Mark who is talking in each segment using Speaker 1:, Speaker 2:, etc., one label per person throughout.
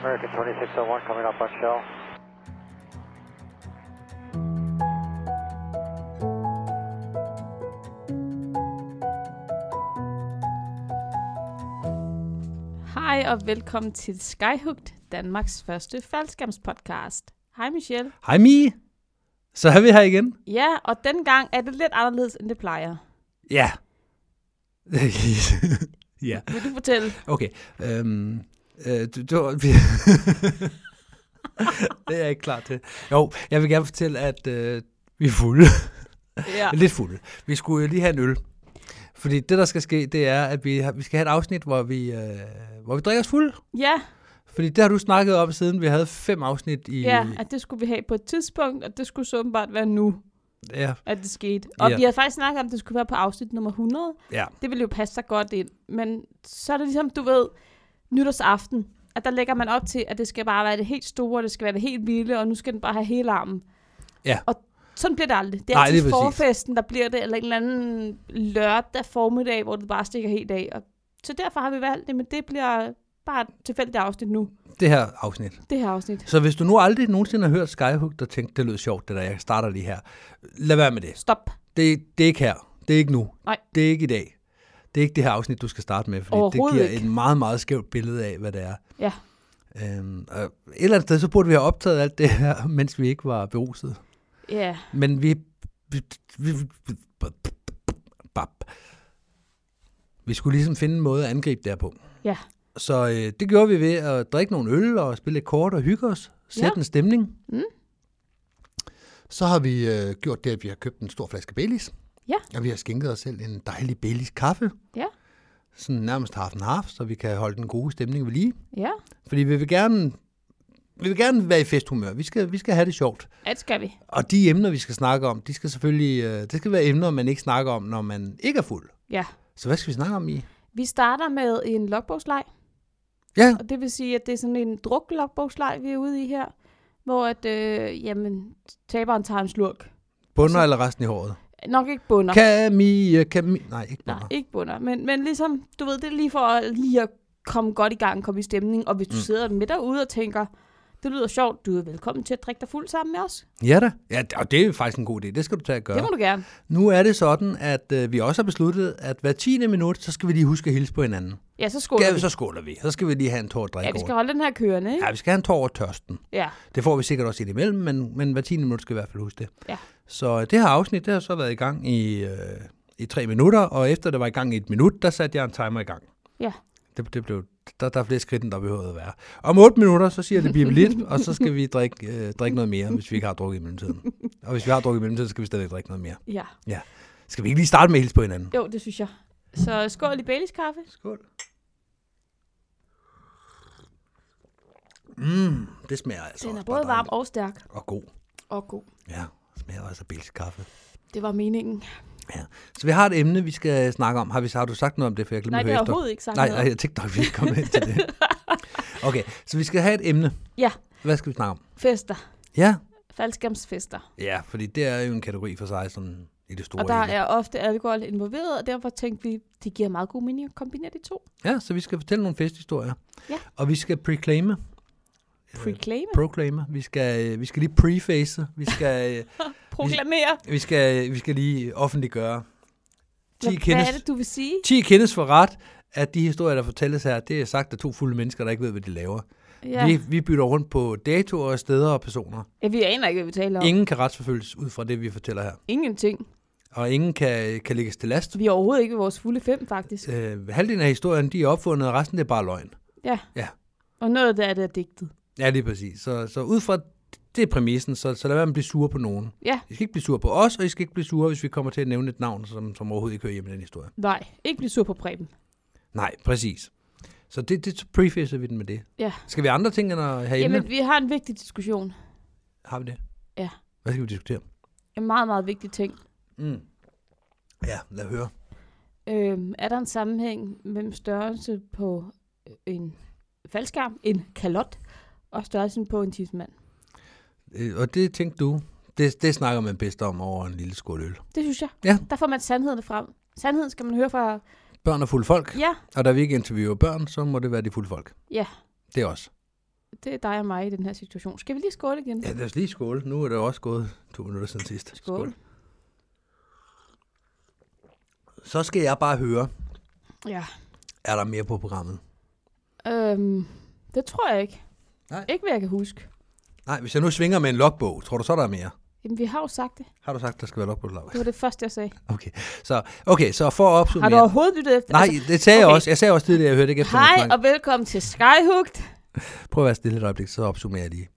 Speaker 1: American 2601 coming up on shell.
Speaker 2: Hej og velkommen til Skyhooked, Danmarks første faldskærmspodcast. Hej Michelle.
Speaker 3: Hej Mie. Så er vi her igen.
Speaker 2: Ja, og dengang er det lidt anderledes, end det plejer.
Speaker 3: Ja. ja,
Speaker 2: Vil du fortælle?
Speaker 3: okay. Øhm, øh, du, du, vi... det er jeg ikke klar til. Jo, jeg vil gerne fortælle, at øh, vi er fulde.
Speaker 2: Ja.
Speaker 3: Lidt fulde. Vi skulle jo lige have en øl. Fordi det, der skal ske, det er, at vi, har, vi skal have et afsnit, hvor vi, øh, hvor vi drikker os fulde.
Speaker 2: Ja,
Speaker 3: Fordi det har du snakket om, siden vi havde fem afsnit i...
Speaker 2: ja, at det skulle vi have på et tidspunkt, og det skulle så åbenbart være nu,
Speaker 3: ja,
Speaker 2: at det skete. Og
Speaker 3: Ja.
Speaker 2: vi havde faktisk snakket om, at det skulle være på afsnit nummer 100.
Speaker 3: ja.
Speaker 2: Det ville jo passe sig godt ind. Men så er det ligesom, du ved, nytårsaften, at der lægger man op til, at det skal bare være det helt store, det skal være det helt vilde, og nu skal den bare have hele armen.
Speaker 3: Ja.
Speaker 2: Og sådan bliver det aldrig. Det er
Speaker 3: Nej,
Speaker 2: altid
Speaker 3: lige præcis.
Speaker 2: forfesten, der bliver det, eller en eller anden lørdag formiddag, hvor det bare stikker helt af. Og så derfor har vi valgt det, men det bliver bare et tilfældigt afsnit nu,
Speaker 3: Det her afsnit.
Speaker 2: det her afsnit.
Speaker 3: Så hvis du nu aldrig nogensinde har hørt Skyhook, der tænkte, det lød sjovt, det der, jeg starter lige her. Lad være med det.
Speaker 2: Stop.
Speaker 3: det, det er ikke her. Det er ikke nu.
Speaker 2: Nej.
Speaker 3: Det er ikke i dag. Det er ikke det her afsnit, du skal starte med, fordi det
Speaker 2: Overhovedet
Speaker 3: giver
Speaker 2: ikke.
Speaker 3: et meget, meget skævt billede af, hvad det er.
Speaker 2: Ja.
Speaker 3: Øhm, og et eller andet sted, så burde vi have optaget alt det her, mens vi ikke var beruset.
Speaker 2: Ja. Yeah.
Speaker 3: Men vi... Vi, vi, bap. vi skulle ligesom finde en måde at angribe det her på.
Speaker 2: Ja.
Speaker 3: Så øh, det gjorde vi ved at drikke nogle øl og spille lidt kort og hygge os. Sætte
Speaker 2: Ja. Mm.
Speaker 3: en stemning.
Speaker 4: Så har vi øh, gjort det, at vi har købt en stor flaske Baileys.
Speaker 2: Ja.
Speaker 4: Og vi har skænket os selv en dejlig Baileys kaffe.
Speaker 2: Ja.
Speaker 4: Sådan nærmest half and half, så vi kan holde den gode stemning ved lige.
Speaker 2: Ja.
Speaker 3: Fordi vi vil gerne, vi vil gerne være i festhumør. Vi skal, vi skal have det sjovt.
Speaker 2: Det skal vi.
Speaker 3: Og de emner, vi skal snakke om, de skal selvfølgelig, øh, det skal være emner, man ikke snakker om, når man ikke er fuld.
Speaker 2: Ja.
Speaker 3: Så hvad skal vi snakke om i?
Speaker 2: Vi starter med en logbogslej.
Speaker 3: Ja.
Speaker 2: Og det vil sige, at det er sådan en druk-logbogslej, vi er ude i her, hvor at, øh, jamen, taberen tager en slurk.
Speaker 3: Bunder
Speaker 2: Så-
Speaker 3: eller resten i håret?
Speaker 2: Nok ikke bunder.
Speaker 3: Kamie, Kamie, nej, ikke
Speaker 2: Nej,
Speaker 3: bunder.
Speaker 2: ikke bunder. Men, men ligesom, du ved, det er lige for at, lige at komme godt i gang, komme i stemning. Og hvis du mm. sidder med derude og tænker, det lyder sjovt, du er velkommen til at drikke dig fuld sammen med os.
Speaker 3: Ja da. Ja, og det er faktisk en god idé. Det skal du tage at
Speaker 2: Ja.
Speaker 3: gøre.
Speaker 2: Det må du gerne.
Speaker 3: Nu er det sådan, at øh, vi også har besluttet, at hver tiende minut, så skal vi lige huske at hilse på hinanden.
Speaker 2: Ja, så skål.
Speaker 3: Ja, så skåler vi. Så skal vi lige have en tår at drikke
Speaker 2: ja, vi skal
Speaker 3: over.
Speaker 2: holde den her kørende, ikke?
Speaker 3: Ja, vi skal have en tår over tørsten.
Speaker 2: Ja.
Speaker 3: Det får vi sikkert også indimellem, men, men hver tiende minut skal vi i hvert fald huske det.
Speaker 2: Ja.
Speaker 3: Så øh, det her afsnit, det har så været i gang i, øh, i tre minutter, og efter det var i gang i et minut, der satte jeg en timer i gang.
Speaker 2: Ja.
Speaker 3: Det, det blev, der, der er flere skridt, end der behøvede at være. Om otte minutter, så siger det bip lidt, og så skal vi drikke, øh, drikke noget mere, hvis vi ikke har drukket i mellemtiden. Og hvis vi har drukket i mellemtiden, så skal vi stadig drikke noget mere.
Speaker 2: ja.
Speaker 3: Skal vi ikke lige starte med at hilse på hinanden?
Speaker 2: Jo, det synes jeg. Så skål i Baileys kaffe.
Speaker 3: Skål. Mm, det smager altså
Speaker 2: Den er
Speaker 3: også
Speaker 2: både varm
Speaker 3: bare dejligt.
Speaker 2: og stærk.
Speaker 3: og god.
Speaker 2: Og god.
Speaker 3: Ja, smager også af bilsk kaffe.
Speaker 2: Det var meningen.
Speaker 3: Så vi har et emne, vi skal snakke om. Har, vi, har du sagt noget om det, for jeg glemte
Speaker 2: Nej,
Speaker 3: at
Speaker 2: det
Speaker 3: høre
Speaker 2: har jeg
Speaker 3: efter?
Speaker 2: overhovedet ikke sagt
Speaker 3: Nej,
Speaker 2: noget
Speaker 3: nej, jeg tænkte nok, vi ikke komme ind til det. Okay, så vi skal have et emne.
Speaker 2: Ja.
Speaker 3: Hvad skal vi snakke om?
Speaker 2: Fester.
Speaker 3: Ja.
Speaker 2: Faldskærmsfester.
Speaker 3: Ja, fordi det er jo en kategori for sig, sådan i det store
Speaker 2: Og der
Speaker 3: hele.
Speaker 2: er ofte alkohol involveret, og derfor tænkte vi, det giver meget god mening at kombinere de to.
Speaker 3: Ja, så vi skal fortælle nogle festhistorier.
Speaker 2: Ja.
Speaker 3: Og vi skal preclaime,
Speaker 2: Proclaime.
Speaker 3: proclaime. Vi skal, øh, vi skal lige preface. Vi skal, øh,
Speaker 2: Proklamere.
Speaker 3: vi skal, vi skal lige offentliggøre. 10
Speaker 2: Hvad, hvad er
Speaker 3: kendes,
Speaker 2: det, du vil sige?
Speaker 3: 10 kendes for ret, at de historier, der fortælles her, det er sagt af to fulde mennesker, der ikke ved, hvad de laver.
Speaker 2: Ja.
Speaker 3: Ja. Vi, vi bytter rundt på datoer, steder og personer.
Speaker 2: ja, vi aner ikke, hvad vi taler om.
Speaker 3: Ingen kan retsforfølges ud fra det, vi fortæller her.
Speaker 2: Ingenting.
Speaker 3: Og ingen kan, kan lægges til last.
Speaker 2: Vi er overhovedet ikke ved vores fulde fem, faktisk.
Speaker 3: Øh, halvdelen af historien, de er opfundet, og resten det er bare løgn.
Speaker 2: Og noget af det er, det er digtet.
Speaker 3: Ja, lige præcis. Så, så ud fra det er præmissen, så, så lad være med at blive sure på nogen.
Speaker 2: Ja.
Speaker 3: I skal ikke blive sure på os, og I skal ikke blive sure, hvis vi kommer til at nævne et navn, som, som overhovedet ikke hører hjemme i den historie.
Speaker 2: Nej, ikke blive sur på Preben.
Speaker 3: Nej, præcis. Så det, det så prefacer vi den med det.
Speaker 2: Ja.
Speaker 3: Skal vi andre ting end at have
Speaker 2: Jamen,
Speaker 3: emne?
Speaker 2: vi har en vigtig diskussion.
Speaker 3: Har vi det?
Speaker 2: Ja.
Speaker 3: Hvad skal vi diskutere?
Speaker 2: En meget, meget vigtig ting.
Speaker 3: Mm. Ja, lad høre.
Speaker 2: Øhm, er der en sammenhæng mellem størrelse på øh, en faldskærm, en kalot, og størrelsen på en tidsmand?
Speaker 3: Øh, og det tænkte du, det, det snakker man bedst om over en lille skål øl.
Speaker 2: Det synes jeg.
Speaker 3: Ja.
Speaker 2: Der får man sandheden frem. Sandheden skal man høre fra...
Speaker 3: Børn er fulde folk,
Speaker 2: Ja,
Speaker 3: og da vi ikke interviewer børn, så må det være de fulde folk.
Speaker 2: Ja.
Speaker 3: Det er os.
Speaker 2: det er dig og mig i den her situation. Skal vi lige skåle igen?
Speaker 3: Ja, lad os lige skåle. Nu er det også gået to minutter siden sidst.
Speaker 2: Skål.
Speaker 3: Så skal jeg bare høre,
Speaker 2: Ja.
Speaker 3: er der mere på programmet?
Speaker 2: Øhm, det tror jeg ikke.
Speaker 3: Nej.
Speaker 2: Ikke hvad jeg kan huske.
Speaker 3: Nej, hvis jeg nu svinger med en logbog, tror du så, der er mere?
Speaker 2: Jamen, vi har jo sagt det.
Speaker 3: Har du sagt, der skal være logbog, Laura?
Speaker 2: Det var det første, jeg sagde.
Speaker 3: Okay, så, okay, så for at opsummere...
Speaker 2: Har du overhovedet lyttet efter?
Speaker 3: Nej, det sagde okay. jeg
Speaker 2: okay.
Speaker 3: også. Jeg sagde også tidligere, jeg hørte ikke efter.
Speaker 2: Hej
Speaker 3: den
Speaker 2: og
Speaker 3: snak.
Speaker 2: velkommen til Skyhooked.
Speaker 3: Prøv at være stille et øjeblik, så opsummerer jeg lige.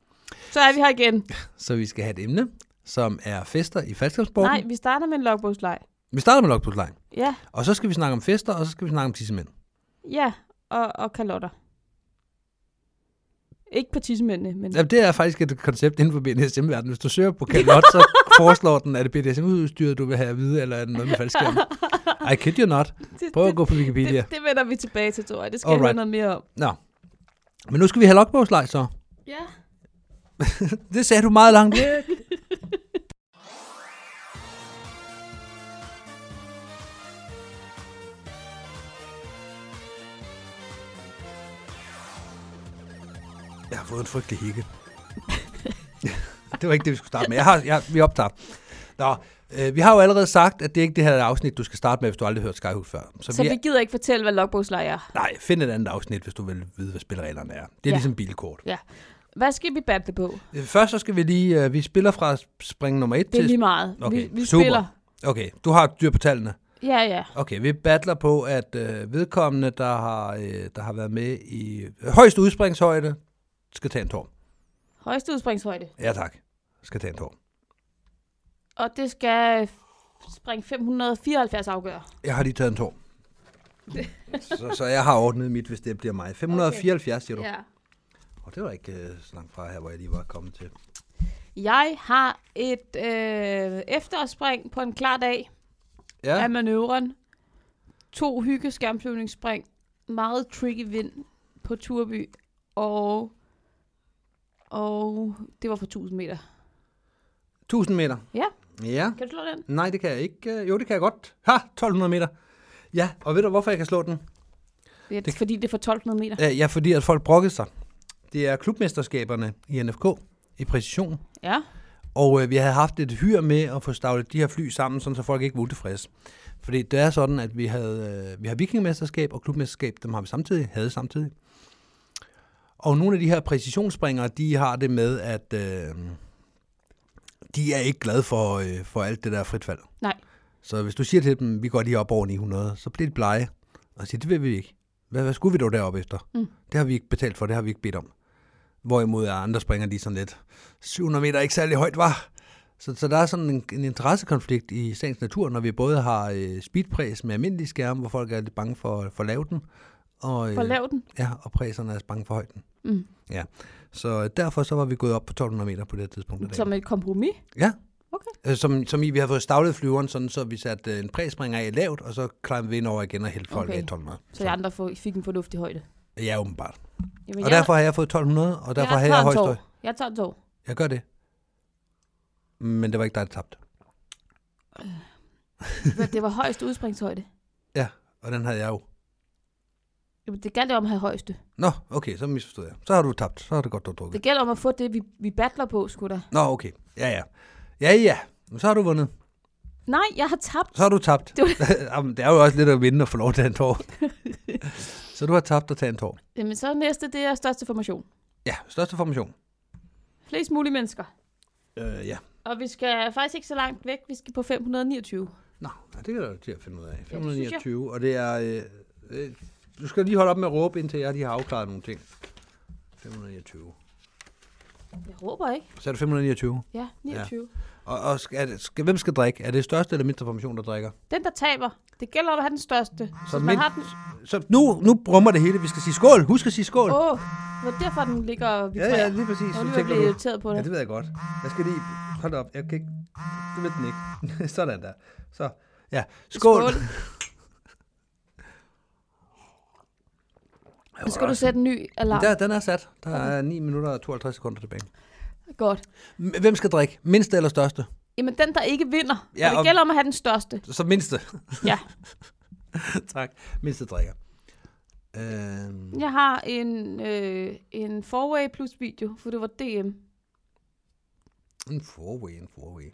Speaker 2: Så er vi her igen.
Speaker 3: Så vi skal have et emne, som er fester i
Speaker 2: Nej,
Speaker 3: faldskabsborgen.
Speaker 2: vi starter med en logbogslej.
Speaker 3: Vi starter med logbogslejren.
Speaker 2: Ja,
Speaker 3: Og så skal vi snakke om fester, og så skal vi snakke om tissemænd.
Speaker 2: ja, og, og kalotter. Ikke på tissemændene, men...
Speaker 3: Jamen, det er faktisk et koncept inden for BDSM-verdenen. Hvis du søger på kalot, så foreslår den, er det BDSM-udstyret, du vil have at vide, eller er det noget med faldskærm? I kid you not.
Speaker 2: det,
Speaker 3: Prøv at
Speaker 2: det,
Speaker 3: gå på Wikipedia.
Speaker 2: det, det vender vi tilbage til, tror jeg. Det skal jeg
Speaker 3: Alright.
Speaker 2: høre noget mere om.
Speaker 3: Nå. Men nu skal vi have logbogslej, så.
Speaker 2: Ja.
Speaker 3: Det sagde du meget langt væk. Jeg har fået en frygtelig hikke. det var ikke det, vi skulle starte med. Jeg har, jeg, vi optager. Nå, øh, vi har jo allerede sagt, at det ikke er det her afsnit, du skal starte med, hvis du aldrig har hørt Skyhook før. Så,
Speaker 2: Så vi gider ikke fortælle, hvad logbogslej er.
Speaker 3: Nej, find et andet afsnit, hvis du vil vide, hvad spillereglerne er. Det er
Speaker 2: Ja.
Speaker 3: ja. ligesom bilkort.
Speaker 2: Ja. Hvad skal vi batte på?
Speaker 3: Øh, Først så skal vi lige, øh, vi spiller fra spring nummer 1
Speaker 2: Det er
Speaker 3: til...
Speaker 2: lige meget. vi,
Speaker 3: Okay,
Speaker 2: vi
Speaker 3: super.
Speaker 2: spiller.
Speaker 3: Okay, du har dyr på tallene.
Speaker 2: Ja, ja.
Speaker 3: Okay, vi battler på, at øh, vedkommende, der har, øh, der har været med i øh, højst udspringshøjde, skal tage en tår.
Speaker 2: Højeste udspringshøjde.
Speaker 3: Ja tak, skal tage en tår.
Speaker 2: Og det skal spring 574 afgøre.
Speaker 3: Jeg har lige taget en tår. så, så jeg har ordnet mit, hvis det bliver mig. 574, siger du. Ja.
Speaker 2: Ja.
Speaker 3: Og det var ikke øh, så langt fra her, hvor jeg lige var kommet til.
Speaker 2: Jeg har et øh, efterårsspring på en klar dag ja.
Speaker 3: Ja,
Speaker 2: af manøvren. To hygge skærmflyvningsspring. Meget tricky vind på Turby. Og, og det var for 1000 meter.
Speaker 3: 1000 meter.
Speaker 2: Ja.
Speaker 3: Ja.
Speaker 2: Kan du slå den?
Speaker 3: Nej, det kan jeg ikke. Øh, Jo, det kan jeg godt. Ha, 1200 meter. Ja, og ved du, hvorfor jeg kan slå den?
Speaker 2: Det er,
Speaker 3: Det-
Speaker 2: det... fordi det er for 1200 meter.
Speaker 3: Øh, Ja, fordi at folk brokkede sig. Det er klubmesterskaberne i NFK i præcision.
Speaker 2: Ja.
Speaker 3: Og øh, vi havde haft et hyr med at få stavlet de her fly sammen, sådan så folk ikke var utilfredse. Fordi det er sådan, at vi, havde, øh, vi har vikingemesterskab og klubmesterskab, dem har vi samtidig, havde samtidig. Og nogle af de her præcisionsspringere, de har det med, at øh, de er ikke glade for, øh, for alt det der fritfald.
Speaker 2: Nej.
Speaker 3: Så hvis du siger til dem, vi går lige op over 900, så bliver de blege og siger, det vil vi ikke. Hvad, hvad skulle vi dog deroppe efter?
Speaker 2: Mm.
Speaker 3: Det har vi ikke betalt for, det har vi ikke bedt om. Hvorimod er andre springer lige sådan lidt, 700 meter er ikke særlig højt, var. Så, så der er sådan en, en interessekonflikt i sagens natur, når vi både har øh, speedpræs med almindelige skærme, hvor folk er lidt bange for, for lavden, og, øh,
Speaker 2: For lav den.
Speaker 3: ja, og præserne er bange for højden.
Speaker 2: Mm.
Speaker 3: Ja. Så øh, derfor så var vi gået op på 1200 meter på det her tidspunkt. af dagen.
Speaker 2: Som et kompromis.
Speaker 3: Ja.
Speaker 2: Okay.
Speaker 3: Øh, Som, som i, vi har fået stavlet flyveren, sådan, så vi satte øh, en præspringer af lavt, og så klamrede vi ind over igen og hældte folk
Speaker 2: Okay.
Speaker 3: af 1200.
Speaker 2: Så jeg andre få- fik en fornuftig højde.
Speaker 3: Ja, åbenbart.
Speaker 2: Jamen,
Speaker 3: Og derfor har jeg fået 1200, og derfor havde jeg
Speaker 2: tager en
Speaker 3: højst
Speaker 2: tår.
Speaker 3: høj.
Speaker 2: Jeg tager en tog.
Speaker 3: Jeg gør det. Men det var ikke dig, der tabte.
Speaker 2: Det var højeste udspringshøjde.
Speaker 3: Og den havde jeg jo.
Speaker 2: Jamen, det galt jo om at have højeste.
Speaker 3: Nå, okay, så misforstod jeg. Så har du tabt. Så har det godt, du har drukket.
Speaker 2: Det gælder om at få det, vi, vi battler på, sgu da.
Speaker 3: Nå, okay. Ja, ja. Ja, ja. Men så har du vundet.
Speaker 2: Nej, jeg har tabt.
Speaker 3: Så har du tabt.
Speaker 2: Det
Speaker 3: Jamen, det er jo også lidt at vinde og få lov til at tage en tår. så du har tabt og tage en tår.
Speaker 2: Jamen, så næste, det er største formation.
Speaker 3: Ja, største formation.
Speaker 2: Flest mulige mennesker.
Speaker 3: Øh, ja.
Speaker 2: Og vi skal faktisk ikke så langt væk. Vi skal på 529.
Speaker 3: Nå, ja, det kan du til at finde ud af.
Speaker 2: synes jeg.
Speaker 3: 529, og det er... Øh, øh, du skal lige holde op med at råbe, indtil jeg lige har afklaret nogle ting. 529.
Speaker 2: Jeg råber ikke.
Speaker 3: Så er det 529.
Speaker 2: Ja, 29. Ja.
Speaker 3: Og, og skal, er det, skal, hvem skal drikke? Er det største eller mindste formation, der drikker?
Speaker 2: Den, der taber, det gælder om at have den største. Så,
Speaker 3: Så
Speaker 2: man
Speaker 3: mind-
Speaker 2: har den...
Speaker 3: Så nu, nu brummer det hele. Vi skal sige skål. Husk at sige skål.
Speaker 2: Åh, oh, det var derfor, den ligger og
Speaker 3: ja,
Speaker 2: vibrerer.
Speaker 3: ja, lige præcis.
Speaker 2: Jeg var
Speaker 3: Så
Speaker 2: lige ved at
Speaker 3: tænker
Speaker 2: blive
Speaker 3: du.
Speaker 2: irriteret på
Speaker 3: Ja,
Speaker 2: det.
Speaker 3: det ved jeg godt. Jeg skal lige... Hold da op. Jeg kan ikke... Det ved den ikke. Sådan der. Så, ja. Skål. skål.
Speaker 2: Nu skal du sætte en ny alarm.
Speaker 3: Der, den er sat. Der er 9 minutter og 52 sekunder tilbage.
Speaker 2: Godt.
Speaker 3: M- Hvem skal drikke? Mindste eller største?
Speaker 2: Jamen, den, der ikke vinder.
Speaker 3: Ja,
Speaker 2: Ja, og det
Speaker 3: og-
Speaker 2: gælder om at have den største.
Speaker 3: Så mindste.
Speaker 2: Ja.
Speaker 3: tak. Mindste drikker. Øh,
Speaker 2: Jeg har en, øh, en four-way plus video, for det var DM
Speaker 3: en four-way, en four-way.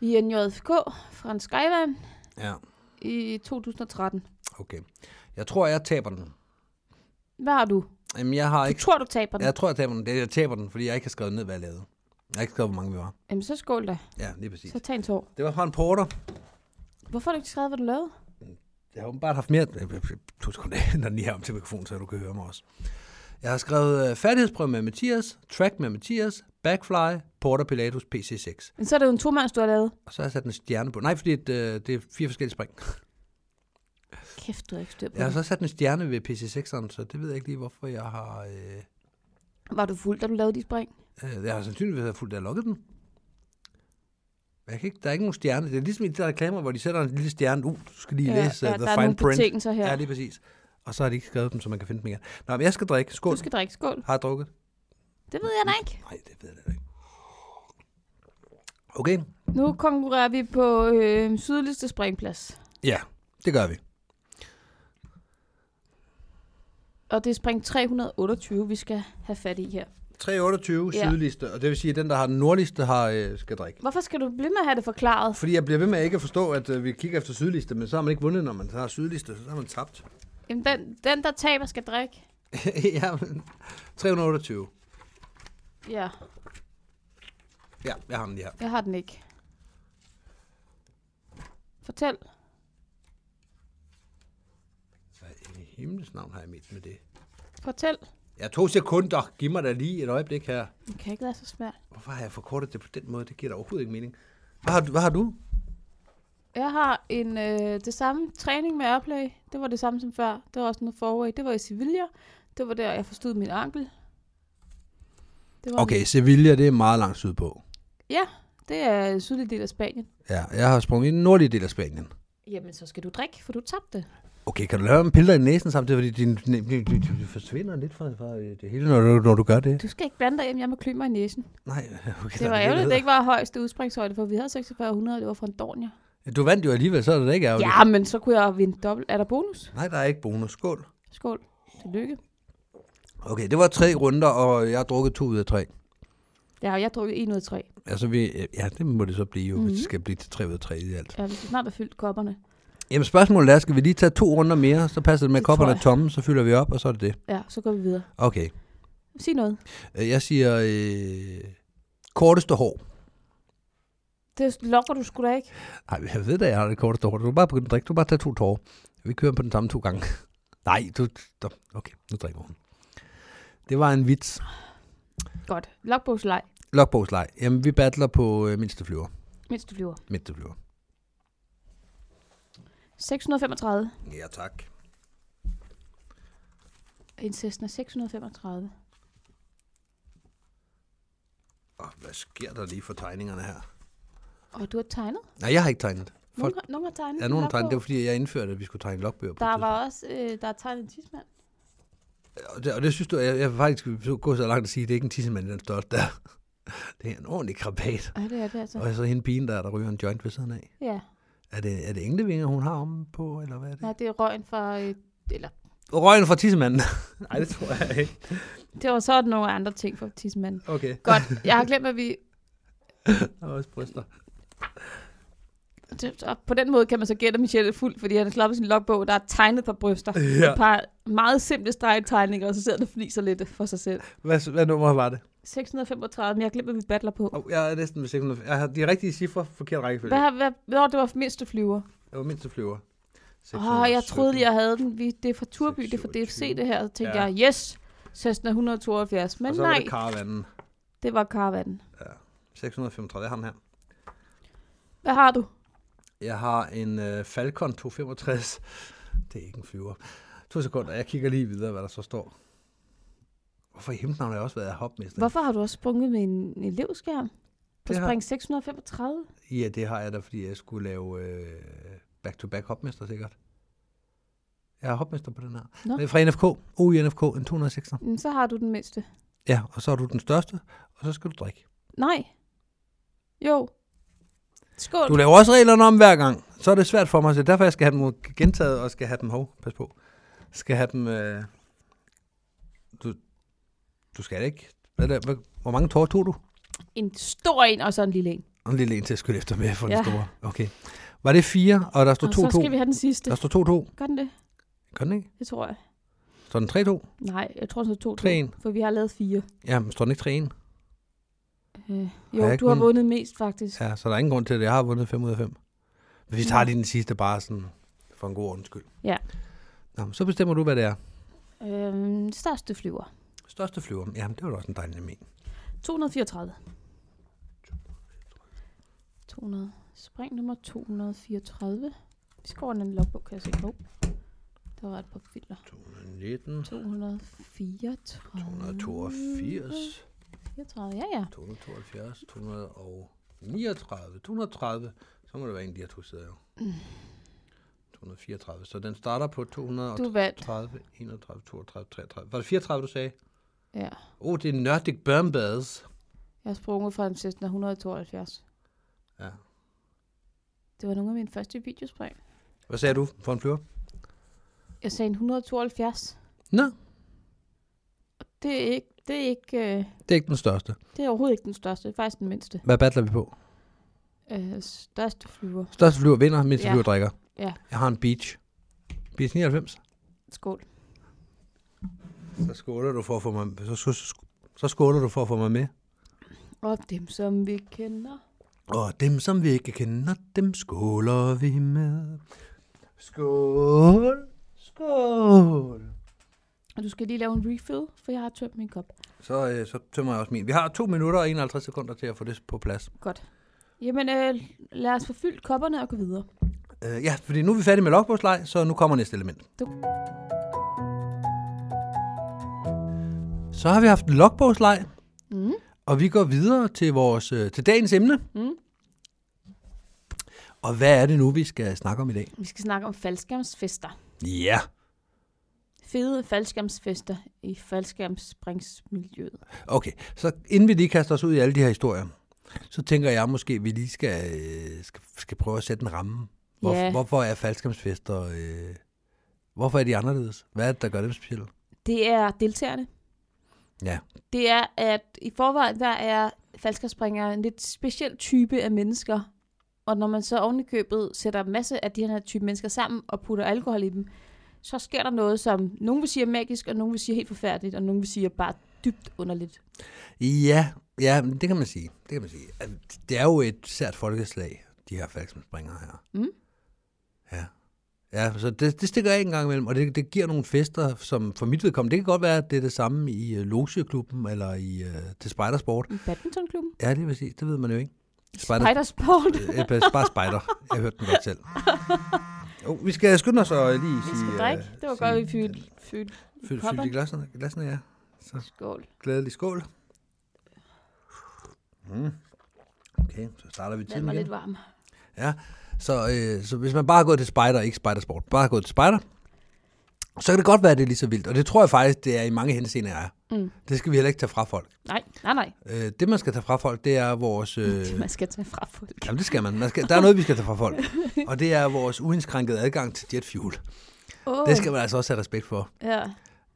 Speaker 2: i NJFK fra en skyvand
Speaker 3: Ja,
Speaker 2: i 2013.
Speaker 3: okay. Jeg tror, jeg taber den.
Speaker 2: Hvad har du?
Speaker 3: Jamen, jeg har
Speaker 2: Du
Speaker 3: ikke...
Speaker 2: tror, du taber den?
Speaker 3: Jeg tror, jeg taber den. Det- Jeg taber den, fordi jeg ikke har skrevet ned, hvad jeg lavede. Jeg har ikke skrevet, hvor mange vi var.
Speaker 2: Jamen, så skål da.
Speaker 3: Ja, lige præcis.
Speaker 2: Så tag en tår.
Speaker 3: Det var fra en porter.
Speaker 2: Hvorfor har du ikke skrevet, hvad du lavede?
Speaker 3: Jeg har åbenbart haft mere... Du skal da når den lige er om til mikrofonen, så du kan høre mig også. Jeg har skrevet øh, færdighedsprøve med Mathias, track med Mathias, backfly, porter Pilatus PC6.
Speaker 2: Men så er det jo en turmands, du har lavet.
Speaker 3: Og så har jeg sat en stjerne på. Nej, fordi at, øh, det er fire forskellige spring.
Speaker 2: Kæft, du har ikke styr på
Speaker 3: Jeg har
Speaker 2: det.
Speaker 3: så sat en stjerne ved PC6'eren, så det ved jeg ikke lige, hvorfor jeg har... Øh,
Speaker 2: Var du fuld, da du lavede de spring?
Speaker 3: øh, jeg har sandsynligvis været fuldt, da jeg lukkede den. Men Jeg kan ikke, der er ikke nogen stjerne. Det er ligesom i de der reklamer, hvor de sætter en lille stjerne. Uh, du skal lige læse
Speaker 2: ja,
Speaker 3: uh, The
Speaker 2: der er
Speaker 3: Fine
Speaker 2: nogle
Speaker 3: Print.
Speaker 2: betingelser her.
Speaker 3: Ja, lige præcis. Og så har de ikke skrevet dem, så man kan finde dem igen. Nå, men jeg skal drikke. Skål.
Speaker 2: Du skal drikke skål.
Speaker 3: Har jeg drukket?
Speaker 2: Det ved jeg da ikke.
Speaker 3: Nej, det ved jeg da ikke. Okay,
Speaker 2: Nu konkurrerer vi på øh, sydligste springplads.
Speaker 3: ja, det gør vi.
Speaker 2: Og det er spring 328, vi skal have fat i her.
Speaker 3: 328
Speaker 2: Ja.
Speaker 3: sydligste, og det vil sige, at den, der har den nordligste, har, øh, skal drikke.
Speaker 2: Hvorfor skal du blive med at have det forklaret?
Speaker 3: Fordi jeg bliver ved med at ikke at forstå, at øh, vi kigger efter sydliste, men så har man ikke vundet, når man tager sydliste, så har man tabt.
Speaker 2: Jamen, den, den, der taber, skal drikke.
Speaker 3: ja, men 328.
Speaker 2: Ja,
Speaker 3: Ja, jeg har den lige her.
Speaker 2: jeg har den ikke. Fortæl.
Speaker 3: Hvad i himlens navn har jeg mest med det?
Speaker 2: Fortæl.
Speaker 3: Jeg to sekunder. Giv mig da lige et øjeblik her.
Speaker 2: Det kan ikke være så svært.
Speaker 3: Hvorfor har jeg forkortet det på den måde? Det giver da overhovedet ikke mening. Hvad har, du- hvad har du?
Speaker 2: Jeg har en, øh, det samme træning med Airplay. Det var det samme som før. Det var også noget forway. Det var i Sevilla. Det var der, jeg forstod min ankel. Det var
Speaker 3: Okay, Sevilla, det er meget langt sydpå.
Speaker 2: Ja, det er sydlig del af Spanien.
Speaker 3: Ja, jeg har sprunget i den nordlige del af Spanien.
Speaker 2: Jamen, så skal du drikke, for du tabte.
Speaker 3: Okay, kan du lade mig pille dig i næsen samtidig, fordi din, din, din, din, din forsvinder lidt fra, fra øh, det hele, når du, når du gør det?
Speaker 2: Du skal ikke blande dig hjem, jeg må klø mig i næsen.
Speaker 3: Nej, okay.
Speaker 2: Det var ærgerligt, at det ikke var højeste udspringshøjde, for vi havde 4600, og det var fra en dornier.
Speaker 3: Du vandt jo alligevel, så er det da ikke ærgerligt.
Speaker 2: Ja, men så kunne jeg vinde dobbelt. Er der bonus?
Speaker 3: Nej, der er ikke bonus. Skål.
Speaker 2: Skål. Tillykke.
Speaker 3: Okay, det var tre runder, og jeg har drukket to ud af tre.
Speaker 2: Ja, og jeg drukket 1 ud af 3.
Speaker 3: Altså, vi, ja, det må det så blive jo, mm-hmm. hvis
Speaker 2: Mhm.
Speaker 3: det skal blive til tre ud af tre i alt.
Speaker 2: Ja, vi skal snart have fyldt kopperne.
Speaker 3: Jamen, spørgsmålet er, skal vi lige tage to runder mere, så passer det med, at
Speaker 2: Det tror
Speaker 3: kopperne er
Speaker 2: jeg.
Speaker 3: tomme, så fylder vi op, og så er det det.
Speaker 2: Ja, så går vi videre.
Speaker 3: Okay.
Speaker 2: Sig noget.
Speaker 3: Øh, Jeg siger, øh, korteste hår.
Speaker 2: Det lokker du sgu da ikke.
Speaker 3: Nej, jeg ved da, jeg har det korteste hår. Du kan bare begynde at drikke. Du kan bare tage to tårer. Vi kører på den samme to gange. Nej, du... stop. Okay, nu drikker hun. Det var en vits.
Speaker 2: Godt. Lokbogslej,
Speaker 3: Logbogsleg. Jamen, vi battler på øh, mindste flyver.
Speaker 2: mens du flyver.
Speaker 3: Mindste flyver.
Speaker 2: 635.
Speaker 3: Ja, tak.
Speaker 2: En Cessna 635.
Speaker 3: Og hvad sker der lige for tegningerne her?
Speaker 2: Og du har tegnet?
Speaker 3: Nej, jeg har ikke tegnet. Folk,
Speaker 2: Nogen, har- nogen har tegnet?
Speaker 3: ja,
Speaker 2: en
Speaker 3: nogen har tegnet. Det var
Speaker 2: logbog?
Speaker 3: fordi, jeg indførte, at vi skulle tegne logbøger på
Speaker 2: Der
Speaker 3: et
Speaker 2: var også øh, der er tegnet en tidsmand.
Speaker 3: tidspunkt. Og det, og det synes du, jeg, jeg vil faktisk gå så langt at sige, at det er ikke en tissemand, den største der. Det er en ordentlig krabat.
Speaker 2: Ja, det er det altså.
Speaker 3: Og så hende pigen, der, er, der ryger en joint ved siden af.
Speaker 2: Ja.
Speaker 3: Er det, er det englevinger, hun har om på, eller hvad er det?
Speaker 2: Nej, det er røgen fra... Øh, eller,
Speaker 3: Røgen fra tissemanden. Nej, det tror jeg ikke.
Speaker 2: det var sådan nogle andre ting for tidsmanden.
Speaker 3: Okay,
Speaker 2: Godt, jeg har glemt, at vi...
Speaker 3: der er også bryster.
Speaker 2: det- og På den måde kan man så gætte, at Michelle er fuld, fordi han har slappet sin logbog, der er tegnet på bryster.
Speaker 3: Ja.
Speaker 2: Et par meget simple stregtegninger, og så sidder der og fliser lidt for sig selv.
Speaker 3: Hvad, hvad nummer var det?
Speaker 2: 635, men jeg har glemt, at vi battler på.
Speaker 3: Oh, jeg er næsten ved 600. Jeg har de rigtige cifre, forkert rækkefølge.
Speaker 2: Hvad, har- hvad, hvad, det var for mindste flyver.
Speaker 3: Jeg var mindste flyver.
Speaker 2: Åh, oh, jeg troede lige, jeg havde den. Vi, det er fra Turby, det er fra DFC,
Speaker 3: 627.
Speaker 2: det her. Så tænkte
Speaker 3: Ja.
Speaker 2: ja. jeg, yes, Cessna 172. Men
Speaker 3: Og så var
Speaker 2: nej,
Speaker 3: det karavanen.
Speaker 2: det var karavanen.
Speaker 3: 635, jeg har den her.
Speaker 2: Hvad har du?
Speaker 3: Jeg har en øh, Falcon 265. Det er ikke en flyver. To sekunder, jeg kigger lige videre, hvad der så står. Hvorfor i himlen har jeg også været hopmester?
Speaker 2: Hvorfor har du også sprunget med en elevskærm? På
Speaker 3: Det har-
Speaker 2: spring 635?
Speaker 3: Ja, det har jeg da, fordi jeg skulle lave øh, back-to-back hopmester sikkert. Jeg er hopmester på den her.
Speaker 2: Nå.
Speaker 3: Men fra NFK, OINFK, en 206'er.
Speaker 2: Mm, Så har du den mindste.
Speaker 3: Ja, og så er du den største, og så skal du drikke.
Speaker 2: Nej. Jo. Skål.
Speaker 3: Du laver også reglerne om hver gang. Så er det svært for mig, så det er derfor jeg skal have dem gentaget og skal have dem hov. Pas på. Skal have dem... Øh, Du, du skal da ikke. Hvad der, hvad, hvor mange tårer tog du?
Speaker 2: En stor en, og så en lille en.
Speaker 3: En lille en til at skylle efter med for ja.
Speaker 2: Ja.
Speaker 3: den store. Okay. Var det fire, og der stod 2-2?
Speaker 2: og så skal vi have den sidste.
Speaker 3: Der stod 2-2.
Speaker 2: Gør den det?
Speaker 3: Gør den ikke?
Speaker 2: Det tror jeg.
Speaker 3: Står den 3-2?
Speaker 2: Nej, jeg tror, den to.
Speaker 3: Tre en.
Speaker 2: For vi har lavet fire.
Speaker 3: Jamen, står den ikke 3-1?
Speaker 2: Øh,
Speaker 3: Har jeg
Speaker 2: jo,
Speaker 3: ikke
Speaker 2: du har
Speaker 3: vundet?
Speaker 2: vundet mest, faktisk.
Speaker 3: Ja, så der er ingen grund til det. Jeg har vundet 5 ud af 5. Men vi tager lige den sidste bare sådan for en god ordens skyld.
Speaker 2: Ja.
Speaker 3: Nå, men så bestemmer du, hvad det er.
Speaker 2: Øhm, største flyver.
Speaker 3: Største flyver. Jamen, det var da også en dejlig nem en.
Speaker 2: 234. 200. Spring nummer 234. Vi skal over den logbog, kan jeg se. Oh. Der var et par filer.
Speaker 3: 219,
Speaker 2: 234.
Speaker 3: 282,
Speaker 2: 34, ja, ja.
Speaker 3: 272, 239, 230. Så må det være en af de her to sider jo. 234. Så den starter på
Speaker 2: Du
Speaker 3: 230,
Speaker 2: vandt.
Speaker 3: 31, 32, 33. Var det 34, du sagde?
Speaker 2: Ja.
Speaker 3: Oh, det er Nordic Burnbads.
Speaker 2: Jeg har sprunget fra en Cessna 172.
Speaker 3: Ja.
Speaker 2: Det var nogle af mine første videospring.
Speaker 3: Hvad sagde du for en flyver?
Speaker 2: Jeg sagde en 172.
Speaker 3: Nå,
Speaker 2: Det er ikke, det er ikke, øh,
Speaker 3: det er ikke den største.
Speaker 2: det er overhovedet ikke den største. Det er faktisk den mindste.
Speaker 3: Hvad battler vi på?
Speaker 2: Øh, største flyver.
Speaker 3: Største flyver vinder, mindste
Speaker 2: Ja.
Speaker 3: flyver drikker.
Speaker 2: Ja.
Speaker 3: Jeg har en beach. Beach 99.
Speaker 2: Skål.
Speaker 3: Så skåler du for at få mig, så, så, så skåler du for at få mig med.
Speaker 2: Og dem, som vi kender.
Speaker 3: Og dem, som vi ikke kender, dem skåler vi med. Skål! Skål!
Speaker 2: Og du skal lige lave en refill, for jeg har tømt min kop.
Speaker 3: Så, øh, så tømmer jeg også min. Vi har to minutter og 51 sekunder til at få det på plads.
Speaker 2: Jamen, øh, lad os få fyldt kopperne og gå videre.
Speaker 3: Øh, ja, fordi nu er vi færdige med logbogsleg, så nu kommer næste element.
Speaker 2: Du.
Speaker 3: Så har vi haft logbogsleg,
Speaker 2: Mm.
Speaker 3: og vi går videre til, vores, øh, til dagens emne.
Speaker 2: Mm.
Speaker 3: Og hvad er det nu, vi skal snakke om i dag?
Speaker 2: Vi skal snakke om faldskærmsfester.
Speaker 3: Ja,
Speaker 2: Fede faldskærmsfester i faldskærmsspringsmiljøet.
Speaker 3: okay. Så inden vi lige kaster os ud i alle de her historier, så tænker jeg måske, at vi lige skal, øh, skal, skal prøve at sætte en ramme. Hvor,
Speaker 2: Ja.
Speaker 3: Hvorfor er faldskabsfester... Øh, hvorfor er de anderledes? Hvad er det, der gør dem specielle?
Speaker 2: Det er deltagerne.
Speaker 3: Ja.
Speaker 2: Det er, at i forvejen, der er faldskærmsspringere en lidt speciel type af mennesker. Og når man så ovenikøbet sætter en masse af de her type mennesker sammen og putter alkohol i dem, så sker der noget, som nogen vil sige er magisk, og nogen vil sige er helt forfærdeligt, og nogen vil sige er bare dybt underligt.
Speaker 3: Ja, ja, men det kan man sige. Det kan man sige. Altså, Det er jo et sært folkeslag, de her falskmandspringere her.
Speaker 2: Mm.
Speaker 3: Ja. Ja, så det, det stikker jeg en gang imellem, og det, det giver nogle fester, som for mit vedkommende, det kan godt være, at det er det samme i øh, logeklubben eller i øh, til spejdersport.
Speaker 2: I badmintonklubben?
Speaker 3: Ja, det er præcis, det ved man jo ikke.
Speaker 2: Spidersport?
Speaker 3: Jeg bare spejder. Jeg hørte den godt selv. Oh, vi skal skynde os og lige
Speaker 2: Vi
Speaker 3: sige... øh,
Speaker 2: skal drikke. Det var godt, vi fyldte fyld,
Speaker 3: Fyld, fyld
Speaker 2: kopper.
Speaker 3: de glassene, glassene, ja.
Speaker 2: Skål.
Speaker 3: Glædelig skål. Mm. Okay, så starter vi
Speaker 2: Den
Speaker 3: tiden
Speaker 2: var
Speaker 3: igen.
Speaker 2: lidt varm.
Speaker 3: Ja, så, øh, så hvis man bare har gået til spejder, ikke spejdersport, bare har gået til spejder, så kan det godt være, at det er lige så vildt. Og det tror jeg faktisk, det er i mange henseender er.
Speaker 2: Mm.
Speaker 3: Det skal vi heller ikke tage fra folk.
Speaker 2: Nej, nej, nej.
Speaker 3: Øh, det, man skal tage fra folk, det er vores... Øh,
Speaker 2: Det, man skal tage fra folk.
Speaker 3: jamen, det skal man. man skal, der er noget, vi skal tage fra folk. Og det er vores uindskrænkede adgang til jetfuel.
Speaker 2: Oh,
Speaker 3: Det skal man altså også have respekt for.
Speaker 2: ja.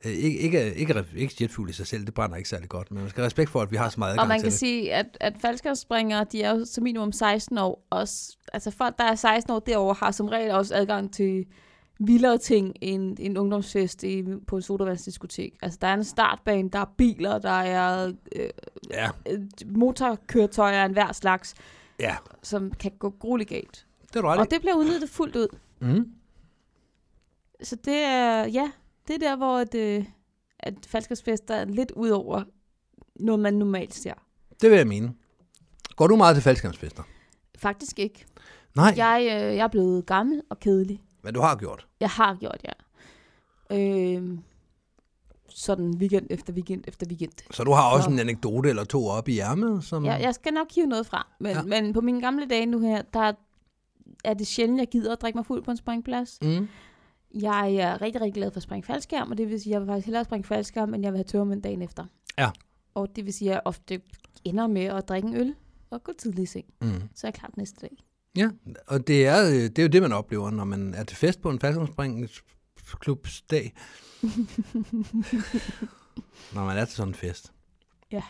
Speaker 3: Øh, ikke, ikke, ikke, ikke jetfuel i sig selv, det brænder ikke særlig godt, men man skal have respekt for, at vi har så meget adgang
Speaker 2: Og man
Speaker 3: til
Speaker 2: kan
Speaker 3: det.
Speaker 2: sige, at, at falskerspringere, de er jo som minimum 16 år. Også, altså folk, der er 16 år derover har som regel også adgang til vildere ting end en ungdomsfest i, på en sodavandsdiskotek. Altså, der er en startbane, der er biler, der er øh,
Speaker 3: Ja,
Speaker 2: øh, motorkøretøjer af enhver slags,
Speaker 3: ja,
Speaker 2: som kan gå grueligt galt.
Speaker 3: det er du aldrig.
Speaker 2: Og det bliver udnyttet fuldt ud.
Speaker 3: Mm.
Speaker 2: Så det er, ja, det er der, hvor at, øh, at falskersfester er lidt ud over noget, man normalt ser.
Speaker 3: Det vil jeg mene. Går du meget til faldskabsfester?
Speaker 2: Faktisk ikke.
Speaker 3: Nej, ja.
Speaker 2: Jeg, øh, jeg er blevet gammel og kedelig.
Speaker 3: men du har gjort.
Speaker 2: Jeg har gjort, ja. Øh, sådan weekend efter weekend efter weekend.
Speaker 3: Så du har også
Speaker 2: Nå.
Speaker 3: en anekdote eller to op i ærmet? Som...
Speaker 2: Jeg, jeg skal nok hive noget fra, men,
Speaker 3: Mm. Ja.
Speaker 2: ja. men på mine gamle dage nu her, der er det sjældent, jeg gider at drikke mig fuld på en springplads.
Speaker 3: Mm.
Speaker 2: Jeg er rigtig, rigtig glad for at springe faldskærm, og det vil sige, at jeg vil faktisk hellere springe faldskærm, end jeg vil have tørmænd dagen efter.
Speaker 3: Ja.
Speaker 2: Og det vil sige, at jeg ofte ender med at drikke en øl og gå tidlig i seng,
Speaker 3: Mm.
Speaker 2: så er jeg klar den næste dag.
Speaker 3: Ja, og det er, øh, det er jo det, man oplever, når man er til fest på en faldskabsklubsdag. når man er til sådan en fest.
Speaker 2: Ja.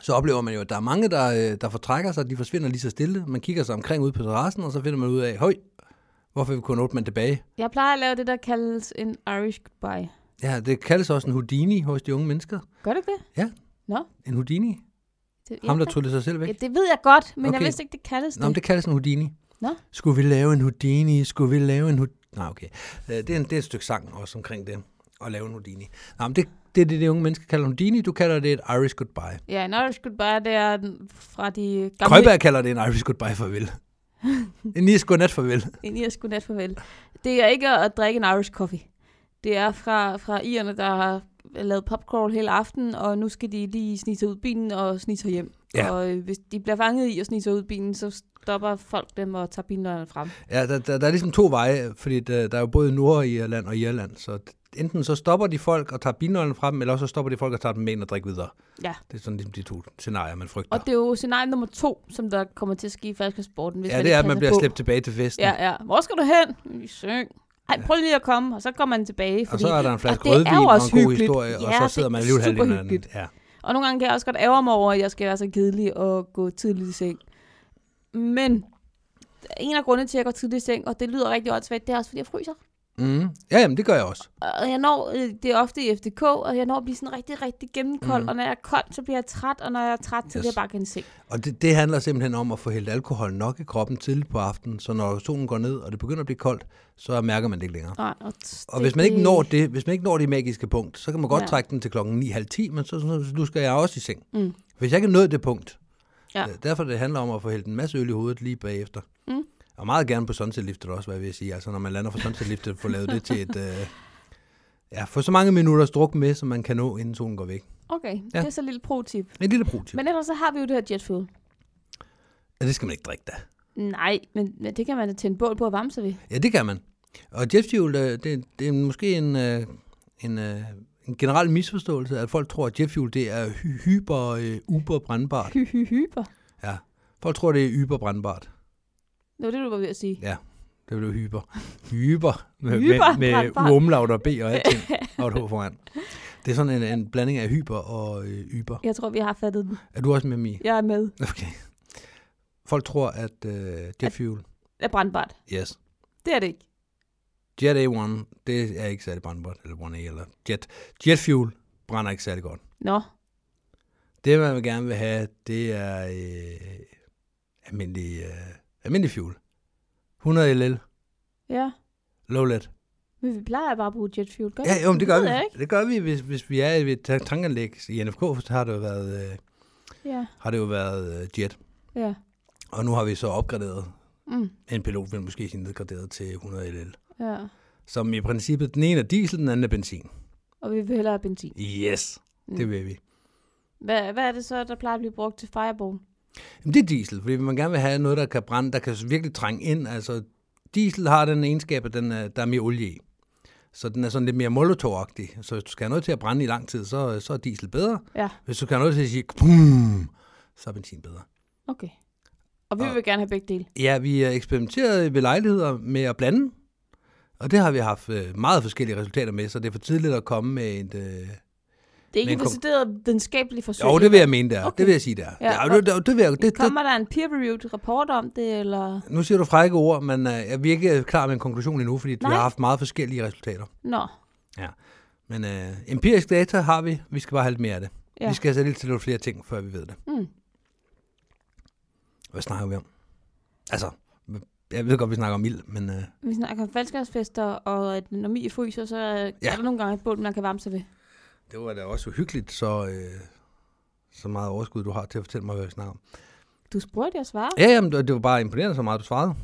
Speaker 3: Så oplever man jo, at der er mange, der, øh, der fortrækker sig, de forsvinder lige så stille. Man kigger sig omkring ude på terrassen, og så finder man ud af, høj, hvorfor er vi kun otte mand tilbage?
Speaker 2: Jeg plejer at lave det, der kaldes en Irish goodbye.
Speaker 3: Ja, det kaldes også en Houdini hos de unge mennesker.
Speaker 2: Gør du ikke det?
Speaker 3: En Houdini?
Speaker 2: det
Speaker 3: Ham, der
Speaker 2: ja,
Speaker 3: tryllede sig selv væk?
Speaker 2: ja, det ved jeg godt, men okay. jeg
Speaker 3: Okay.
Speaker 2: vidste ikke, det kaldes
Speaker 3: Nå, men det kaldes en Houdini.
Speaker 2: Nå.
Speaker 3: Skulle vi lave en Houdini? Skulle vi lave en Houdini? Nej, okay. Øh, Det er, en, det er et stykke sang også omkring det, at lave en Houdini. Nå, men det, det er det, de unge mennesker kalder en Houdini. Du kalder det et Irish goodbye.
Speaker 2: Ja, en Irish goodbye, det er den fra de gamle...
Speaker 3: Krøjberg kalder det en Irish goodbye farvel. en irsk godnat farvel.
Speaker 2: En irsk godnat farvel. Det er ikke at drikke en Irish coffee. Det er fra, fra irerne, der har lavet popcrawl hele aften, og nu skal de lige snige sig ud i bilen og snige sig hjem.
Speaker 3: Ja.
Speaker 2: Og øh, hvis de bliver fanget i at snige sig ud i bilen, så stopper folk dem og tager bilnøglerne frem.
Speaker 3: Ja, der, der, der er ligesom to veje, fordi der, der er jo både Nordirland og Irland, så enten så stopper de folk og tager bilnøglen fra dem, eller også så stopper de folk og tager dem med ind og drikker videre.
Speaker 2: Ja.
Speaker 3: Det er sådan ligesom de to scenarier, man frygter.
Speaker 2: Og det er jo scenarie nummer to, som der kommer til at ske i falskersporten, hvis
Speaker 3: ja,
Speaker 2: man
Speaker 3: det er, at
Speaker 2: ikke
Speaker 3: man
Speaker 2: passer
Speaker 3: bliver
Speaker 2: på.
Speaker 3: slæbt tilbage til festen.
Speaker 2: Ja, ja. Hvor skal du hen? I Søng. Ej, prøv lige at komme, og så går man tilbage. Fordi,
Speaker 3: og så er der en flaske
Speaker 2: og det er
Speaker 3: rødvin
Speaker 2: jo
Speaker 3: og en
Speaker 2: også
Speaker 3: god
Speaker 2: hyggeligt.
Speaker 3: historie, og
Speaker 2: Ja,
Speaker 3: så
Speaker 2: det
Speaker 3: sidder man
Speaker 2: er
Speaker 3: alligevel
Speaker 2: super
Speaker 3: halvdelen af den.
Speaker 2: hyggeligt.
Speaker 3: Ja.
Speaker 2: Og nogle gange kan jeg også godt ære mig over, at jeg skal være så kedelig og gå tidligt i seng. Men en af grundene til, at jeg går tidligt i seng, og det lyder rigtig åndssvagt, det er også, fordi jeg fryser.
Speaker 3: Mm. ja, jamen, det gør jeg også.
Speaker 2: Og jeg når, øh, det er ofte i FDK, og jeg når at blive sådan rigtig, rigtig gennemkold. Mm.
Speaker 3: Mhm.
Speaker 2: Og når jeg er kold, så bliver jeg træt, og når jeg er træt, så yes. bliver jeg
Speaker 3: Yes.
Speaker 2: bare gennem
Speaker 3: Og det, det handler simpelthen om at få hældt alkohol nok i kroppen tidligt på aftenen, så når solen går ned, og det begynder at blive koldt, så mærker man det ikke længere.
Speaker 2: Nej, og, t-
Speaker 3: Og
Speaker 2: det-
Speaker 3: hvis man ikke
Speaker 2: det-
Speaker 3: når det, hvis man ikke når det magiske punkt, så kan man godt
Speaker 2: Øh. Ja.
Speaker 3: ja. trække den til klokken 9.30, men så, så, så nu skal jeg også i seng.
Speaker 2: Mm.
Speaker 3: Hvis jeg ikke nåede det punkt,
Speaker 2: Ja.
Speaker 3: øh, derfor det handler om at få hældt en masse øl i hovedet lige bagefter.
Speaker 2: Mm.
Speaker 3: Og meget gerne på sunset liftet også, hvad jeg vil sige. Altså når man lander fra sunset liftet, få lavet det til et... Øh, ja, få så mange minutter druk med, som man kan nå, inden solen går væk.
Speaker 2: Okay, ja. det er så et lille pro-tip.
Speaker 3: En lille brug til.
Speaker 2: Men ellers så har vi jo det her jetfuel.
Speaker 3: Ja, det skal man ikke drikke da.
Speaker 2: Nej, men men det kan man da tænde bål på og varme sig ved.
Speaker 3: Ja, det kan man. Og jet fuel, øh, det, det er måske en, øh, en, øh, en generel misforståelse, at folk tror, at jet fuel, det er hy- hyper, øh, uber brændbart.
Speaker 2: Hy, hy, hyper.
Speaker 3: Ja. Folk tror, det er hyper brændbart.
Speaker 2: Det var det, du var ved at sige.
Speaker 3: Det blev hyper. Hyper. Med,
Speaker 2: Hyper
Speaker 3: med,
Speaker 2: brændbart.
Speaker 3: med umlaut og B og alting. og et H foran. Det er sådan en, en blanding af hyper og øh, hyper.
Speaker 2: Jeg tror, vi har fattet den.
Speaker 3: Er du også med, Mie?
Speaker 2: Jeg er med.
Speaker 3: Okay. Folk tror, at øh, jet fuel,
Speaker 2: Det er brandbart.
Speaker 3: yes.
Speaker 2: Det er det ikke.
Speaker 3: Jet A1, det er ikke særlig brændbart, eller 1A, eller jet. Jet fuel brænder ikke særlig godt.
Speaker 2: Nå,
Speaker 3: Det, man vil gerne vil have, det er øh, almindelig, øh, almindelig fuel. 100 LL,
Speaker 2: ja.
Speaker 3: lowlet.
Speaker 2: Men vi plejer bare at bruge jet fuel, gør vi?
Speaker 3: Ja, jo, men det gør
Speaker 2: ved jeg
Speaker 3: vi. Det gør vi, hvis, hvis vi er ved et ta- tankanlæg i NFK, så har det jo været, øh,
Speaker 2: ikke? Ja,
Speaker 3: har det jo været øh, jet.
Speaker 2: ja.
Speaker 3: Og nu har vi så opgraderet.
Speaker 2: Mm,
Speaker 3: En pilot vil måske sige nedgraderet til 100 LL.
Speaker 2: ja.
Speaker 3: Som i princippet, den ene er diesel, den anden er benzin.
Speaker 2: Og vi vil hellere have benzin.
Speaker 3: Yes,
Speaker 2: Mm.
Speaker 3: det vil vi.
Speaker 2: Hvad, hvad er det så, der plejer at blive brugt til fireball?
Speaker 3: Jamen, det er diesel, fordi man gerne vil have noget, der kan brænde, der kan virkelig trænge ind. Altså, diesel har den egenskab, at den er, der er mere olie i. Så den er sådan lidt mere molotov -agtig. Så hvis du skal have noget til at brænde i lang tid, så, så er diesel bedre.
Speaker 2: Ja.
Speaker 3: Hvis du skal have noget til at sige, boom, så er benzin bedre.
Speaker 2: Okay. Og vi
Speaker 3: Og-
Speaker 2: vil gerne have begge dele.
Speaker 3: Ja, vi har eksperimenteret ved lejligheder med at blande, og det har vi haft øh, meget forskellige resultater med, så det er for tidligt at komme med et... Øh...
Speaker 2: Det er ikke et
Speaker 3: Men kom-
Speaker 2: decideret videnskabeligt forsøg.
Speaker 3: Jo, det vil jeg mene, det er.
Speaker 2: Okay.
Speaker 3: Okay. Det vil jeg sige, det er.
Speaker 2: Ja,
Speaker 3: Ja, det, det, det vil jeg, det, det,
Speaker 2: Kommer der en peer-reviewed rapport om det, eller?
Speaker 3: nu siger du frække ord, men øh, vi er ikke klar med en konklusion endnu, fordi Nej.
Speaker 2: Nej.
Speaker 3: vi har haft meget forskellige resultater.
Speaker 2: Nå,
Speaker 3: Men øh, empirisk data har vi, vi skal bare have lidt mere af det.
Speaker 2: Ja.
Speaker 3: Ja. Vi skal have sat lidt til nogle flere ting, før vi ved det.
Speaker 2: Mm.
Speaker 3: Hvad snakker vi om? Altså, jeg ved godt, vi snakker om ild, men øh,
Speaker 2: vi snakker om falskersfester, og at når Mie fryser, så ja. er
Speaker 3: Ja.
Speaker 2: der nogle gange et bål, man kan varme sig ved.
Speaker 3: det var da også uhyggeligt, så, øh, så meget overskud, du har til at fortælle mig, hvad vi snakker om.
Speaker 2: Du spurgte, jeg svarer.
Speaker 3: Ja, jamen, det det var bare imponerende, så meget du svarede.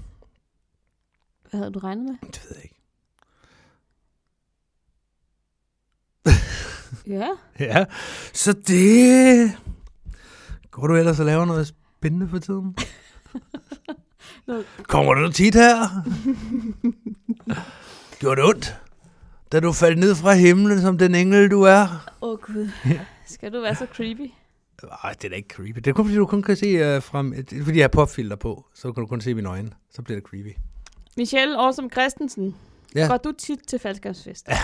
Speaker 2: Hvad havde du regnet med?
Speaker 3: Det ved jeg ikke.
Speaker 2: Ja.
Speaker 3: Ja, så det... Går du ellers og laver noget spændende for tiden?
Speaker 2: Noget-
Speaker 3: Kommer du tit her? Gjorde det ondt, da du faldt ned fra himlen som den engel, du er?
Speaker 2: Åh, oh, Gud. Skal du være så creepy?
Speaker 3: Ej, det er da ikke creepy. Det er kun, fordi du kun kan se uh, frem... Det er, fordi jeg har popfilter på, så kan du kun se mine øjne. Så bliver det creepy.
Speaker 2: Michelle Årsum Christensen, ja.
Speaker 3: Ja.
Speaker 2: går du tit til faldskabsfest?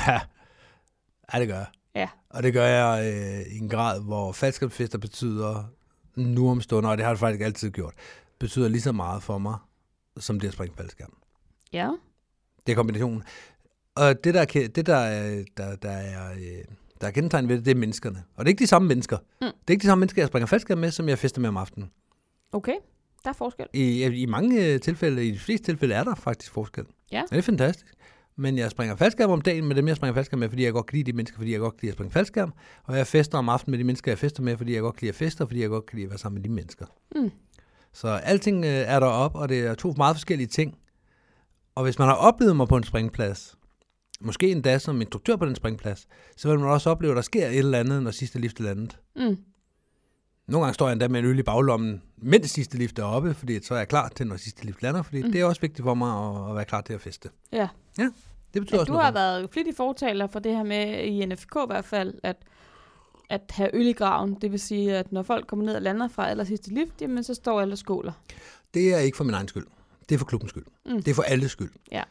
Speaker 3: Ja, ja det gør jeg.
Speaker 2: Ja.
Speaker 3: Og det gør jeg øh, i en grad, hvor faldskabsfester betyder nu om stunder, og det har det faktisk altid gjort, betyder lige så meget for mig, som det at springe faldskærm.
Speaker 2: Ja.
Speaker 3: Det er kombinationen. Og det, der, er ke- det der, er- der, der, er, øh, der er kendetegnet ved det, det er menneskerne. Og det er ikke de samme mennesker. Mm. Det er ikke de samme mennesker, jeg springer faldskærm med, som jeg fester med om aftenen.
Speaker 2: Okay. Der er forskel.
Speaker 3: I, I mange øh, tilfælde, i de fleste tilfælde, er der faktisk forskel.
Speaker 2: Ja.
Speaker 3: Og det er fantastisk. Men jeg springer faldskærm om dagen med dem, jeg springer faldskærm med, fordi jeg godt kan lide de mennesker, fordi jeg godt kan lide at springe faldskærm. Og jeg fester om aftenen med de mennesker, jeg fester med, fordi jeg godt kan lide at feste, og fordi jeg godt kan lide at være sammen med de mennesker.
Speaker 2: Mm.
Speaker 3: Så alting øh, er deroppe, og det er to meget forskellige ting. Og hvis man har oplevet mig på en springplads, måske endda som instruktør på den springplads, så vil man også opleve, at der sker et eller andet, når sidste lift er landet.
Speaker 2: Mm.
Speaker 3: Nogle gange står jeg endda med en øl i baglommen, mens sidste lift er oppe, fordi så er jeg klar til, når sidste lift lander,
Speaker 2: Mhm.
Speaker 3: fordi mm. det er også vigtigt for mig at, at være klar til at feste.
Speaker 2: Ja.
Speaker 3: Det betyder
Speaker 2: Ja,
Speaker 3: også
Speaker 2: du
Speaker 3: noget.
Speaker 2: har
Speaker 3: for mig.
Speaker 2: været flittig fortaler for det her med i NFK i hvert fald, at, at have øl i graven. Det vil sige, at når folk kommer ned og lander fra aller sidste lift, jamen så står alle og skåler.
Speaker 3: Det er ikke for min egen skyld. Det er for klubbens skyld.
Speaker 2: Mm.
Speaker 3: Mm. Det er for alles skyld.
Speaker 2: Ja.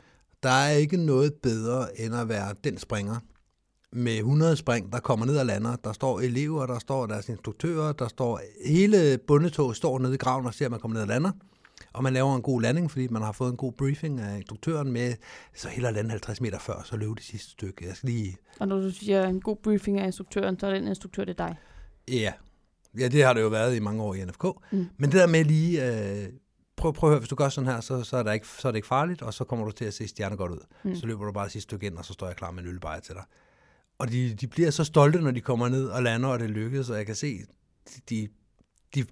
Speaker 3: Der er ikke noget bedre end at være den springer med 100 spring, der kommer ned og lander. Der står elever, der står deres instruktører, der står hele bundetoget står nede i graven og ser, at man kommer ned og lander. Og man laver en god landing, fordi man har fået en god briefing af instruktøren med, så hellere lande 50 meter før, så løbe det sidste stykke. Jeg skal lige...
Speaker 2: Og når du siger en god briefing af instruktøren, så er den instruktør, det er dig.
Speaker 3: Ja. ja, det har det jo været i mange år i NFK.
Speaker 2: Mm.
Speaker 3: Mm. Men det der med lige, øh, prøv, prøv at høre, hvis du gør sådan her, så, så, er der ikke, så er det ikke farligt, og så kommer du til at se stjerner godt ud.
Speaker 2: Mm.
Speaker 3: Mm. Så løber du bare det sidste stykke ind, og så står jeg klar med en ølbejer til dig. Og de, de bliver så stolte, når de kommer ned og lander, og det lykkes, og jeg kan se, de, de, de,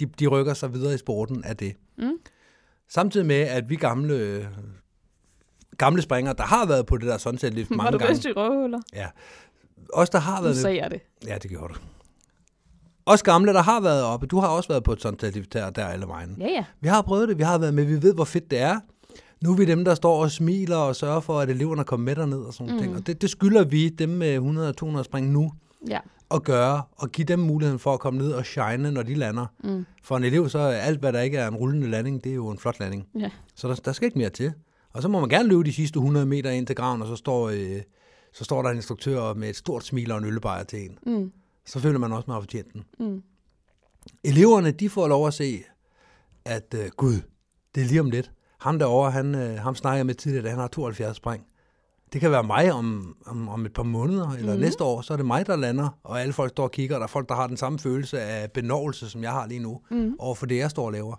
Speaker 3: de, de rykker sig videre i sporten af det.
Speaker 2: Mm.
Speaker 3: Samtidig med, at vi gamle, øh, gamle springere, der har været på det der sunset lift
Speaker 2: Var du
Speaker 3: mange
Speaker 2: bedst
Speaker 3: gange,
Speaker 2: i røvhuller?
Speaker 3: os der har
Speaker 2: Nu
Speaker 3: været med
Speaker 2: sagde jeg det.
Speaker 3: Ja, det gjorde du. Også gamle, der har været oppe. Du har også været på et sådan tentativ der, der alle vejen.
Speaker 2: Ja, ja.
Speaker 3: Vi har prøvet det, vi har været med, vi ved, hvor fedt det er. Nu er vi dem, der står og smiler og sørger for, at eleverne kommer med derned og sådan mm. ting. Og det, det skylder vi dem med 100-200 spring nu
Speaker 2: Ja,
Speaker 3: at gøre, og give dem muligheden for at komme ned og shine, når de lander.
Speaker 2: Mm.
Speaker 3: For en elev, så er alt, hvad der ikke er en rullende landing, det er jo en flot landing.
Speaker 2: ja.
Speaker 3: Så der, der skal ikke mere til. Og så må man gerne løbe de sidste 100 meter ind til graven, og så står, øh, så står der en instruktør med et stort smil og en ølbejer til en
Speaker 2: Mm.
Speaker 3: så føler man også, man har fortjent den.
Speaker 2: Mm.
Speaker 3: Eleverne, de får lov at se, at øh, gud, det er lige om lidt. Ham derovre, han, øh, ham snakker jeg med tidligere, da han har 72 spring. Det kan være mig om, om, om et par måneder, eller
Speaker 2: Mhm.
Speaker 3: mm. næste år, så er det mig, der lander, og alle folk står og kigger, og der er folk, der har den samme følelse af benovelse, som jeg har lige nu,
Speaker 2: Mhm.
Speaker 3: mm. over for det, jeg står og laver.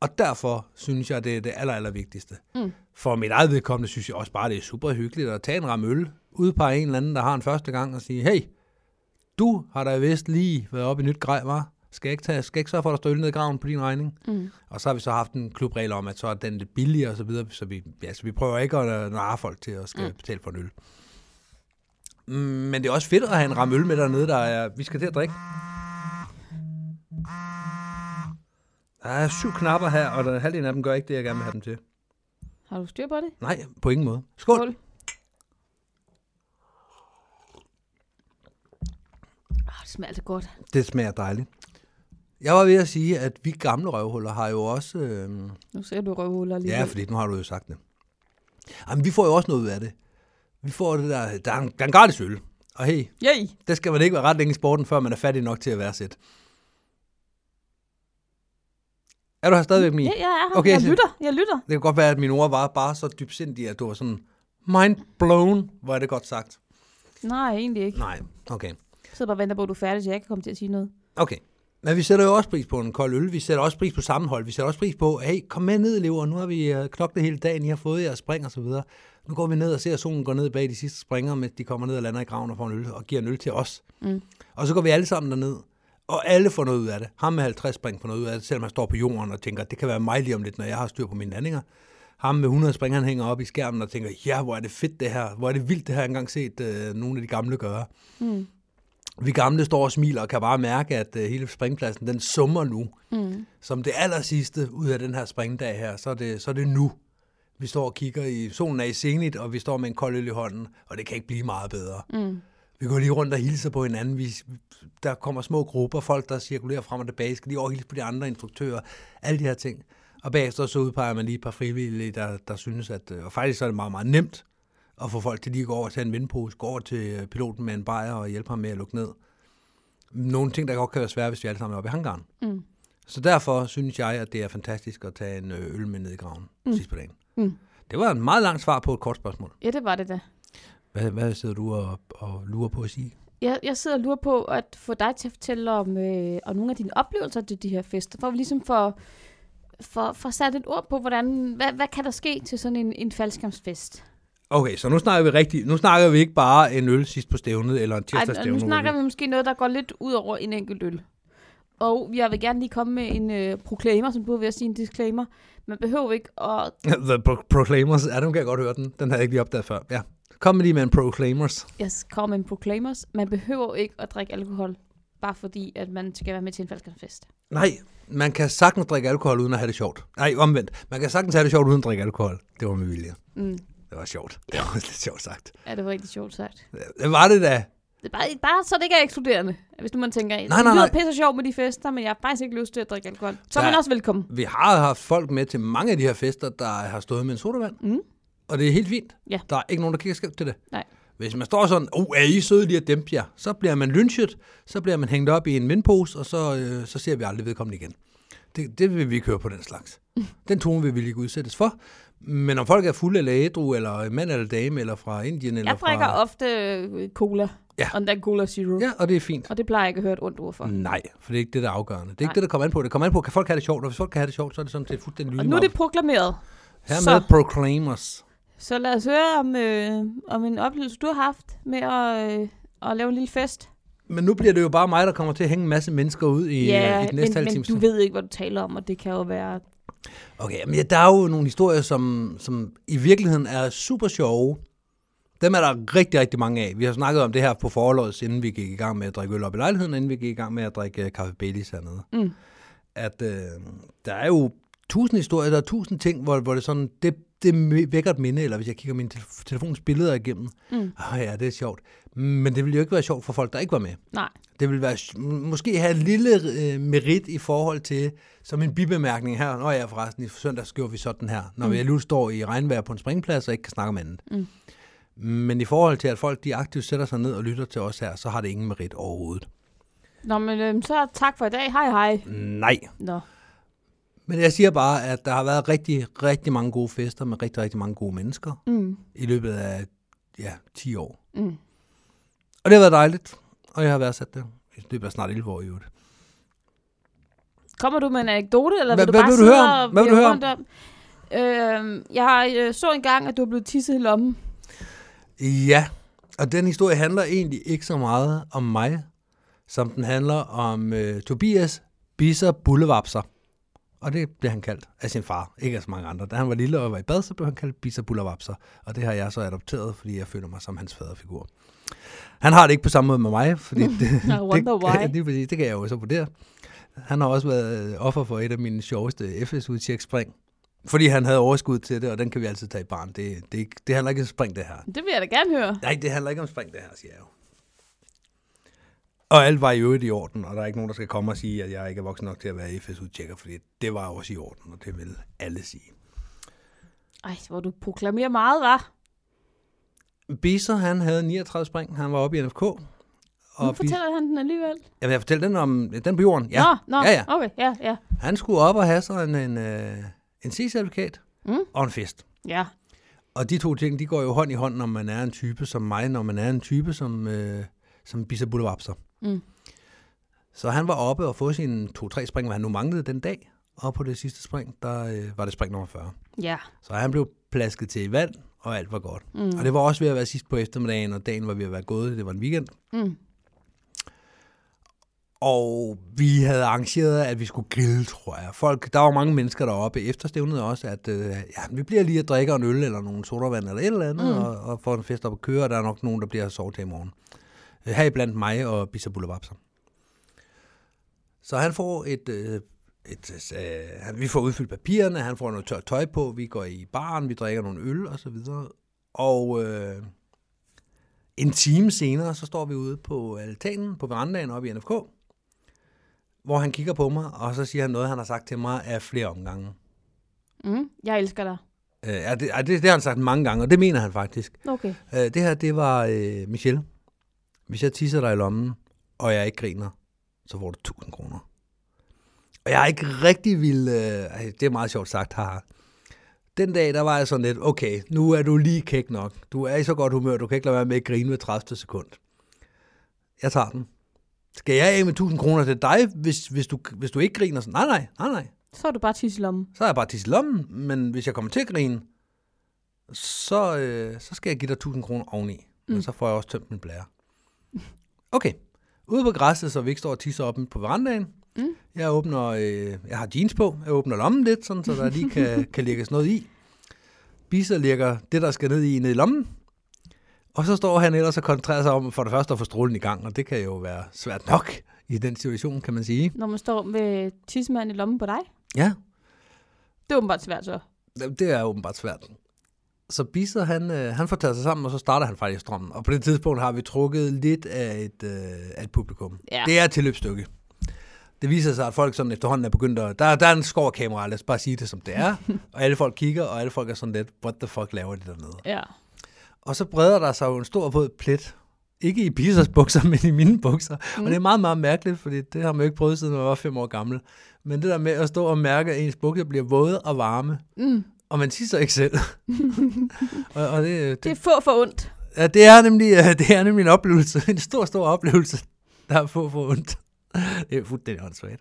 Speaker 3: Og derfor synes jeg, det er det aller, aller vigtigste.
Speaker 2: Mm.
Speaker 3: For mit eget vedkommende synes jeg også bare, det er super hyggeligt at tage en ramme øl, udpege en eller anden, der har en første gang, og sige, hey, du har da vist lige været op i nyt grej, var. Skal jeg ikke, tage, skal jeg ikke sørge for, at der står øl ned i graven på din regning?
Speaker 2: Mm.
Speaker 3: Og så har vi så haft en klubregel om, at så er den lidt billigere og så videre, så vi, ja, så vi prøver ikke at øh, narre folk til at skal mm. betale for en øl. Mm, Men det er også fedt at have en ramme øl med dernede, der er, vi skal til at drikke. Der er syv knapper her, og der, halvdelen af dem gør ikke det, jeg gerne vil have dem til.
Speaker 2: Har du styr på det?
Speaker 3: Nej, på ingen måde. Skål. Skål.
Speaker 2: Skål. Oh, det smager altså godt.
Speaker 3: Det smager dejligt. Jeg var ved at sige, at vi gamle røvhuller har jo også... Øh,
Speaker 2: Nu ser du røvhuller lige.
Speaker 3: ja, fordi nu har du jo sagt det. Jamen, vi får jo også noget ud af det. Vi får det der... Der er en, der er en gratis øl. Og hey,
Speaker 2: Yay!
Speaker 3: der skal man ikke være ret længe i sporten, før man er fattig nok til at være sæt. Er du her stadigvæk, Mie?
Speaker 2: Ja, jeg er her. Okay,
Speaker 3: Okay,
Speaker 2: jeg
Speaker 3: så-
Speaker 2: lytter. Jeg lytter.
Speaker 3: Det kan godt være, at mine ord var bare så dybsindige, at du var sådan... Mind blown, hvor er det godt sagt.
Speaker 2: Nej, egentlig ikke.
Speaker 3: Nej, okay.
Speaker 2: Jeg sidder bare og venter på, at du er færdig, så jeg kan komme til at sige noget.
Speaker 3: Okay. Men vi sætter jo også pris på en kold øl. Vi sætter også pris på sammenhold. Vi sætter også pris på, hey, kom med ned, elever. Nu har vi øh, knoklet hele dagen. I har fået jeres spring og så videre. Nu går vi ned og ser solen gå ned bag de sidste springer, mens de kommer ned og lander i graven og får en øl og giver en øl til os.
Speaker 2: Mm.
Speaker 3: Og så går vi alle sammen derned. Og alle får noget ud af det. Ham med 50 spring får noget ud af det, selvom han står på jorden og tænker, det kan være mig lige om lidt, når jeg har styr på mine landinger. Ham med 100 spring, han hænger op i skærmen og tænker, ja, hvor er det fedt det her. Hvor er det vildt det her, jeg har engang set øh, nogle af de gamle gøre.
Speaker 2: Mm.
Speaker 3: Vi gamle står og smiler og kan bare mærke, at øh, hele springpladsen, den summer nu.
Speaker 2: Mm.
Speaker 3: Som det aller sidste ud af den her springdag her, så er det, så er det nu. Vi står og kigger i, solen er i senigt, og vi står med en kold øl i hånden, og det kan ikke blive meget bedre.
Speaker 2: Mm.
Speaker 3: Vi går lige rundt og hilser på hinanden. Vi, der kommer små grupper, folk der cirkulerer frem og tilbage, skal lige over og hilse på de andre instruktører, alle de her ting. Og bagefter så udpeger man lige et par frivillige, der, der synes, at øh, og faktisk så er det meget, meget nemt og få folk til lige at gå over til en vindpose, gå over til øh, piloten med en bajer og hjælpe ham med at lukke ned. Nogle ting, der godt kan være svære, hvis vi alle sammen er oppe i hangaren.
Speaker 2: Mm.
Speaker 3: Så derfor synes jeg, at det er fantastisk at tage en øh, øl med ned i graven
Speaker 2: Mm.
Speaker 3: mm. sidst på dagen.
Speaker 2: Mm.
Speaker 3: Det var en meget lang svar på et kort spørgsmål.
Speaker 2: Ja, det var det da.
Speaker 3: Hvad, hvad sidder du og, og lurer på at sige?
Speaker 2: Jeg, jeg sidder og lurer på at få dig til at fortælle om, øh, om nogle af dine oplevelser til de her fester, for vi ligesom får, får, får sat et ord på, hvordan, hvad, hvad kan der ske til sådan en, en faldskamsfest?
Speaker 3: Okay, så nu snakker vi rigtigt. Nu snakker vi ikke bare en øl sidst på stævnet, eller en
Speaker 2: Ej,
Speaker 3: tirsdagsstævne.
Speaker 2: nu snakker vi måske noget, der går lidt ud over en enkelt øl. Og jeg vil gerne lige komme med en øh, proklamer, som burde være sige en disclaimer. Man behøver ikke at...
Speaker 3: The pro- Proclaimers. Ja, den kan jeg godt høre den. Den havde jeg ikke lige opdaget før. Ja. Kom lige med en Proclaimers.
Speaker 2: Jeg kommer med en proclaimers. Man behøver ikke at drikke alkohol, bare fordi, at man skal være med til en falskamsfest.
Speaker 3: Nej, man kan sagtens drikke alkohol uden at have det sjovt. Nej, omvendt. Man kan sagtens have det sjovt uden at drikke alkohol. Det var med vilje.
Speaker 2: Mm.
Speaker 3: Det var sjovt. Det var lidt sjovt sagt.
Speaker 2: Ja, det var rigtig sjovt sagt.
Speaker 3: Det var det da.
Speaker 2: Det er bare, bare så det ikke er ekskluderende. Hvis nu man tænker, nej,
Speaker 3: nej,
Speaker 2: det lyder
Speaker 3: nej.
Speaker 2: pisse sjovt med de fester, men jeg har faktisk ikke lyst til at drikke alkohol. Så er
Speaker 3: Der-
Speaker 2: man også velkommen.
Speaker 3: Vi har haft folk med til mange af de her fester, der har stået med en sodavand.
Speaker 2: Mm.
Speaker 3: Og det er helt fint.
Speaker 2: Ja.
Speaker 3: Der er ikke nogen, der kigger skævt til det.
Speaker 2: Nej.
Speaker 3: Hvis man står sådan, oh, er I søde lige at dæmpe jer? Så bliver man lynchet, så bliver man hængt op i en vindpose, og så, øh, så ser vi aldrig vedkommende igen. Det, det vil vi ikke høre på den slags. Den tone vil vi ikke udsættes for. Men om folk er fulde eller ædru, eller mand eller dame, eller fra Indien, eller
Speaker 2: Jeg drikker
Speaker 3: fra...
Speaker 2: ofte øh, cola.
Speaker 3: Ja.
Speaker 2: Og den cola zero.
Speaker 3: Ja, Mm, og det er fint.
Speaker 2: Og det plejer jeg ikke at høre et ondt ord for.
Speaker 3: Nej, for det er ikke det, der er afgørende. Det er
Speaker 2: Nej.
Speaker 3: ikke det, der kommer an på. Det kommer an på, kan folk have det sjovt, og hvis folk kan have det sjovt, så er det sådan set fuldstændig
Speaker 2: Og
Speaker 3: lige
Speaker 2: nu er
Speaker 3: meget.
Speaker 2: det proklameret.
Speaker 3: Hermed
Speaker 2: så-
Speaker 3: proclaimers.
Speaker 2: Så lad os høre om, øh, om en oplevelse, du har haft med at, øh, at lave en lille fest.
Speaker 3: Men nu bliver det jo bare mig, der kommer til at hænge en masse mennesker ud i, ja, i den næste
Speaker 2: men,
Speaker 3: halve
Speaker 2: men
Speaker 3: time.
Speaker 2: du ved ikke, hvad du taler om, og det kan jo være...
Speaker 3: Okay, men ja, der er jo nogle historier, som, som i virkeligheden er super sjove. Dem er der rigtig, rigtig mange af. Vi har snakket om det her på forlods, inden vi gik i gang med at drikke øl op i lejligheden, og inden vi gik i gang med at drikke øh, kaffe Baileys hernede.
Speaker 2: Mm.
Speaker 3: At øh, der er jo tusind historier, der er tusind ting, hvor, hvor det sådan, det, det vækker et minde, eller hvis jeg kigger mine telef- telefons billeder igennem.
Speaker 2: Mm.
Speaker 3: Ah ja, det er sjovt. Men det ville jo ikke være sjovt for folk, der ikke var med.
Speaker 2: Nej,
Speaker 3: Det vil være sj- måske have en lille øh, merit i forhold til, som en bibemærkning her, når jeg forresten i søndags gjorde vi sådan her, når
Speaker 2: Mm.
Speaker 3: mm. jeg nu står i regnvejr på en springplads og ikke kan snakke om andet.
Speaker 2: Mm.
Speaker 3: Men i forhold til, at folk de aktivt sætter sig ned og lytter til os her, så har det ingen merit overhovedet.
Speaker 2: Nå, men øh, så tak for i dag. Hej, hej.
Speaker 3: Nej.
Speaker 2: Nå.
Speaker 3: Men jeg siger bare, at der har været rigtig, rigtig mange gode fester med rigtig, rigtig mange gode mennesker
Speaker 2: Mm.
Speaker 3: i løbet af ja, 10 år.
Speaker 2: Mm.
Speaker 3: Og det har været dejligt, og jeg har værdsat det. Det bliver snart 11 år i øvrigt.
Speaker 2: Kommer du med en anekdote, eller
Speaker 3: Hvad-
Speaker 2: vil du
Speaker 3: hvad
Speaker 2: bare
Speaker 3: vil du
Speaker 2: sidde
Speaker 3: høre om?
Speaker 2: og
Speaker 3: Hvad vil du
Speaker 2: virre
Speaker 3: høre om?
Speaker 2: rundt om? Øhm, jeg øh, så engang, at du er blevet tisset i lommen.
Speaker 3: Ja, og den historie handler egentlig ikke så meget om mig, som den handler om øh, Tobias Bisser Bullevapser. Og det blev han kaldt af sin far, ikke af så mange andre. Da han var lille og var i bad, så blev han kaldt Bisser Bullevapser. Og det har jeg så adopteret, fordi jeg føler mig som hans faderfigur. Han har det ikke på samme måde med mig, fordi det,
Speaker 2: I wonder
Speaker 3: det,
Speaker 2: why.
Speaker 3: Lige præcis, det kan jeg jo så vurdere. Han har også været øh, offer for et af mine sjoveste fs udtjekspring fordi han havde overskud til det, og den kan vi altid tage i barn. Det, det, er ikke- det handler ikke om spring, det her.
Speaker 2: Det vil jeg da gerne høre.
Speaker 3: Nej, det handler ikke om spring, det her, siger jeg jo. Og alt var i øvrigt i orden, og der er ikke nogen, der skal komme og sige, at jeg ikke er voksen nok til at være FSU-tjekker, fordi det var også i orden, og det vil alle sige.
Speaker 2: Ej, hvor du proklamerer meget, var.
Speaker 3: Bisser, han havde 39 spring, han var oppe i NFK. Og
Speaker 2: Nu
Speaker 3: Bis-
Speaker 2: fortæller han den alligevel.
Speaker 3: Jamen, jeg fortæller den om, den på jorden, ja.
Speaker 2: Nå, nå,
Speaker 3: ja, ja.
Speaker 2: okay, ja, ja.
Speaker 3: Han skulle op og have sådan en, øh, en C-certifikat
Speaker 2: Mm.
Speaker 3: og en fest.
Speaker 2: Ja,
Speaker 3: Og de to ting, de går jo hånd i hånd, når man er en type som mig, når man er en type som, øh, som Bisse Boulevapser.
Speaker 2: Mm.
Speaker 3: Så han var oppe og få sine to-tre spring, hvad han nu manglede den dag. Og på det sidste spring, der øh, var det spring nummer 40.
Speaker 2: ja.
Speaker 3: Så han blev plasket til i vand, og alt var godt.
Speaker 2: Mm.
Speaker 3: Og det var også ved at være sidst på eftermiddagen, og dagen var ved at være gået. Det var en weekend.
Speaker 2: Mm.
Speaker 3: Og vi havde arrangeret, at vi skulle grille, tror jeg. Folk, der var mange mennesker deroppe efter stævnet også, at øh, ja, vi bliver lige at drikke en øl eller nogle sodavand eller et eller andet,
Speaker 2: Mm.
Speaker 3: mm. og, og får en fest op at køre, og der er nok nogen, der bliver sovet til i morgen. Øh, Her blandt mig og Bissa Boulevapser. Så han får et... Øh, et øh, han- vi får udfyldt papirerne, han får noget tørt tøj på, vi går i baren, vi drikker nogle øl og så videre. Og øh, en time senere, så står vi ude på altanen, på verandaen oppe i NFK, hvor han kigger på mig, og så siger han noget, han har sagt til mig af flere omgange.
Speaker 2: Mm. Jeg elsker dig.
Speaker 3: Øh, ja, det, ja, det, det har han sagt mange gange, og det mener han faktisk.
Speaker 2: Okay.
Speaker 3: Øh, det her, det var øh, Michelle. Hvis jeg tisser dig i lommen, og jeg ikke griner, så får du 1000 kroner. Og jeg har ikke rigtig vil... Øh, ej, det er meget sjovt sagt, haha. Den dag, der var jeg sådan lidt, okay, nu er du lige kæk nok. Du er i så godt humør, du kan ikke lade være med at grine ved 30 sekund. Jeg tager den. Skal jeg af med 1000 kroner til dig, hvis, hvis, du, hvis du ikke griner? Sådan, nej, nej, nej, nej.
Speaker 2: Så er du bare tisse i lommen.
Speaker 3: Så er jeg bare tis i lommen, men hvis jeg kommer til at grine, så, øh, så skal jeg give dig 1000 kroner oveni. Mm. Men så får jeg også tømt min blære. Okay. Ude på græsset, så vi ikke står og tisser op på verandaen.
Speaker 2: Mm.
Speaker 3: Jeg åbner, øh, jeg har jeans på, jeg åbner lommen lidt, sådan, så der lige kan, kan lægges noget i. Bisser lægger det, der skal ned i, ned i lommen. Og så står han ellers og koncentrerer sig om for det første at få strålen i gang, og det kan jo være svært nok i den situation, kan man sige.
Speaker 2: Når man står med tissemanden i lommen på dig.
Speaker 3: Ja,
Speaker 2: Det er åbenbart svært så.
Speaker 3: Jamen, Det er åbenbart svært. Så Bisser, han, øh, han får taget sig sammen, og så starter han faktisk strømmen. Og på det tidspunkt har vi trukket lidt af et, øh, af et publikum.
Speaker 2: Ja.
Speaker 3: Det er et tilløbsstykke. Det viser sig, at folk sådan efterhånden er begyndt at... Der, der er en skov af kameraer, lad os bare sige det, som det er. og alle folk kigger, og alle folk er sådan lidt, what the fuck laver de dernede?
Speaker 2: Ja.
Speaker 3: Og så breder der sig jo en stor våd plet. Ikke i Pissers bukser, men i mine bukser. Mm. Og det er meget, meget mærkeligt, fordi det har man jo ikke prøvet, siden man var fem år gammel. Men det der med at stå og mærke, at ens bukser bliver våde og varme,
Speaker 2: Mm.
Speaker 3: og man tisser ikke selv. og, og det,
Speaker 2: Det
Speaker 3: det,
Speaker 2: er få for ondt.
Speaker 3: ja, det, er nemlig, øh, det er nemlig en oplevelse, en stor, stor oplevelse, der er få for ondt. det er fuldstændig åndssvagt.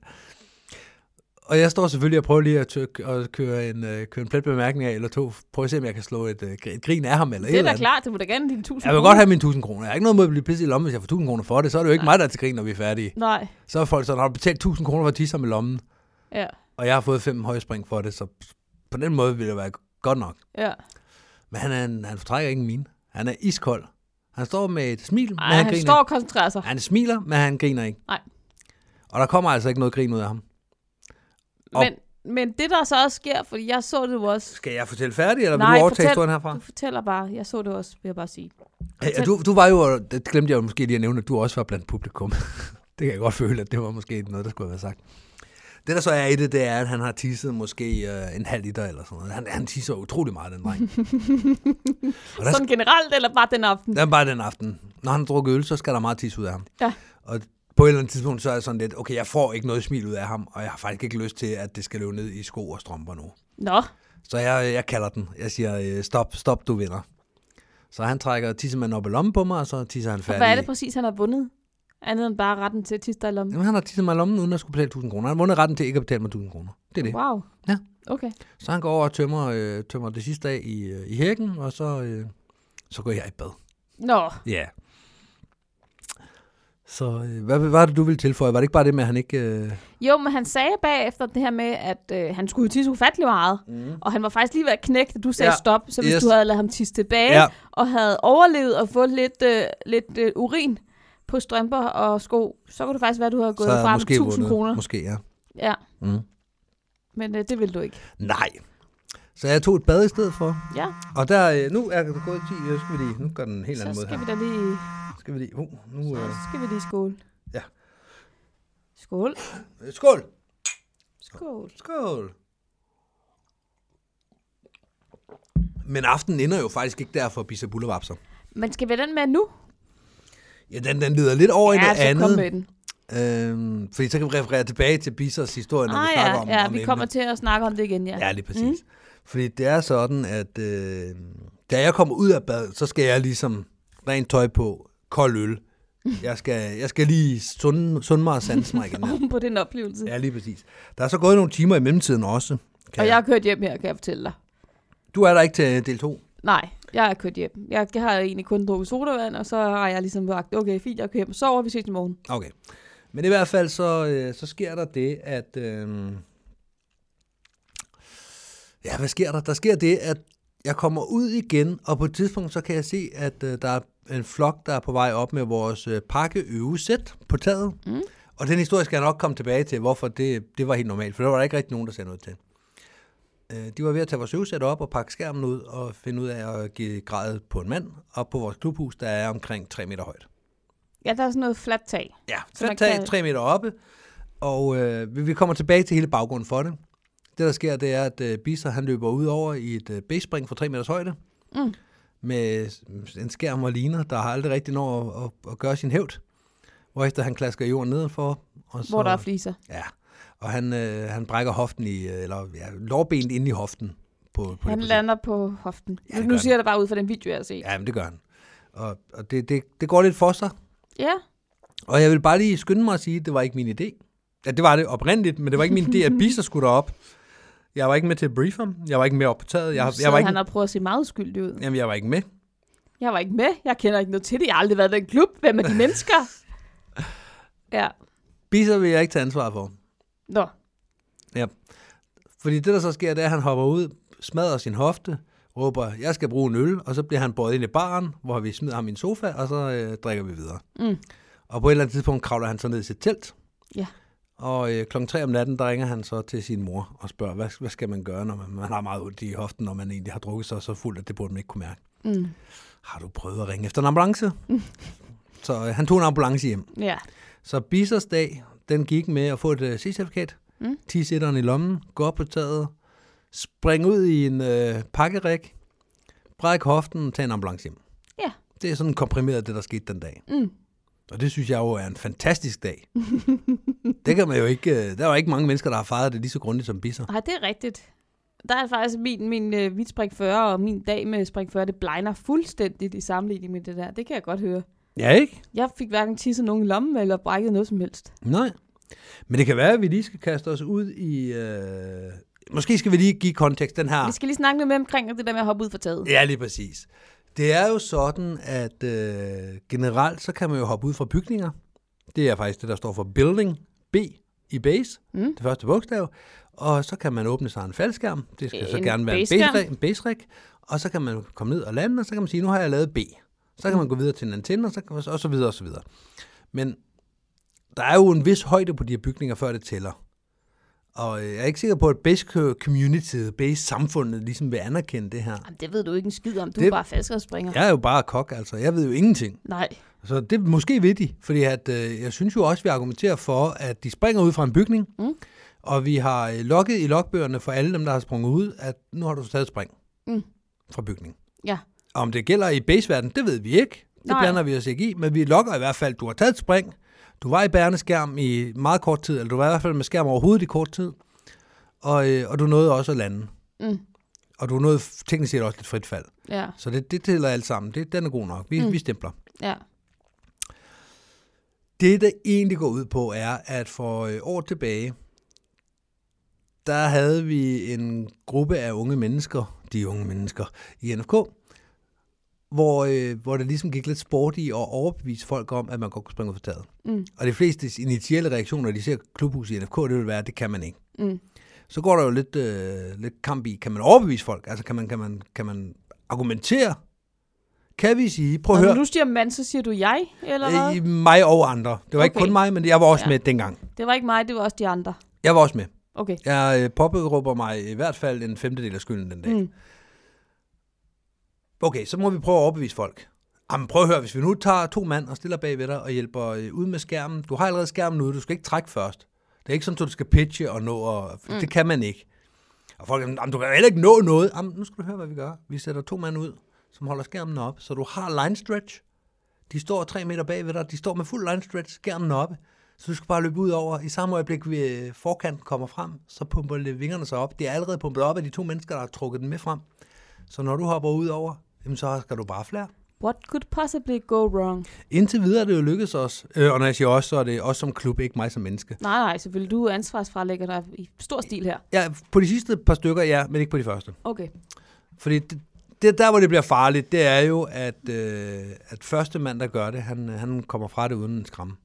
Speaker 3: Og jeg står selvfølgelig og prøver lige at, tø- at køre en, øh, køre en plet bemærkning af, eller to, prøve at se, om jeg kan slå et, øh, gr- et grin af ham, eller et
Speaker 2: Det er
Speaker 3: eller
Speaker 2: da
Speaker 3: andet.
Speaker 2: klart, det må da gerne dine 1000
Speaker 3: Jeg vil godt have mine 1000 kroner. Jeg har ikke noget mod at blive pisset i lommen, hvis jeg får 1000 kroner for det. Så er det jo ikke
Speaker 2: Nej.
Speaker 3: mig, der er til grin, når vi er færdige.
Speaker 2: Nej,
Speaker 3: Så er folk sådan, har du betalt 1000 kroner for at tisse ham i lommen?
Speaker 2: ja,
Speaker 3: Og jeg har fået fem højspring for det, så på den måde ville det være godt nok.
Speaker 2: ja.
Speaker 3: Men han, er en, han fortrækker ikke min. Han er iskold. Han står med et smil,
Speaker 2: Ej,
Speaker 3: men han,
Speaker 2: han
Speaker 3: griner
Speaker 2: står
Speaker 3: ikke.
Speaker 2: og koncentrerer sig.
Speaker 3: Han smiler, men han griner ikke.
Speaker 2: Nej.
Speaker 3: Og der kommer altså ikke noget grin ud af ham. Og-
Speaker 2: Men, men det, der så også sker, fordi jeg så det jo også.
Speaker 3: Skal jeg fortælle færdig, eller vil
Speaker 2: Nej,
Speaker 3: du overtage
Speaker 2: fortæl.
Speaker 3: historien herfra?
Speaker 2: Du fortæller bare. Jeg så det også, vil jeg bare sige.
Speaker 3: Ja, Du, du var jo, det glemte jeg jo måske lige at nævne, at du også var blandt publikum. det kan jeg godt føle, at det var måske noget, der skulle have været sagt. Det, der så er i det, det er, at han har tisset måske øh, en halv liter eller sådan noget. Han, han tisser utrolig meget, den dreng. og der,
Speaker 2: Sådan generelt, eller bare den aften?
Speaker 3: Det er bare den aften. Når han drukker øl, så skal der meget tis ud af ham.
Speaker 2: Ja.
Speaker 3: Og på et eller andet tidspunkt, så er jeg sådan lidt, okay, jeg får ikke noget smil ud af ham, og jeg har faktisk ikke lyst til, at det skal løbe ned i sko og strømper nu.
Speaker 2: Nå,
Speaker 3: Så jeg, jeg kalder den. Jeg siger, øh, stop, stop, du vinder. Så han trækker tissemanden op i lommen på mig, og så tisser han
Speaker 2: og
Speaker 3: færdig.
Speaker 2: hvad er det præcis, han har vundet? Andet end bare retten til at tisse dig i lommen.
Speaker 3: Jamen, han har tisset mig i lommen, uden at skulle betale 1000 kroner. Han har vundet retten til ikke at betale mig 1000 kroner. Det er det.
Speaker 2: Wow.
Speaker 3: Ja.
Speaker 2: Okay.
Speaker 3: Så han går over og tømmer, øh, tømmer det sidste af i, øh, i hækken, og så, øh, så går jeg i bad.
Speaker 2: Nå,
Speaker 3: Ja. Yeah. Så øh, hvad, hvad var det, du ville tilføje? Var det ikke bare det med, at han ikke... Øh...
Speaker 2: jo, men han sagde bagefter det her med, at øh, han skulle jo tisse ufattelig meget.
Speaker 3: Mm.
Speaker 2: Og han var faktisk lige ved at knække, da du sagde
Speaker 3: Ja.
Speaker 2: ja. stop. Så hvis
Speaker 3: Yes.
Speaker 2: yes. du havde lavet ham tisse tilbage,
Speaker 3: Ja,
Speaker 2: og havde overlevet og fået lidt, øh, lidt øh, urin på strømper og sko, så kunne det faktisk være, at du havde gået
Speaker 3: så havde
Speaker 2: fra
Speaker 3: jeg
Speaker 2: med
Speaker 3: måske
Speaker 2: 1000
Speaker 3: vundet.
Speaker 2: kroner.
Speaker 3: Måske, ja.
Speaker 2: Ja,
Speaker 3: Mm.
Speaker 2: men øh, det ville du ikke.
Speaker 3: Nej. Så jeg tog et bad i stedet for.
Speaker 2: Ja,
Speaker 3: Og der, øh, nu er det gået 10, øh, skal vi lige, nu gør den en helt
Speaker 2: så
Speaker 3: anden måde
Speaker 2: skal
Speaker 3: her.
Speaker 2: vi da lige,
Speaker 3: Skal vi lige, uh, nu,
Speaker 2: så skal vi lige skåle.
Speaker 3: Ja.
Speaker 2: Skål.
Speaker 3: øh, skål!
Speaker 2: Skål.
Speaker 3: Skål! Men aftenen ender jo faktisk ikke der for Bisse Bullevapser.
Speaker 2: Men skal vi have den med nu?
Speaker 3: Ja, den, den leder lidt over i
Speaker 2: ja,
Speaker 3: noget
Speaker 2: så kom
Speaker 3: andet.
Speaker 2: med den.
Speaker 3: Øhm, fordi så kan vi referere tilbage til Bissers historie, når
Speaker 2: ah,
Speaker 3: vi
Speaker 2: ja,
Speaker 3: snakker om,
Speaker 2: ja,
Speaker 3: om
Speaker 2: vi
Speaker 3: emnet.
Speaker 2: kommer til Mhm. at snakke om det igen, ja.
Speaker 3: Ja, lige præcis. Mm. Fordi det er sådan, at øh, da jeg kommer ud af bad, så skal jeg ligesom rent tøj på, kold øl. Jeg skal, jeg skal lige sunde, sunde mig og sanse mig igen. her.
Speaker 2: Oven på den oplevelse. Ja,
Speaker 3: Ja, lige præcis. Der er så gået nogle timer i mellemtiden også.
Speaker 2: og jeg har kørt hjem her, kan jeg fortælle dig.
Speaker 3: Du er der ikke til del 2.
Speaker 2: Nej, jeg har kørt hjem. Jeg har egentlig kun drukket sodavand, og så har jeg ligesom sagt, okay, fint, jeg kører hjem og sover, vi ses i morgen.
Speaker 3: Okay. Men i hvert fald, så, øh, så sker der det, at... Øh, ja, hvad sker der? Der sker det, at jeg kommer ud igen, og på et tidspunkt, så kan jeg se, at øh, der er en flok, der er på vej op med vores øh, pakkeøvesæt på taget.
Speaker 2: Mm.
Speaker 3: Og den historie skal jeg nok komme tilbage til, hvorfor det, det var helt normalt, for der var der ikke rigtig nogen, der sagde noget til. Øh, De var ved at tage vores øvesæt op og pakke skærmen ud og finde ud af at give gradet på en mand. Og på vores klubhus, der er omkring 3 meter højt.
Speaker 2: Ja, der er sådan noget fladt tag.
Speaker 3: Ja,
Speaker 2: Så man
Speaker 3: fladt tag,
Speaker 2: kan-
Speaker 3: tre meter oppe, og øh, vi- vi kommer tilbage til hele baggrunden for det. Det, der sker, det er, at øh, Biser han løber ud over i et øh, basespring fra 3 meters højde.
Speaker 2: Mm.
Speaker 3: Med en skærm og ligner, der har aldrig rigtig når at, at, at gøre sin hævd. Hvorefter han klasker jorden nedenfor. Og så,
Speaker 2: Hvor der er fliser.
Speaker 3: Ja, og han, øh, han brækker hoften i, øh, eller ja, lårbenet ind i hoften. På, på det
Speaker 2: Han
Speaker 3: præcis.
Speaker 2: lander på hoften.
Speaker 3: Ja,
Speaker 2: Ja,
Speaker 3: det
Speaker 2: nu
Speaker 3: gør
Speaker 2: siger jeg det bare ud fra den video, jeg har set.
Speaker 3: Ja, men det gør han. Og, og det, det, det går lidt for sig.
Speaker 2: Ja,
Speaker 3: Og jeg vil bare lige skynde mig at sige, at det var ikke min idé. Ja, det var det oprindeligt, men det var ikke min idé, at Biser skulle derop. Jeg var ikke med til at brief ham. Jeg var ikke med op på taget. Jeg, jeg, var,
Speaker 2: han
Speaker 3: ikke,
Speaker 2: har prøvet at se meget skyldig ud.
Speaker 3: jamen, jeg var ikke med.
Speaker 2: Jeg var ikke med. Jeg kender ikke noget til det. Jeg har aldrig været i den klub. Hvem er de mennesker? ja.
Speaker 3: Biser vil jeg ikke tage ansvar for.
Speaker 2: Nå.
Speaker 3: Fordi det, der så sker, det er, at han hopper ud, smadrer sin hofte, råber, jeg skal bruge en øl, og så bliver han båret ind i baren, hvor vi smider ham i en sofa, og så øh, drikker vi videre.
Speaker 2: Mm.
Speaker 3: Og på et eller andet tidspunkt kravler han så ned i sit telt.
Speaker 2: Ja.
Speaker 3: Og øh, klokken 3 om natten, der ringer han så til sin mor og spørger, hvad, hvad skal man gøre, når man, man har meget ondt i hoften, når man egentlig har drukket sig så fuldt, at det burde man ikke kunne mærke.
Speaker 2: Mm.
Speaker 3: Har du prøvet at ringe efter en ambulance? så øh, han tog en ambulance hjem.
Speaker 2: Ja.
Speaker 3: Så Bissers dag, den gik med at få et øh, C-certifikat,
Speaker 2: Mm.
Speaker 3: mm. 10 i lommen, gå op på taget, springe ud i en øh, pakkerik, brække hoften, tage en ambulance hjem.
Speaker 2: Ja.
Speaker 3: Det er sådan komprimeret, det der skete den dag.
Speaker 2: Mm.
Speaker 3: Og det synes jeg jo er en fantastisk dag. det kan man jo ikke, øh, der er jo ikke mange mennesker, der har fejret det lige så grundigt som Bisser.
Speaker 2: Ej, det er rigtigt. Der er faktisk min, min uh, hvidt spring 40 og min dag med spring 40, det blegner fuldstændigt i sammenligning med det der. Det kan jeg godt høre.
Speaker 3: Ja, ikke?
Speaker 2: Jeg fik hverken tisset nogen i lommen eller brækket noget som helst.
Speaker 3: Nej. Men det kan være, at vi lige skal kaste os ud i... Øh... Måske skal vi lige give kontekst den her.
Speaker 2: Vi skal lige snakke lidt mere omkring det der med at hoppe ud fra taget.
Speaker 3: Ah. Ja, lige præcis. Det er jo sådan, at øh, generelt så kan man jo hoppe ud fra bygninger. Det er faktisk det, der står for building, B i base,
Speaker 2: Mm.
Speaker 3: mm. det første bogstav. Og så kan man åbne sig en faldskærm. Det skal så
Speaker 2: Øh, En
Speaker 3: gerne være
Speaker 2: baseskærm.
Speaker 3: en base- en base-rig. Og så kan man komme ned og lande, og så kan man sige, nu har jeg lavet B. Så kan man gå videre til en antenne, og så, kan man, og så videre, og så videre. Men der er jo en vis højde på de her bygninger, før det tæller. Og øh, jeg er ikke sikker på, at base-communityet, base-samfundet, ligesom vil anerkende det her.
Speaker 2: Jamen, det ved du ikke en skid om. Du det...
Speaker 3: Det-
Speaker 2: er bare falskerspringer.
Speaker 3: Jeg er jo bare kok, altså. Jeg ved jo ingenting.
Speaker 2: Nej.
Speaker 3: Så det er måske ved de, fordi at, øh, jeg synes jo også, vi argumenterer for, at de springer ud fra en bygning,
Speaker 2: Mm.
Speaker 3: og vi har øh, logget i logbøgerne for alle dem, der har sprunget ud, at nu har du taget et spring
Speaker 2: Mm.
Speaker 3: fra bygningen.
Speaker 2: Ja.
Speaker 3: Og om det gælder i baseverdenen, det ved vi ikke. Det
Speaker 2: Nej.
Speaker 3: Nej. blander vi os ikke i, men vi logger i hvert fald, du har taget et spring, du var i bærende skærm i meget kort tid, eller du var i hvert fald med skærm overhovedet i kort tid, og, øh, og du nåede også at lande.
Speaker 2: Mm.
Speaker 3: Og du nåede f- teknisk set også lidt frit fald.
Speaker 2: Ja.
Speaker 3: Så det, det tæller alt sammen. Det, den er god nok. Vi,
Speaker 2: Mm.
Speaker 3: mm. vi stempler.
Speaker 2: Ja.
Speaker 3: Det, der egentlig går ud på, er, at for øh, år tilbage, der havde vi en gruppe af unge mennesker, de unge mennesker, i NFK, hvor, øh, hvor det ligesom gik lidt sport i at overbevise folk om, at man godt kunne springe ud for taget.
Speaker 2: Mm.
Speaker 3: Og de fleste initielle reaktioner, når de ser klubhus i NFK, det vil være, at det kan man ikke.
Speaker 2: Mm.
Speaker 3: Så går der jo lidt, øh, lidt kamp i, kan man overbevise folk? Altså kan man, kan man, kan man argumentere? Kan vi sige, prøv
Speaker 2: Og
Speaker 3: at høre,
Speaker 2: når du siger mand, så siger du jeg, eller hvad?
Speaker 3: Øh, mig og andre. Det var okay. ikke
Speaker 2: Okay.
Speaker 3: kun mig, men jeg var også
Speaker 2: Ja.
Speaker 3: ja. med dengang.
Speaker 2: Det var ikke mig, det var også de andre.
Speaker 3: Jeg var også med.
Speaker 2: Okay.
Speaker 3: Jeg øh, påberåber mig i hvert fald en femtedel af skylden den dag.
Speaker 2: Mm.
Speaker 3: Mm. Okay, så må vi prøve at overbevise folk. Jamen prøv at høre, hvis vi nu tager to mand og stiller bag ved dig og hjælper øh, ud med skærmen. Du har allerede skærmen ude, du skal ikke trække først. Det er ikke sådan, at du skal pitche og nå, og, mm. det kan man ikke. Og folk, jamen du kan heller ikke nå noget. Jamen nu skal du høre, hvad vi gør. Vi sætter to mand ud, som holder skærmen op, så du har line stretch. De står tre meter bag ved dig, de står med fuld line stretch, skærmen er oppe. Så du skal bare løbe ud over. I samme øjeblik, vi øh, forkanten kommer frem, så pumper lidt vingerne sig op. Det er allerede pumpet op af de to mennesker, der har trukket den med frem. Så når du hopper ud over, jamen, så skal du bare flære.
Speaker 2: What could possibly go wrong?
Speaker 3: Indtil videre er det jo lykkedes os. Øh, og når jeg siger os, så er det os som klub, ikke mig som menneske.
Speaker 2: Nej, nej, selvfølgelig. Du er ansvarsfralægger dig i stor stil her.
Speaker 3: Ja, på de sidste par stykker, ja, men ikke på de første.
Speaker 2: Okay.
Speaker 3: Fordi det, det der, hvor det bliver farligt, det er jo, at, øh, at første mand, der gør det, han, han kommer fra det uden en skram.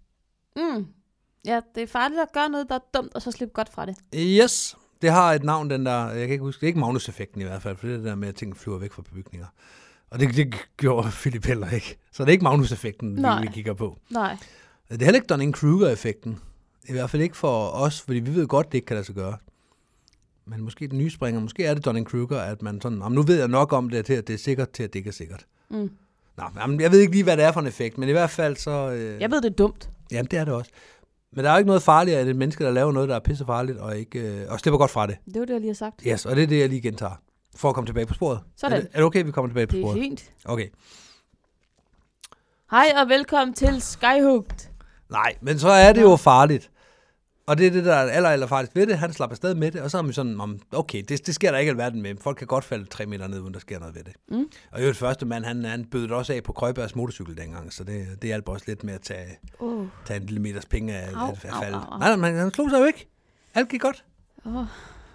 Speaker 2: Mm. Ja, det er farligt at gøre noget, der er dumt, og så slippe godt fra det.
Speaker 3: Yes, det har et navn, den der, jeg kan ikke huske, det er ikke Magnus-effekten i hvert fald, for det er det der med, at ting flyver væk fra bygninger. Og det, det gjorde Philip heller ikke. Så det er ikke Magnus-effekten, vi,
Speaker 2: Nej.
Speaker 3: vi kigger på.
Speaker 2: Nej.
Speaker 3: Det er heller ikke Dunning-Kruger-effekten. I hvert fald ikke for os, fordi vi ved godt, det ikke kan lade sig gøre. Men måske den nye springer, måske er det Dunning-Kruger, at man sådan, "Jamen, nu ved jeg nok om det, til at det er sikkert, til at det ikke er sikkert.
Speaker 2: Mm.
Speaker 3: Nå, jamen, jeg ved ikke lige, hvad det er for en effekt, men i hvert fald så... Øh,
Speaker 2: Jeg ved, det er dumt.
Speaker 3: Jamen, det er det også. Men der er jo ikke noget farligere, end et menneske, der laver noget, der er pissefarligt, og, ikke, øh, og slipper godt fra det.
Speaker 2: Det var det, jeg lige har sagt.
Speaker 3: Yes, og det er det, jeg lige gentager, for at komme tilbage på sporet.
Speaker 2: Sådan.
Speaker 3: Er det, er det okay, at vi kommer tilbage på
Speaker 2: Det er
Speaker 3: sporet?
Speaker 2: fint.
Speaker 3: Okay.
Speaker 2: Hej og velkommen til Skyhooked.
Speaker 3: Nej, men så er det jo farligt. Og det er det, der er aller, aller farligst ved det. Han slapper afsted med det, og så er man sådan, "Nå, men okay, det, det sker der ikke alverden med. Folk kan godt falde tre meter ned, uden der sker noget ved det.
Speaker 2: Mm.
Speaker 3: Og i øvrigt, første mand, han, han bød det også af på Krøjbergs motorcykel dengang, så det, det hjalp også lidt med at tage,
Speaker 2: Oh.
Speaker 3: tage en lille meters penge af,
Speaker 2: Au,
Speaker 3: af, af
Speaker 2: au,
Speaker 3: faldet.
Speaker 2: au, au.
Speaker 3: Nej, nej, men han slog sig jo ikke. Alt gik godt.
Speaker 2: Åh.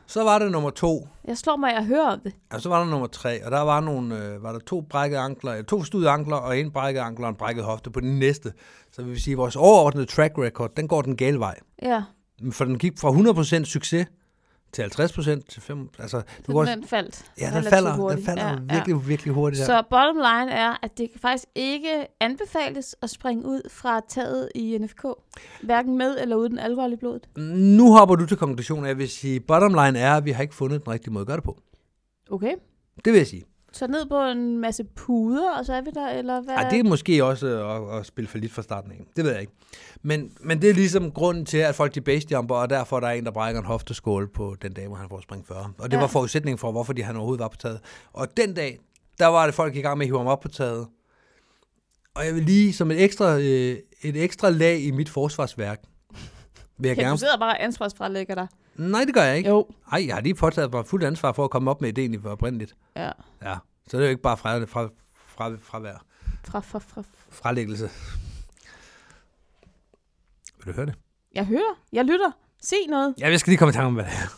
Speaker 3: Så var der nummer to,
Speaker 2: Jeg slår mig, at jeg hører om det.
Speaker 3: og så var der nummer tre, og der var, nogle, øh, var der to brækkede ankler, eller to studie ankler, og en brækket ankel og en brækket hofte på den næste. Så vi vil sige, at vores overordnede track record, den går den gale vej.
Speaker 2: Ja,
Speaker 3: For den gik fra 100% succes til 50% til 5%. Altså,
Speaker 2: så
Speaker 3: du går,
Speaker 2: den faldt.
Speaker 3: ja, den
Speaker 2: relativt
Speaker 3: falder, den
Speaker 2: hurtigt.
Speaker 3: falder ja, virkelig, ja. virkelig hurtigt.
Speaker 2: Så
Speaker 3: Så,
Speaker 2: bottom line er, at det kan faktisk ikke anbefales at springe ud fra taget i NFK. Hverken med eller uden alkohol i blodet.
Speaker 3: nu hopper du til konklusionen, og jeg vil sige, bottom line er, at vi har ikke fundet den rigtige måde at gøre det på.
Speaker 2: Okay.
Speaker 3: Det vil jeg sige.
Speaker 2: Så ned på en masse puder, og så er vi der, eller hvad?
Speaker 3: Ej, det er måske også øh, at, at spille for lidt fra starten af. Det ved jeg ikke. Men, men det er ligesom grunden til, at folk de basejumper, og derfor er der en, der brækker en hofteskål på den dag, hvor han får springe 40. Og det
Speaker 2: Ja.
Speaker 3: ja. var forudsætningen for, hvorfor de han overhovedet var på taget. Og den dag, der var det folk i gang med at hive ham op på taget. Og jeg vil lige som et ekstra, øh, et ekstra lag i mit forsvarsværk, vil jeg
Speaker 2: Ja, du
Speaker 3: gerne...
Speaker 2: sidder bare og ansvarsfralægger dig.
Speaker 3: Nej, det gør jeg ikke.
Speaker 2: Jo.
Speaker 3: Nej, jeg har lige påtaget mig fuldt ansvar for at komme op med ideen i oprindeligt.
Speaker 2: Ja.
Speaker 3: Ja, så det er jo ikke bare fra, fra, fra, fravær.
Speaker 2: Fra, fra, fra.
Speaker 3: Frelæggelse. Vil du høre det?
Speaker 2: Jeg hører. Jeg lytter. Se noget.
Speaker 3: Ja, jeg skal lige komme i tanke om, hvad det er.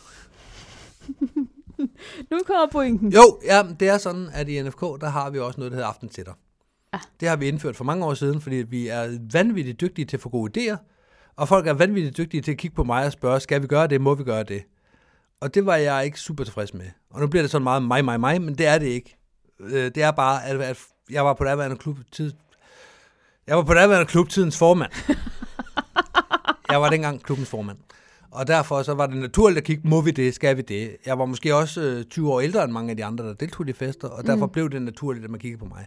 Speaker 2: Nu kommer pointen.
Speaker 3: Jo, ja, det er sådan, at i NFK, der har vi også noget, der hedder aftensætter.
Speaker 2: Ja.
Speaker 3: Det har vi indført for mange år siden, fordi vi er vanvittigt dygtige til at få gode idéer, og folk er vanvittigt dygtige til at kigge på mig og spørge, skal vi gøre det, må vi gøre det? Og det var jeg ikke super tilfreds med. Og nu bliver det sådan meget mig, mig, mig, men det er det ikke. Øh, Det er bare, at, at jeg var på daværende klub tid... Jeg var på daværende klubtidens formand. jeg var dengang klubbens formand. Og derfor så var det naturligt at kigge, må vi det, skal vi det? Jeg var måske også øh, 20 år ældre end mange af de andre, der deltog i de fester, og derfor mm. blev det naturligt, at man kiggede på mig.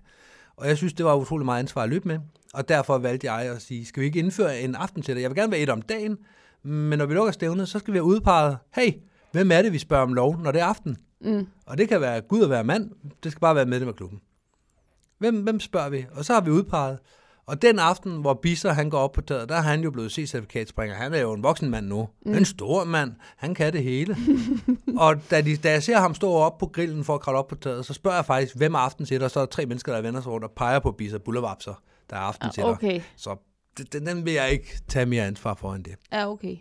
Speaker 3: Og jeg synes, det var utrolig meget ansvar at løbe med, og derfor valgte jeg at sige, skal vi ikke indføre en aftensætter? Jeg vil gerne være et om dagen, men når vi lukker stævnet, så skal vi have udpeget, hey, hvem er det, vi spørger om lov, når det er aften?
Speaker 2: Mm.
Speaker 3: Og det kan være Gud at være mand, det skal bare være medlem af klubben. Hvem, hvem spørger vi? Og så har vi udpeget. Og den aften, hvor Bisser han går op på taget, der er han jo blevet C-certifikatspringer. Han er jo en voksen mand nu. Mm. En stor mand. Han kan det hele. og da, de, da jeg ser ham stå op på grillen for at kravle op på taget, så spørger jeg faktisk, hvem er aftensætter? Og så er der tre mennesker, der vender sig rundt og peger på Bisser Bullevapser, der er aftensætter.
Speaker 2: Ah, Okay.
Speaker 3: Så det- den, den vil jeg ikke tage mere ansvar for end det.
Speaker 2: Ja, okay.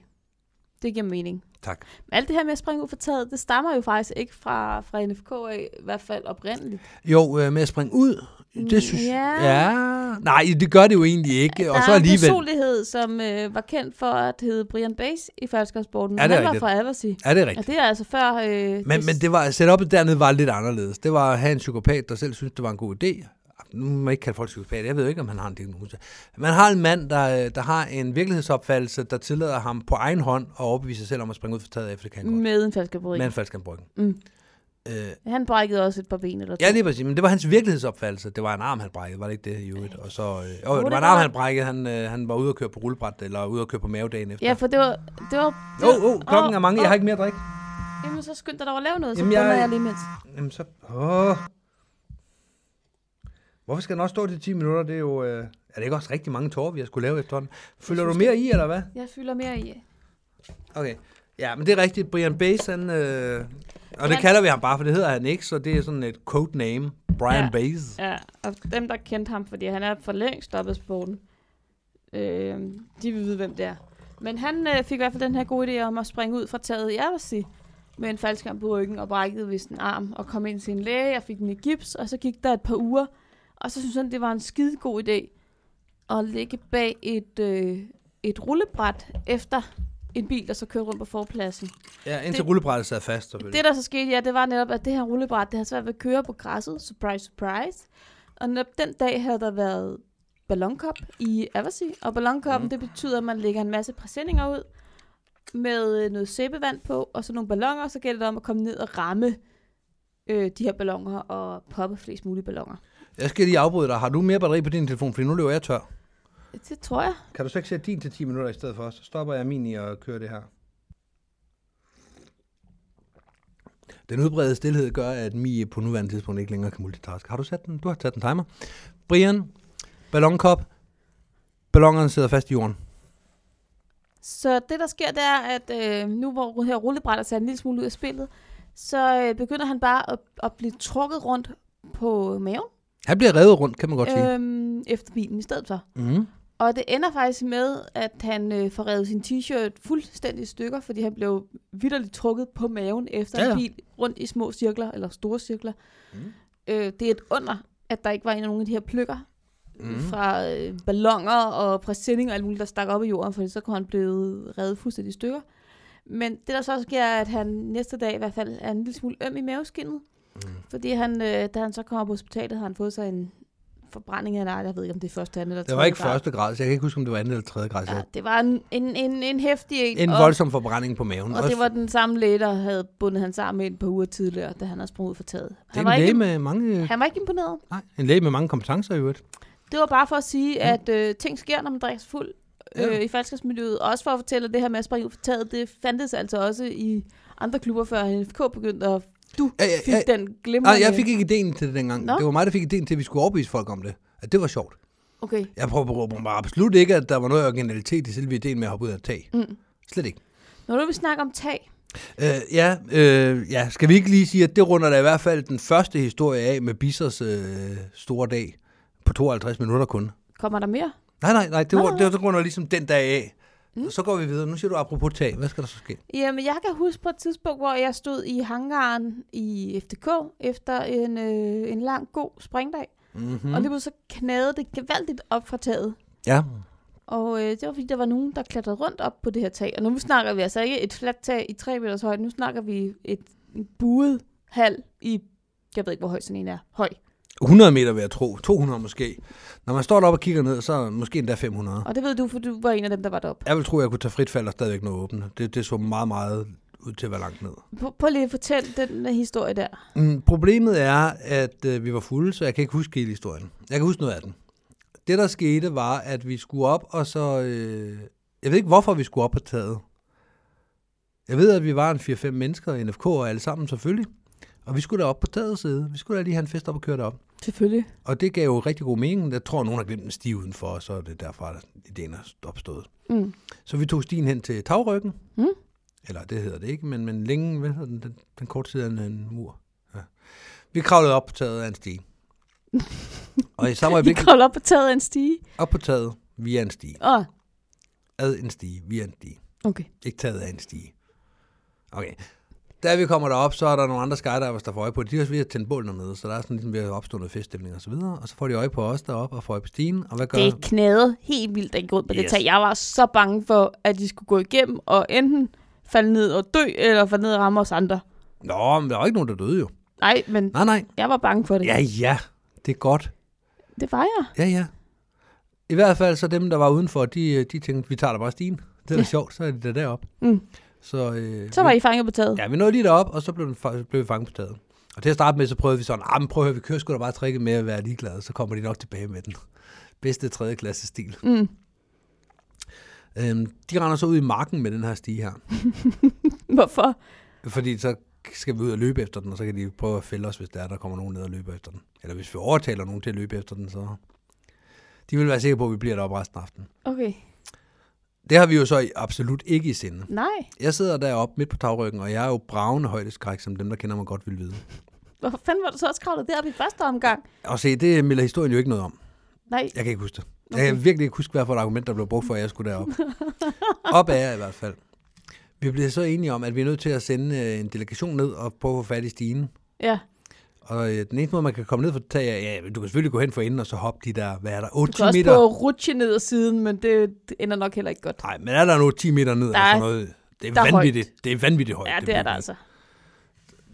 Speaker 2: Det giver mening.
Speaker 3: Tak.
Speaker 2: Men alt det her med at springe ud for taget, det stammer jo faktisk ikke fra, fra NFK, af, i hvert fald oprindeligt.
Speaker 3: Jo, øh, med at springe ud, det synes
Speaker 2: Mm, Ja.
Speaker 3: ja. Nej, det gør det jo egentlig ikke, og
Speaker 2: der
Speaker 3: så
Speaker 2: er en
Speaker 3: alligevel.
Speaker 2: personlighed, som øh, var kendt for at hedde Brian Bass i falskersporten.
Speaker 3: Ja, det er
Speaker 2: Han var
Speaker 3: rigtigt.
Speaker 2: fra Aversi.
Speaker 3: Ja, det er
Speaker 2: Ja,
Speaker 3: rigtigt.
Speaker 2: det er altså før... Øh,
Speaker 3: Men, men det var, setupet dernede var lidt anderledes. Det var at have en psykopat, der selv synes det var en god idé. Nu må man ikke kalde folk psykopat. Jeg ved jo ikke, om han har en diagnose. Man har en mand, der, øh, der har en virkelighedsopfattelse, der tillader ham på egen hånd at overbevise sig selv om at springe ud for taget efter det kan han godt.
Speaker 2: Med en falskerbryg.
Speaker 3: Med en falsk anbryggen.
Speaker 2: Mm.
Speaker 3: Øh,
Speaker 2: Han brækkede også et par ben eller to.
Speaker 3: ja, lige præcis. Men det var hans virkelighedsopfattelse. Det var en arm, han brækkede. Var det ikke det, i øvrigt? Og så, øh, jo,
Speaker 2: det
Speaker 3: det var en
Speaker 2: var-
Speaker 3: arm, han brækkede. Han, øh, han var ude at køre på rullebræt, eller ude at køre på mavedagen efter.
Speaker 2: ja for det var... Det var
Speaker 3: Åh, oh, oh, klokken
Speaker 2: Åh,
Speaker 3: er mange.
Speaker 2: åh.
Speaker 3: Jeg har ikke mere drik.
Speaker 2: Jamen, så skynd dig dog at lave noget, så
Speaker 3: Jamen,
Speaker 2: Jamen, jeg...
Speaker 3: jeg-
Speaker 2: jeg lige mens.
Speaker 3: Jamen så... Åh. Hvorfor skal den også stå til 10 minutter? Det er jo... Øh, er det ikke også rigtig mange tårer, vi har skulle lave efterhånden? Følger du mere i, eller hvad?
Speaker 2: Jeg fylder mere i.
Speaker 3: Okay. Ja, men det er rigtigt. Brian Bass, han... Øh, og det
Speaker 2: Han-
Speaker 3: kalder vi ham bare, for det hedder han ikke, så det er sådan et code name. Brian
Speaker 2: Ja.
Speaker 3: ja. Bass.
Speaker 2: Ja, og dem, der kendte ham, fordi han er for længst stoppet sporten, øh, de vil vide, hvem det er. Men han øh, fik i hvert fald den her gode idé om at springe ud fra taget i Aversi med en faldskærm på ryggen og brækkede vist en arm og kom ind til en læge og fik den i gips, og så gik der et par uger, og så synes han, det var en skide god idé at ligge bag et, øh, et rullebræt efter en bil, der så kørte rundt på forpladsen.
Speaker 3: Ja, indtil
Speaker 2: Det-
Speaker 3: det, rullebrættet sad fast, selvfølgelig.
Speaker 2: Det, der så skete, ja, det var netop, at det her rullebræt, det havde svært ved at køre på græsset. Surprise, surprise. Og netop den dag havde der været ballonkop i Aversi. Og ballonkoppen, mm. det betyder, at man lægger en masse præsendinger ud med øh, noget sæbevand på, og så nogle ballonger, og så gælder det om at komme ned og ramme øh, de her ballonger og poppe flest mulige ballonger.
Speaker 3: Jeg skal lige afbryde dig. Har du mere batteri på din telefon? Fordi nu løber jeg tør.
Speaker 2: Det tror jeg.
Speaker 3: Kan du så ikke sætte din til 10 minutter i stedet for? Så stopper jeg min i at køre det her. Den udbredte stillhed gør, at Mie på nuværende tidspunkt ikke længere kan multitaske. Har du sat den? Du har sat den timer. Brian, ballonkop. Ballongerne sidder fast i jorden.
Speaker 2: Så det, der sker, det er, at øh, nu hvor ru- her rullebræt er sat en lille smule ud af spillet, så øh, begynder han bare at, at blive trukket rundt på maven
Speaker 3: Han bliver revet rundt, kan man godt øh. sige.
Speaker 2: øhm, efter bilen i stedet for.
Speaker 3: Mm.
Speaker 2: Og det ender faktisk med, at han øh, får revet sin t-shirt fuldstændig i stykker, fordi han blev vidderligt trukket på maven efter
Speaker 3: Ja,
Speaker 2: ja,
Speaker 3: ja.
Speaker 2: ja. en bil rundt i små cirkler, eller store cirkler.
Speaker 3: Mm.
Speaker 2: Mm. Øh, det er et under, at der ikke var en af nogle af de her pløkker
Speaker 3: Mm.
Speaker 2: mm. fra øh, ballonger og fra sætninger og alt muligt, der stak op i jorden, for så kunne han blive revet fuldstændig i stykker. Men det, der så også sker, er, at han næste dag i hvert fald er en lille smule øm i maveskinnet,
Speaker 3: Mm.
Speaker 2: fordi han, øh, da han så kommer på hospitalet, har han fået sig en forbrænding af en art. Jeg ved ikke, om det er første, andet eller
Speaker 3: Det var ikke
Speaker 2: tredje grad.
Speaker 3: første grad, så jeg kan ikke huske, om det var andet eller tredje grad.
Speaker 2: Ja,
Speaker 3: Ja.
Speaker 2: det var en, en, en, en hæftig en.
Speaker 3: Altså- En
Speaker 2: og,
Speaker 3: voldsom forbrænding på maven.
Speaker 2: og det var den samme læge, der havde bundet han sammen et par uger tidligere, da han havde sprunget ud for taget.
Speaker 3: det er
Speaker 2: Han
Speaker 3: en
Speaker 2: var,
Speaker 3: læge
Speaker 2: ikke,
Speaker 3: med mange,
Speaker 2: han var ikke imponeret.
Speaker 3: nej, en læge med mange kompetencer i øvrigt.
Speaker 2: Det var bare for at sige, mm. at øh, ting sker, når man drikker sig fuld øh,
Speaker 3: Ja.
Speaker 2: i falskhedsmiljøet. Og Også for at fortælle, at det her med at springe ud for taget, det fandtes altså også i andre klubber, før NFK begyndte at... Du
Speaker 3: Ja, ja,
Speaker 2: fik
Speaker 3: ja.
Speaker 2: den glimrende...
Speaker 3: Nej, jeg fik ikke ideen til det dengang.
Speaker 2: Nå.
Speaker 3: Det var mig, der fik ideen til, at vi skulle overbevise folk om det. At det var sjovt.
Speaker 2: Okay.
Speaker 3: Jeg prøver bare absolut ikke, at der var noget originalitet i selve ideen med at hoppe ud af et tag.
Speaker 2: Mm.
Speaker 3: Slet ikke.
Speaker 2: Når nu vi snakker om tag,
Speaker 3: Øh, ja, øh, ja, skal vi ikke lige sige, at det runder da i hvert fald den første historie af med Bissers øh, store dag på 52 minutter kun.
Speaker 2: kommer der mere?
Speaker 3: Nej, nej, nej, det,
Speaker 2: Nå.
Speaker 3: var, det, var, det runder ligesom den dag af. Mm. Så går vi videre. Nu siger du apropos tag. Hvad skal der så ske?
Speaker 2: Jamen, jeg kan huske på et tidspunkt, hvor jeg stod i hangaren i FDK efter en, øh, en lang, god springdag.
Speaker 3: Mm-hmm.
Speaker 2: Mm. Og lige pludselig så knagede det gevaldigt op fra taget.
Speaker 3: Ja,
Speaker 2: Og øh, det var fordi, der var nogen, der klatrede rundt op på det her tag. Og nu snakker vi altså ikke et fladt tag i 3 meters højde. Nu snakker vi et en buet hal i, jeg ved ikke, hvor høj sådan en er. Høj.
Speaker 3: 100 meter vil jeg tro. 200 måske. Når man står deroppe og kigger ned, så måske endda 500.
Speaker 2: Og det ved du, for du var en af dem, der var deroppe.
Speaker 3: Jeg vil tro, at jeg kunne tage frit fald og stadigvæk nå åbne. Det, det så meget, meget ud til at være langt ned.
Speaker 2: Prøv- Prøv lige at fortælle den her historie der.
Speaker 3: Mm, problemet er, at øh, vi var fulde, så jeg kan ikke huske hele historien. Jeg kan huske noget af den. Det, der skete, var, at vi skulle op, og så... Øh, jeg ved ikke, hvorfor vi skulle op på taget. Jeg ved, at vi var en 4-5 mennesker i NFK og alle sammen selvfølgelig. Og vi skulle da op på taget side. Vi skulle da lige have en fest op og køre derop.
Speaker 2: Selvfølgelig.
Speaker 3: Og det gav jo rigtig god mening. Jeg tror, nogen har glemt en sti udenfor, og så er det derfra, at ideen er opstået.
Speaker 2: Mm.
Speaker 3: Så vi tog stien hen til tagryggen.
Speaker 2: Mm.
Speaker 3: Eller det hedder det ikke, men, men længe, hvad hedder den, den, den korte side af en, en mur. Ja. Vi kravlede op på taget af en stige. og i samme
Speaker 2: I
Speaker 3: øjeblik
Speaker 2: kravler op på taget af en stige.
Speaker 3: op på taget via en stige.
Speaker 2: Åh, oh,
Speaker 3: Ad en stige, via en stige.
Speaker 2: okay.
Speaker 3: Ikke taget af en stige. Okay. Da vi kommer derop, så er der nogle andre skydivers, der får øje på det. De er også ved at tænde bål dernede, så der er sådan ligesom ved at opstå noget feststemning og så videre. Og så får de øje på os deroppe og får øje på stigen. Og hvad gør
Speaker 2: Det knagede helt vildt, da I gik rundt på yes. det
Speaker 3: Yes.
Speaker 2: tag. Jeg var så bange for, at de skulle gå igennem og enten falde ned og dø, eller falde ned og ramme os andre.
Speaker 3: Nå, men der var ikke nogen, der døde jo.
Speaker 2: Nej, men
Speaker 3: Nej, nej.
Speaker 2: jeg var bange for det.
Speaker 3: Ja, ja. Det er godt.
Speaker 2: Det var jeg.
Speaker 3: Ja, ja. I hvert fald så dem, der var udenfor, de, øh, de tænkte, vi tager da bare stigen. Det er da ja. sjovt, så er de da deroppe.
Speaker 2: Mm.
Speaker 3: Så, øh,
Speaker 2: Så var I fanget på taget.
Speaker 3: Ja, vi nåede lige derop, og så blev, den, fa- så blev vi fanget på taget. Og til at starte med, så prøvede vi sådan, ah, men prøv at høre, vi kører sgu da bare tricket med at være ligeglade, så kommer de nok tilbage med den. Bedste tredje klasse stil.
Speaker 2: Mm.
Speaker 3: Øhm, de render så ud i marken med den her stige her,
Speaker 2: Hvorfor?
Speaker 3: fordi så skal vi ud og løbe efter den, og så kan de prøve at fælde os, hvis der, er, der kommer nogen ned og løber efter den. Eller hvis vi overtaler nogen til at løbe efter den, så... De vil være sikre på, at vi bliver deroppe resten af aftenen.
Speaker 2: Okay.
Speaker 3: Det har vi jo så absolut ikke i sinde.
Speaker 2: Nej.
Speaker 3: Jeg sidder deroppe midt på tagryggen, og jeg er jo bravende højdeskræk, som dem, der kender mig godt vil vide.
Speaker 2: Hvorfor fanden var du så også kravlet deroppe i første omgang?
Speaker 3: Og se, det melder historien jo ikke noget om.
Speaker 2: Nej.
Speaker 3: Jeg kan ikke huske det. Okay.
Speaker 2: Okay.
Speaker 3: Jeg kan virkelig ikke huske, hvad for et argument, der blev brugt for, at jeg skulle derop. op er jeg i hvert fald. Vi blev så enige om, at vi er nødt til at sende øh, en delegation ned og prøve at få fat i stigen.
Speaker 2: Ja.
Speaker 3: Og øh, den eneste måde, man kan komme ned for det tag, er, ja, du kan selvfølgelig gå hen for enden og så hoppe de der, hvad er der,
Speaker 2: Du
Speaker 3: 8
Speaker 2: kan også
Speaker 3: meter?
Speaker 2: prøve at rutsche ned ad siden, men det det ender nok heller ikke godt.
Speaker 3: Nej, men er der nu 10 meter
Speaker 2: Der
Speaker 3: ned? eller
Speaker 2: er-
Speaker 3: sådan noget? Det er,
Speaker 2: der er højt.
Speaker 3: vanvittigt. Det er vanvittigt højt.
Speaker 2: Ja, det
Speaker 3: bliver
Speaker 2: er der altså.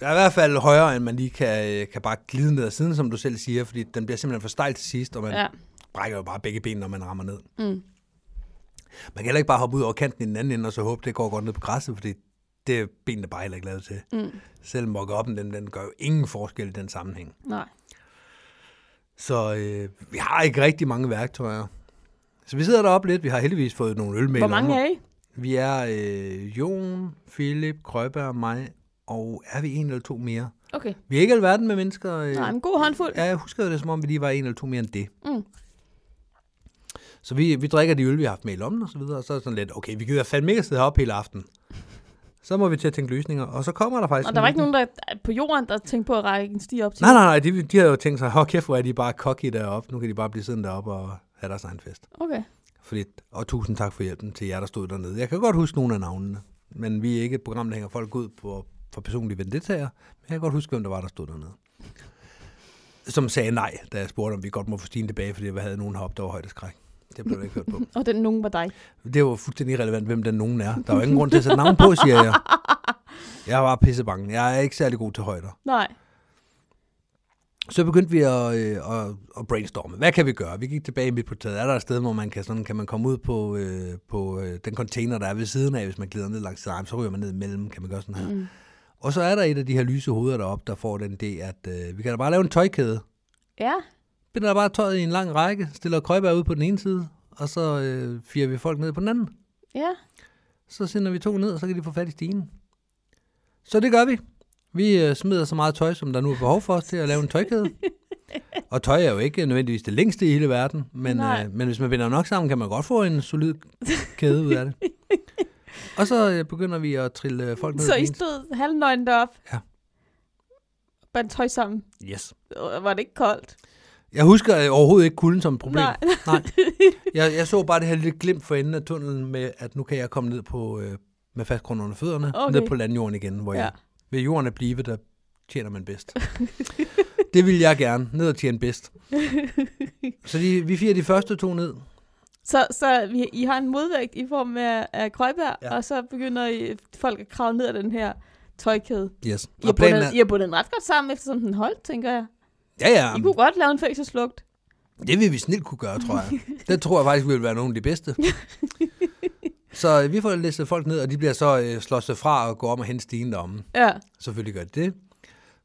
Speaker 3: Der er i hvert fald højere, end man lige kan, øh, kan bare glide ned ad siden, som du selv siger, fordi den bliver simpelthen for stejl til sidst, og man ja.
Speaker 2: Ja.
Speaker 3: brækker jo bare begge ben, når man rammer ned.
Speaker 2: Mm.
Speaker 3: Man kan heller ikke bare hoppe ud over kanten i den anden ende, og så håbe, det går godt ned på græsset, fordi det er benene bare heller ikke lavet til.
Speaker 2: Mm.
Speaker 3: Selv mokke op den, den gør jo ingen forskel i den sammenhæng.
Speaker 2: Nej.
Speaker 3: Så øh, vi har ikke rigtig mange værktøjer. Så vi sidder deroppe lidt. Vi har heldigvis fået nogle øl med. i
Speaker 2: Hvor mange
Speaker 3: lommen.
Speaker 2: er I?
Speaker 3: Vi er øh, Jon, Philip, Krøbbe og mig, og er vi en eller to mere?
Speaker 2: Okay.
Speaker 3: Vi er ikke alverden med mennesker. Øh,
Speaker 2: Nej, en god håndfuld.
Speaker 3: Ja, jeg husker jo det, som om vi lige var en eller to mere end det.
Speaker 2: Mm.
Speaker 3: Så vi, vi drikker de øl, vi har haft med i lommen og så videre, og så er det sådan lidt, okay, vi gider fandme ikke at sidde heroppe hele aften. Så må vi til at tænke løsninger, og så kommer der faktisk...
Speaker 2: Og der var
Speaker 3: en
Speaker 2: ikke nogen der på jorden, der tænkte på at række en sti op til.
Speaker 3: Nej, nej, nej, de, de havde jo tænkt sig, åh kæft, hvor er de bare cocky deroppe, nu kan de bare blive siddende deroppe og have deres egen fest.
Speaker 2: Okay.
Speaker 3: Fordi, og tusind tak for hjælpen til jer, der stod dernede. Jeg kan godt huske nogle af navnene, men vi er ikke et program, der hænger folk ud på, for personlige vendettager, men jeg kan godt huske, hvem der var, der stod dernede. Som sagde nej, da jeg spurgte, om vi godt må få Stine tilbage, fordi vi havde nogen hop, der var højdeskræk. Det blev der ikke hørt på.
Speaker 2: Og den nogen var dig.
Speaker 3: Det var fuldstændig irrelevant, hvem den nogen er. Der var ingen grund til at sætte navn på, siger jeg. Jeg var pissebange. Jeg er ikke særlig god til højder.
Speaker 2: Nej.
Speaker 3: Så begyndte vi at, øh, at, at brainstorme. Hvad kan vi gøre? Vi gik tilbage midt på taget. Er der et sted, hvor man kan, sådan, kan man komme ud på, øh, på øh, den container, der er ved siden af, hvis man glider ned langs siden, så ryger man ned imellem, kan man gøre sådan her. Mm. Og så er der et af de her lyse hoveder deroppe, der får den idé, at øh, vi kan da bare lave en tøjkæde.
Speaker 2: Ja.
Speaker 3: Binder da bare tøjet i en lang række, stiller krøbær ud på den ene side, og så øh, firer vi folk ned på den anden.
Speaker 2: Ja.
Speaker 3: Så sender vi to ned, og så kan de få fat i stigen. Så det gør vi. Vi øh, smider så meget tøj, som der nu er behov for os til at lave en tøjkæde. Og tøj er jo ikke nødvendigvis det længste i hele verden, men,
Speaker 2: Nej.
Speaker 3: øh, men hvis man binder nok sammen, kan man godt få en solid kæde ud af det. Og så øh, begynder vi at trille øh, folk ned.
Speaker 2: Så
Speaker 3: i
Speaker 2: I
Speaker 3: bilen.
Speaker 2: stod halvnøgen derop.
Speaker 3: Ja.
Speaker 2: Bandt tøj sammen.
Speaker 3: Yes.
Speaker 2: Øh, Var det ikke koldt?
Speaker 3: Jeg husker øh, overhovedet ikke kulden som et problem.
Speaker 2: Nej.
Speaker 3: Nej. Jeg, jeg så bare det her lille glimt for enden af tunnelen med, at nu kan jeg komme ned på, øh, med fast grund under fødderne,
Speaker 2: Okay.
Speaker 3: okay. ned på landjorden igen, hvor ja.
Speaker 2: Ja.
Speaker 3: jeg ved jorden at blive, der tjener man bedst. det vil jeg gerne, ned og tjene bedst. Så de, vi fire de første to ned.
Speaker 2: Så, så vi, I har en modvægt i form af, af krøjbær,
Speaker 3: Ja.
Speaker 2: ja. og så begynder I, folk at kravle ned af den her tøjkæde.
Speaker 3: Yes.
Speaker 2: I har, bundet, I har bundet den ret godt sammen, eftersom den holdt, tænker jeg.
Speaker 3: ja, ja,
Speaker 2: I kunne godt lave en fængselslugt.
Speaker 3: det vil vi snilt kunne gøre, tror jeg. Det tror jeg faktisk vi vil være nogle af de bedste. Så øh, vi får listet folk ned, og de bliver så øh, slået fra og går om og hente stigen deromme.
Speaker 2: Ja.
Speaker 3: Selvfølgelig gør det det.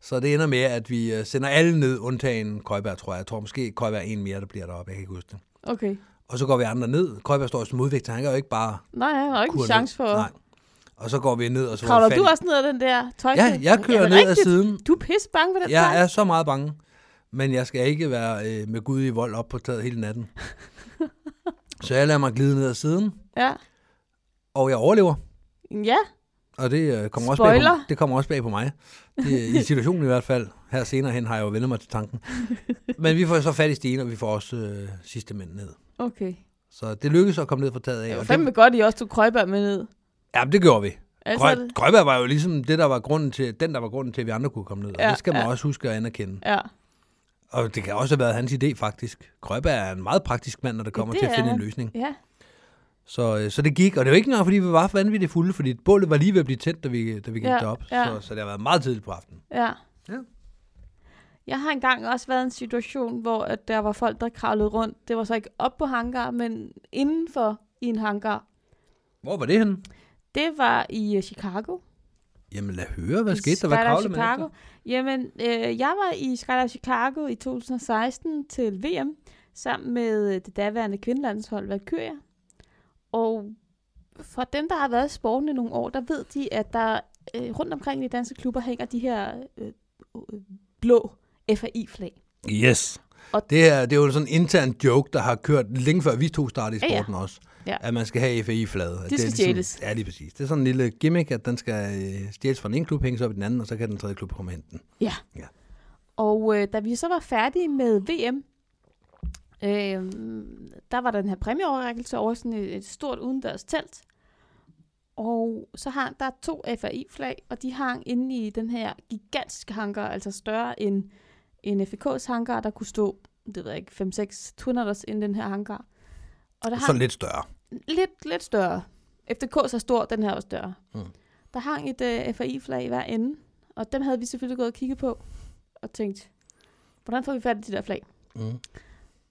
Speaker 3: Så det ender med, at vi øh, sender alle ned, undtagen Køjberg, tror jeg. Jeg tror måske Køjberg er en mere, der bliver deroppe. Jeg kan ikke huske det.
Speaker 2: Okay.
Speaker 3: Og så går vi andre ned. Køjberg står som modvægt, så han kan jo ikke bare
Speaker 2: Nej, jeg har ikke
Speaker 3: kure
Speaker 2: en chance for...
Speaker 3: ned. Nej. Og så går vi ned, og så får vi
Speaker 2: Kravler
Speaker 3: fat
Speaker 2: du
Speaker 3: i-
Speaker 2: også ned af den der tøjkæde?
Speaker 3: Ja, jeg kører
Speaker 2: Er det
Speaker 3: ned
Speaker 2: rigtigt?
Speaker 3: af siden.
Speaker 2: Du er pisse bange ved den
Speaker 3: Jeg
Speaker 2: tanke.
Speaker 3: er så meget bange, men jeg skal ikke være øh, med Gud i vold op på taget hele natten. så jeg lader mig glide ned ad siden,
Speaker 2: Ja.
Speaker 3: og jeg overlever.
Speaker 2: Ja.
Speaker 3: Og det øh, kommer, også bag på,
Speaker 2: Spoiler.
Speaker 3: det kommer også bag på mig. Det, I situationen i hvert fald. Her senere hen har jeg jo vendt mig til tanken. Men vi får så fat i stigen, og vi får også øh, sidste mænd ned.
Speaker 2: Okay.
Speaker 3: Så det lykkedes at komme ned fra taget
Speaker 2: Det
Speaker 3: af.
Speaker 2: var
Speaker 3: Og
Speaker 2: fandme
Speaker 3: det,
Speaker 2: det... godt, I også tog krøjbær med ned.
Speaker 3: ja, det gjorde vi.
Speaker 2: Altså,
Speaker 3: Grø, Grøberg var jo ligesom det, der var grunden til, den, der var grunden til, at vi andre kunne komme ned. Ja,
Speaker 2: Ja,
Speaker 3: og det skal man
Speaker 2: ja.
Speaker 3: også huske at anerkende.
Speaker 2: ja.
Speaker 3: Og det kan også have været hans idé, faktisk. Grøberg er en meget praktisk mand, når det kommer
Speaker 2: det
Speaker 3: til at
Speaker 2: er
Speaker 3: finde en
Speaker 2: han.
Speaker 3: løsning.
Speaker 2: ja.
Speaker 3: Så, øh, så det gik, og det var ikke engang, fordi vi var vanvittigt fulde, fordi bålet var lige ved at blive tændt, da vi, da vi gik
Speaker 2: Ja,
Speaker 3: derop.
Speaker 2: ja.
Speaker 3: Så, så det har været meget tidligt på aftenen.
Speaker 2: Ja.
Speaker 3: Ja.
Speaker 2: Jeg har engang også været i en situation, hvor at der var folk, der kravlede rundt. Det var så ikke op på hangar, men indenfor i en hangar.
Speaker 3: Hvor var det henne?
Speaker 2: Det var i øh, Chicago.
Speaker 3: Jamen lad høre, hvad
Speaker 2: I
Speaker 3: skete der? Hvad
Speaker 2: Skydive
Speaker 3: kravlede man
Speaker 2: Chicago.
Speaker 3: efter?
Speaker 2: Jamen, øh, jeg var i Skydive Chicago i 2016 til VM, sammen med øh, det daværende kvindelandshold Valkyria. Og for dem, der har været i sporten i nogle år, der ved de, at der øh, rundt omkring i de danske klubber hænger de her øh, øh, blå FAI-flag.
Speaker 3: Yes.
Speaker 2: Og-
Speaker 3: Det, er, det er jo sådan en intern joke, der har kørt længe før vi to startede i
Speaker 2: Ja, ja.
Speaker 3: sporten ja, ja. også.
Speaker 2: Ja.
Speaker 3: At man skal have FAI-flade.
Speaker 2: De skal stjæles.
Speaker 3: Ja, lige præcis. Det er sådan en lille gimmick, at den skal øh, stjæles fra den ene klub, hænges op i den anden, og så kan den tredje klub komme og hente den.
Speaker 2: Og øh, da vi så var færdige med VM, øh, der var der den her præmieoverrækkelse over sådan et, et stort udendørs telt. Og så hang der to FAI-flag, og de hang inde i den her gigantiske hangar, altså større end, end FK's hangar, der kunne stå, det ved jeg ikke, 5-6 tunnetters inde i den her hangar. Og der
Speaker 3: Sådan lidt større.
Speaker 2: lidt, lidt større. FDK er så stor, den her var større.
Speaker 3: Mm.
Speaker 2: Mm. Der hang et øh, FAI-flag i hver ende, og dem havde vi selvfølgelig gået og kigget på, og tænkt, hvordan får vi fat i de der flag?
Speaker 3: Mm.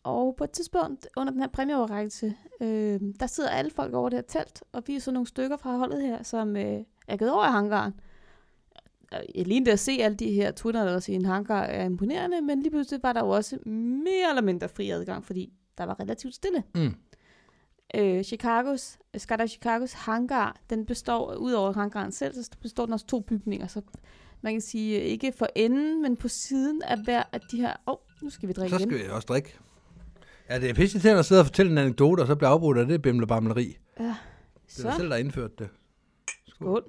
Speaker 2: Og på et tidspunkt under den her præmieoverrækkelse, øh, der sidder alle folk over det her telt, og vi er så nogle stykker fra holdet her, som øh, er gået over i hangaren. Og Alene det at se alle de her tunneler, der også i en hangar, er imponerende, men lige pludselig var der jo også mere eller mindre fri adgang, fordi der var relativt stille.
Speaker 3: Mm.
Speaker 2: øh, Chicagos, Skata Chicagos hangar, den består, ud over hangaren selv, så består den også af to bygninger, så man kan sige, øh, ikke for enden, men på siden af hver af de her... Åh, oh, nu skal vi drikke
Speaker 3: Så skal
Speaker 2: igen.
Speaker 3: vi også drikke. Ja, det er pisse til at sidde og fortælle en anekdote, og så bliver afbrudt af det bimlebamleri. Det er dig
Speaker 2: Så,
Speaker 3: selv, der har indført det.
Speaker 2: skål.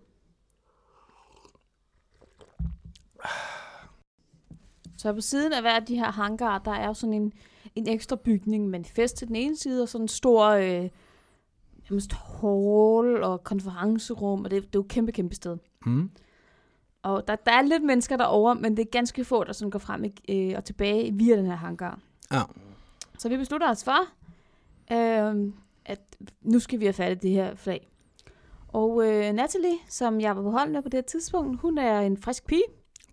Speaker 2: Så på siden af hver af de her hangar, der er jo sådan en, en ekstra bygning, manifest til den ene side, og sådan en stor øh, nærmest hall og konferencerum, og det, det er jo et kæmpe, kæmpe sted.
Speaker 3: Mm.
Speaker 2: Og der, der er lidt mennesker derovre, men det er ganske få, der sådan går frem i- øh, og tilbage via den her hangar.
Speaker 3: Ja.
Speaker 2: Så vi beslutter os for, øh, at nu skal vi have fat i det her flag. Og øh, Natalie, som jeg var på hold med på det her tidspunkt, hun er en frisk pige,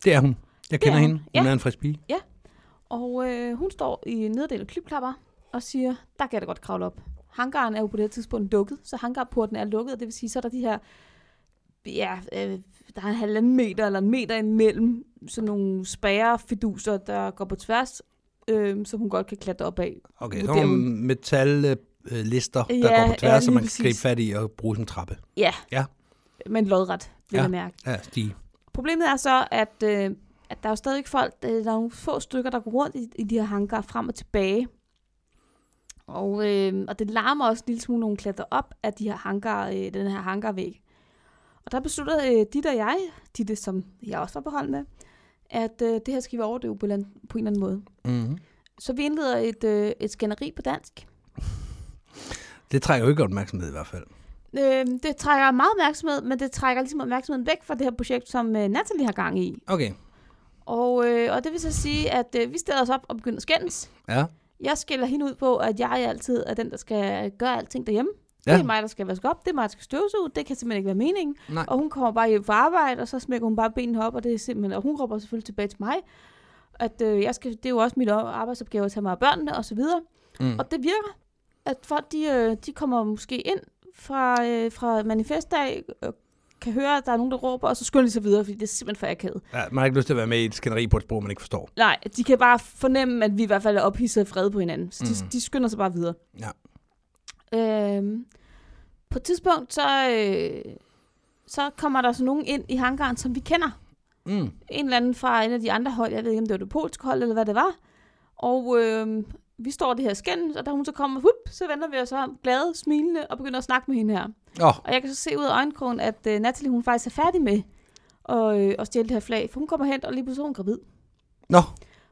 Speaker 3: Det er hun.
Speaker 2: Det
Speaker 3: Jeg kender
Speaker 2: er
Speaker 3: hende.
Speaker 2: hun.
Speaker 3: Hun
Speaker 2: Ja.
Speaker 3: er en frisk pige.
Speaker 2: og øh, hun står i neddelen af klipklapper og siger, der kan jeg da godt kravle op. Hangaren er jo på det her tidspunkt lukket, så hangarporten er lukket, og det vil sige, så er der de her, ja, øh, der er en halvanden meter eller en meter imellem, sådan nogle spærre fiduser, der går på tværs, øh, som hun godt kan klatre op af.
Speaker 3: Okay,
Speaker 2: Vurderer
Speaker 3: så har hun metallister, der
Speaker 2: Ja,
Speaker 3: går på tværs,
Speaker 2: ja,
Speaker 3: som man
Speaker 2: lige
Speaker 3: kan gribe
Speaker 2: præcis.
Speaker 3: fat i og bruge som trappe.
Speaker 2: Ja,
Speaker 3: Ja.
Speaker 2: men lodret, vil
Speaker 3: Ja.
Speaker 2: jeg mærke.
Speaker 3: Ja, stige.
Speaker 2: Problemet er så, at, øh, at der er jo stadig folk, øh, der er nogle få stykker, der går rundt i, i de her hangar frem og tilbage. Og, øh, og det larmer også en lille smule, når hun klatrer op af de her hangar, øh, den her hangarvæg. Og der beslutter øh, dit og jeg, Ditte, som jeg også var på hold med, at øh, det her skal vi overdøve på, en eller anden- på en eller anden måde.
Speaker 3: Mm-hmm.
Speaker 2: Så vi indleder et, øh, et skænderi på dansk.
Speaker 3: Det trækker jo ikke opmærksomhed i hvert fald.
Speaker 2: Øh, det trækker meget opmærksomhed, men det trækker ligesom opmærksomheden væk fra det her projekt, som øh, Natalie har gang i.
Speaker 3: Okay,
Speaker 2: Og, øh, og det vil så sige, at øh, vi stiller os op og begynder at skændes.
Speaker 3: ja.
Speaker 2: Jeg skiller hende ud på, at jeg altid er den, der skal gøre alting derhjemme. Ja.
Speaker 3: Ja.
Speaker 2: Det er mig, der skal vaske op, det er mig, der skal støvsuge, det kan simpelthen ikke være meningen.
Speaker 3: Nej.
Speaker 2: Og hun kommer bare hjem fra arbejde, og så smækker hun bare benene op, og det er simpelthen, og hun råber selvfølgelig tilbage til mig, at øh, jeg skal, det er jo også mit arbejdsopgave at tage mig af børnene og så videre.
Speaker 3: Mm.
Speaker 2: Og det virker, at folk de, øh, de kommer måske ind fra, øh, fra manifestdag, og kan høre, at der er nogen, der råber, og så skynder de sig videre, fordi det er simpelthen for akavet.
Speaker 3: ja. Man har ikke lyst til at være med i et skænderi på et sprog, man ikke forstår.
Speaker 2: Nej, de kan bare fornemme, at vi i hvert fald er ophidset og vrede på hinanden. Så de,
Speaker 3: Mhm.
Speaker 2: mm. de skynder sig bare videre.
Speaker 3: Ja.
Speaker 2: Øhm, på et tidspunkt, så, øh, så kommer der så nogen ind i hangaren, som vi kender.
Speaker 3: Mm.
Speaker 2: En eller anden fra en af de andre hold. Jeg ved ikke, om det var det polske hold, eller hvad det var. Og øh, vi står det her skændes, og da hun så kommer, hup, så vender vi os om, glade, smilende, og begynder at snakke med hende her.
Speaker 3: Oh,
Speaker 2: Og jeg kan så se ud af øjenkrogen, at øh, Natalie, hun faktisk er færdig med at, øh, at stjæle det her flag. For hun kommer hen, og lige pludselig er hun gravid.
Speaker 3: nå,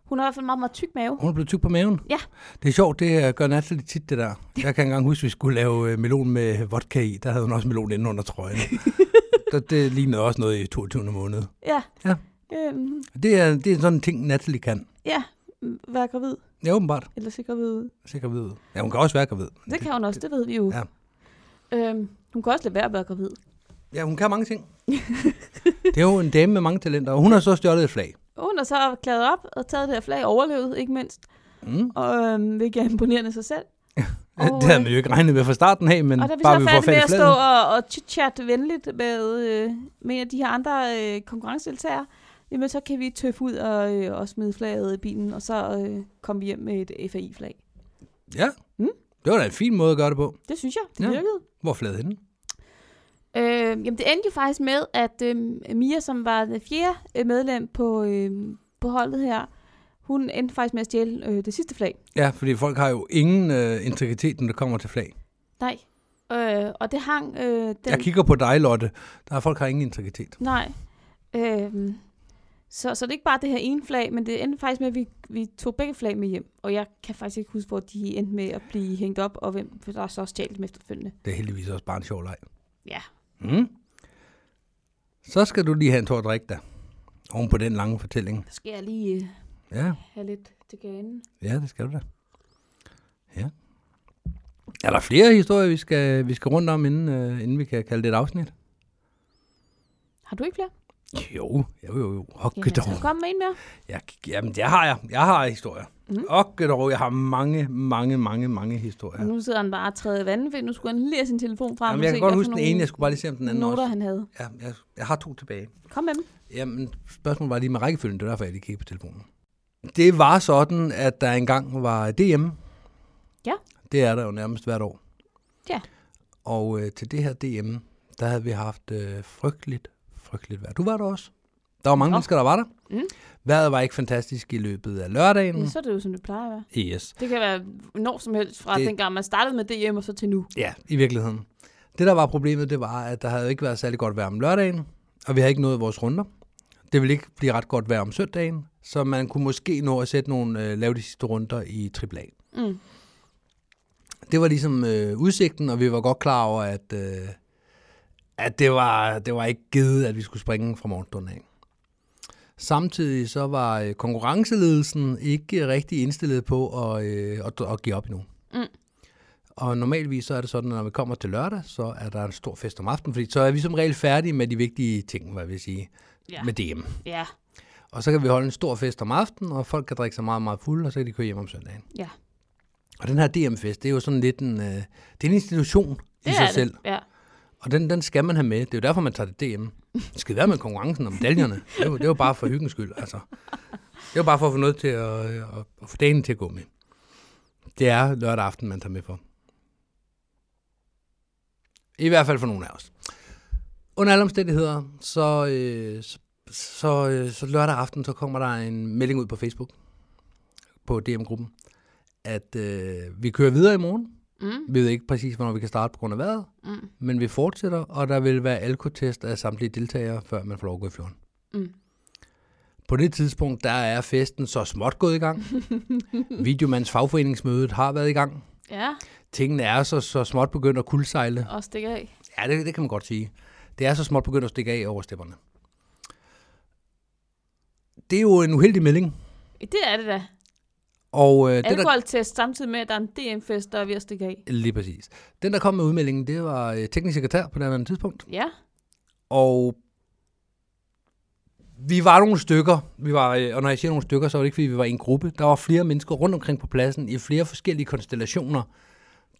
Speaker 2: Hun har i hvert fald meget, meget tyk mave.
Speaker 3: hun er blevet tyk på maven.
Speaker 2: Ja.
Speaker 3: Det er sjovt, det øh, gør Natalie tit, det der. Jeg kan engang huske, at vi skulle lave øh, melon med vodka i. Der havde hun også melon inde under trøjen. det, det lignede også noget i 22. måned.
Speaker 2: Ja.
Speaker 3: Ja.
Speaker 2: Øhm,
Speaker 3: Det er, det er sådan en ting, Natalie kan.
Speaker 2: ja, m- være gravid.
Speaker 3: Ja, åbenbart.
Speaker 2: Eller se gravid ud.
Speaker 3: Se gravid ud. Ja, hun kan også være gravid.
Speaker 2: Det, det kan hun også, det, ved vi jo.
Speaker 3: Ja.
Speaker 2: Øhm, hun kan også lade være at være gravid.
Speaker 3: Ja, hun kan mange ting. det er jo en dame med mange talenter, og hun har så stjålet et flag.
Speaker 2: Hun er så klædet op og taget det her flag, overlevet ikke mindst,
Speaker 3: Mm.
Speaker 2: og øhm, hvilket er imponerende i sig selv. øh,
Speaker 3: Oh, det havde man jo ikke regnet med fra starten af, men
Speaker 2: og da vi så
Speaker 3: bare
Speaker 2: er
Speaker 3: vi får
Speaker 2: færdige med
Speaker 3: fat i
Speaker 2: at stå
Speaker 3: flaget.
Speaker 2: og, og chit-chat venligt med, øh, med en af de her andre øh, konkurrencedeltagere, jamen så kan vi tøffe ud og, øh, og smide flaget i bilen, og så øh, komme vi hjem med et FAI-flag.
Speaker 3: Ja,
Speaker 2: Mm.
Speaker 3: det var da en fin måde at gøre det på.
Speaker 2: Det synes jeg, det
Speaker 3: Ja.
Speaker 2: ja. virkede.
Speaker 3: Hvor er flaget henne?
Speaker 2: Øh, jamen, det endte jo faktisk med, at øh, Mia, som var det fjerde øh, medlem på, øh, på holdet her, hun endte faktisk med at stjæle øh, det sidste flag.
Speaker 3: Ja, fordi folk har jo ingen øh, integritet, når det kommer til flag.
Speaker 2: Nej. Øh, og det hang... Øh, den,
Speaker 3: Den... Jeg kigger på dig, Lotte. Der er folk, har ingen integritet.
Speaker 2: Nej. Øh, så, så det er ikke bare det her ene flag, men det endte faktisk med, at vi, vi tog begge flag med hjem. Og jeg kan faktisk ikke huske, hvor de endte med at blive hængt op, og hvem der så stjal dem efterfølgende.
Speaker 3: Det er heldigvis også bare en sjov leg.
Speaker 2: Ja.
Speaker 3: Mm. Så skal du lige have en tår at drikke da. Oven på den lange fortælling.
Speaker 2: Så skal jeg lige øh,
Speaker 3: Ja,
Speaker 2: have lidt til ganen.
Speaker 3: ja det skal du da. Ja. Er der flere historier, vi skal, vi skal rundt om, inden, øh, inden vi kan kalde det et afsnit?
Speaker 2: Har du ikke flere?
Speaker 3: Jo, jo, jo, jo.
Speaker 2: Jamen,
Speaker 3: Hokke
Speaker 2: så
Speaker 3: dog.
Speaker 2: kom med en mere.
Speaker 3: Jeg, jamen, det har jeg. Jeg har historier. Mm.
Speaker 2: Mm.
Speaker 3: Hokke dog. Jeg har mange, mange, mange, mange historier.
Speaker 2: Ja. Nu sidder han bare og træder i vandet, for nu skulle han lige have sin telefon frem.
Speaker 3: Jamen,
Speaker 2: og
Speaker 3: jeg
Speaker 2: se,
Speaker 3: kan godt
Speaker 2: hvad
Speaker 3: huske
Speaker 2: for
Speaker 3: den
Speaker 2: nogle
Speaker 3: ene. Jeg skulle bare lige se, om den anden
Speaker 2: noter,
Speaker 3: også.
Speaker 2: han havde.
Speaker 3: Ja, jeg, jeg har to tilbage.
Speaker 2: Kom med dem.
Speaker 3: Jamen, spørgsmålet var lige med rækkefølgen. Det var derfor, jeg lige kiggede på telefonen. Det var sådan, at der engang var DM.
Speaker 2: Ja.
Speaker 3: Det er der jo nærmest hvert år.
Speaker 2: Ja.
Speaker 3: Og øh, til det her DM, der havde vi haft øh, frygteligt, frygteligt vejr. Du var der også. Der var mange
Speaker 2: Nå.
Speaker 3: Nå. mennesker, der var der.
Speaker 2: Mm.
Speaker 3: Vejret var ikke fantastisk i løbet af lørdagen.
Speaker 2: Ja, så er det jo, som det plejer at være.
Speaker 3: Yes.
Speaker 2: Det kan være når som helst fra det...
Speaker 3: Det-
Speaker 2: dengang, man startede med DM og så til nu.
Speaker 3: Ja, i virkeligheden. Det, der var problemet, det var, at der havde ikke været særlig godt vejr om lørdagen, og vi havde ikke nået vores runder. Det ville ikke blive ret godt vejr om søndagen, så man kunne måske nå at sætte nogle, øh, lave de sidste runder i AAA.
Speaker 2: Mm.
Speaker 3: Det var ligesom øh, udsigten, og vi var godt klar over, at, øh, at det, var, det var ikke givet, at vi skulle springe fra morgenstunden af. Samtidig så var øh, konkurrenceledelsen ikke rigtig indstillet på at, øh, at, at give op endnu.
Speaker 2: Mm.
Speaker 3: Og normalvis så er det sådan, at når vi kommer til lørdag, så er der en stor fest om aftenen, fordi så er vi som regel færdige med de vigtige ting, hvad jeg vil sige,
Speaker 2: Ja.
Speaker 3: med DM.
Speaker 2: ja,
Speaker 3: Og så kan vi holde en stor fest om aftenen, og folk kan drikke sig meget, meget fulde, og så kan de køre hjem om søndagen.
Speaker 2: ja.
Speaker 3: Og den her DM-fest, det er jo sådan lidt en, øh, det er en institution i sig
Speaker 2: er
Speaker 3: selv.
Speaker 2: Det. Ja.
Speaker 3: Og den, den skal man have med. Det er jo derfor, man tager det DM. Skal være med konkurrencen om medaljerne. Det er jo, det er jo bare for hyggens skyld, altså. Det er jo bare for at få noget til at, øh, at, at få dagen til at gå med. Det er lørdag aften, man tager med for. I hvert fald for nogle af os. Under alle omstændigheder, så, øh, så, så, øh, så lørdag aften, så kommer der en melding ud på Facebook, på DM-gruppen, at øh, vi kører videre i morgen.
Speaker 2: Mm.
Speaker 3: Vi ved ikke præcis, hvornår vi kan starte på grund af vejret.
Speaker 2: Mm.
Speaker 3: Men vi fortsætter, og der vil være alkotest af samtlige deltagere, før man får lov at gå i fjorden.
Speaker 2: Mm.
Speaker 3: På det tidspunkt, der er festen så småt gået i gang. Videomands fagforeningsmødet har været i gang.
Speaker 2: Ja,
Speaker 3: Tingene er så, så småt begyndt at kuldsejle.
Speaker 2: og stikker af.
Speaker 3: Ja, det, det kan man godt sige. Det er så småt begyndt at stikke af over stepperne. Det er jo en uheldig melding.
Speaker 2: Det er det da.
Speaker 3: Og, øh, det, der,
Speaker 2: Alkoholtest samtidig med, at der er en DM-fest, der er ved at stikke af.
Speaker 3: lige præcis. Den, der kom med udmeldingen, det var øh, teknisk sekretær på det andet tidspunkt.
Speaker 2: Ja,
Speaker 3: Og vi var nogle stykker, vi var, øh, og når jeg siger nogle stykker, så var det ikke, fordi vi var i en gruppe. Der var flere mennesker rundt omkring på pladsen i flere forskellige konstellationer.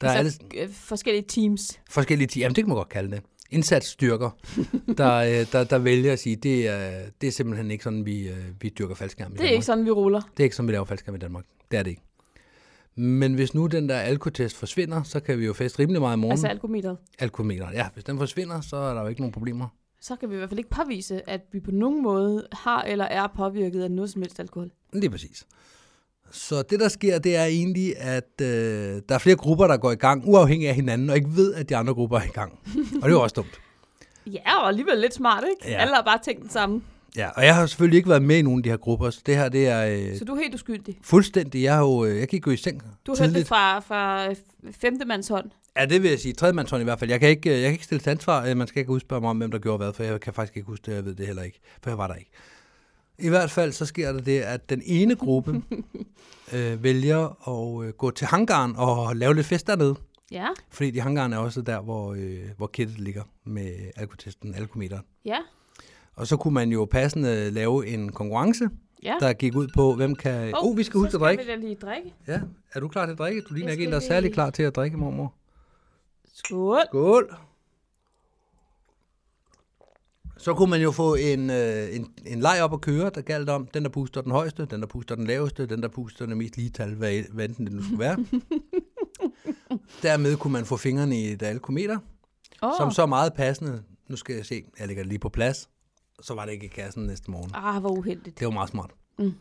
Speaker 3: Der er alle
Speaker 2: altså, øh, forskellige teams.
Speaker 3: forskellige, ti- jamen det kan man godt kalde det, indsatsstyrker, der, øh, der, der vælger at sige, det er, det er simpelthen ikke sådan, vi, øh, vi dyrker faldskærm i
Speaker 2: Det er
Speaker 3: Danmark.
Speaker 2: ikke sådan, vi ruller.
Speaker 3: Det er ikke sådan, vi laver faldskærm i Danmark. Det er det ikke. Men hvis nu den der alkotest forsvinder, så kan vi jo feste rimelig meget i morgen.
Speaker 2: Altså
Speaker 3: Altså,
Speaker 2: alkometeret.
Speaker 3: Alkometeren, ja. Hvis den forsvinder, så er der jo ikke nogen problemer.
Speaker 2: Så kan vi i hvert fald ikke påvise, at vi på nogen måde har eller er påvirket af noget som helst alkohol.
Speaker 3: Lige præcis. Så det, der sker, det er egentlig, at øh, der er flere grupper, der går i gang, uafhængig af hinanden, og ikke ved, at de andre grupper er i gang. Og det er jo også dumt.
Speaker 2: Ja, og alligevel lidt smart, ikke?
Speaker 3: Ja.
Speaker 2: Alle har bare tænkt det samme.
Speaker 3: Ja, og jeg har selvfølgelig ikke været med i nogen af de her grupper, så det her, det er øh,
Speaker 2: Så du er helt uskyldig.
Speaker 3: fuldstændig, jeg, har jo, øh, jeg gik jo i seng
Speaker 2: Du har hørt det
Speaker 3: tidligt.
Speaker 2: fra, fra øh, femte mands hånd.
Speaker 3: Ja, det vil jeg sige, tredjemandshånd i hvert fald. Jeg kan ikke, øh, jeg kan ikke stille til ansvar, Øh, man skal ikke udspørge mig om, hvem der gjorde hvad, for jeg kan faktisk ikke huske det, og jeg ved det heller ikke, for jeg var der ikke. I hvert fald så sker der det, at den ene gruppe øh, vælger at øh, gå til hangaren og lave lidt fest dernede.
Speaker 2: Ja,
Speaker 3: Fordi de hangaren er også der, hvor, øh, hvor kittet ligger med alkotesten, alkometeren.
Speaker 2: ja,
Speaker 3: Og så kunne man jo passende lave en konkurrence,
Speaker 2: ja.
Speaker 3: der gik ud på, hvem kan... Åh, oh, vi skal huske at drikke.
Speaker 2: Så skal vi da lige drikke.
Speaker 3: Ja, er du klar til at drikke? Du ligner
Speaker 2: Jeg
Speaker 3: ikke en,
Speaker 2: skal
Speaker 3: der er særlig
Speaker 2: lige-
Speaker 3: klar til at drikke, mormor.
Speaker 2: Skål.
Speaker 3: Skål! Så kunne man jo få en, øh, en, en leg op at køre, der galt om, den der puster den højeste, den der puster den laveste, den der puster den mest lige tal, hvad, hvad enten det nu skulle være. Dermed kunne man få fingrene i et alkometer,
Speaker 2: Oh.
Speaker 3: Som så meget passende. Nu skal jeg se, jeg lægger det lige på plads. Så var det ikke i kassen næste morgen.
Speaker 2: Ah, hvor uheldigt.
Speaker 3: Det var meget smart.
Speaker 2: Mm.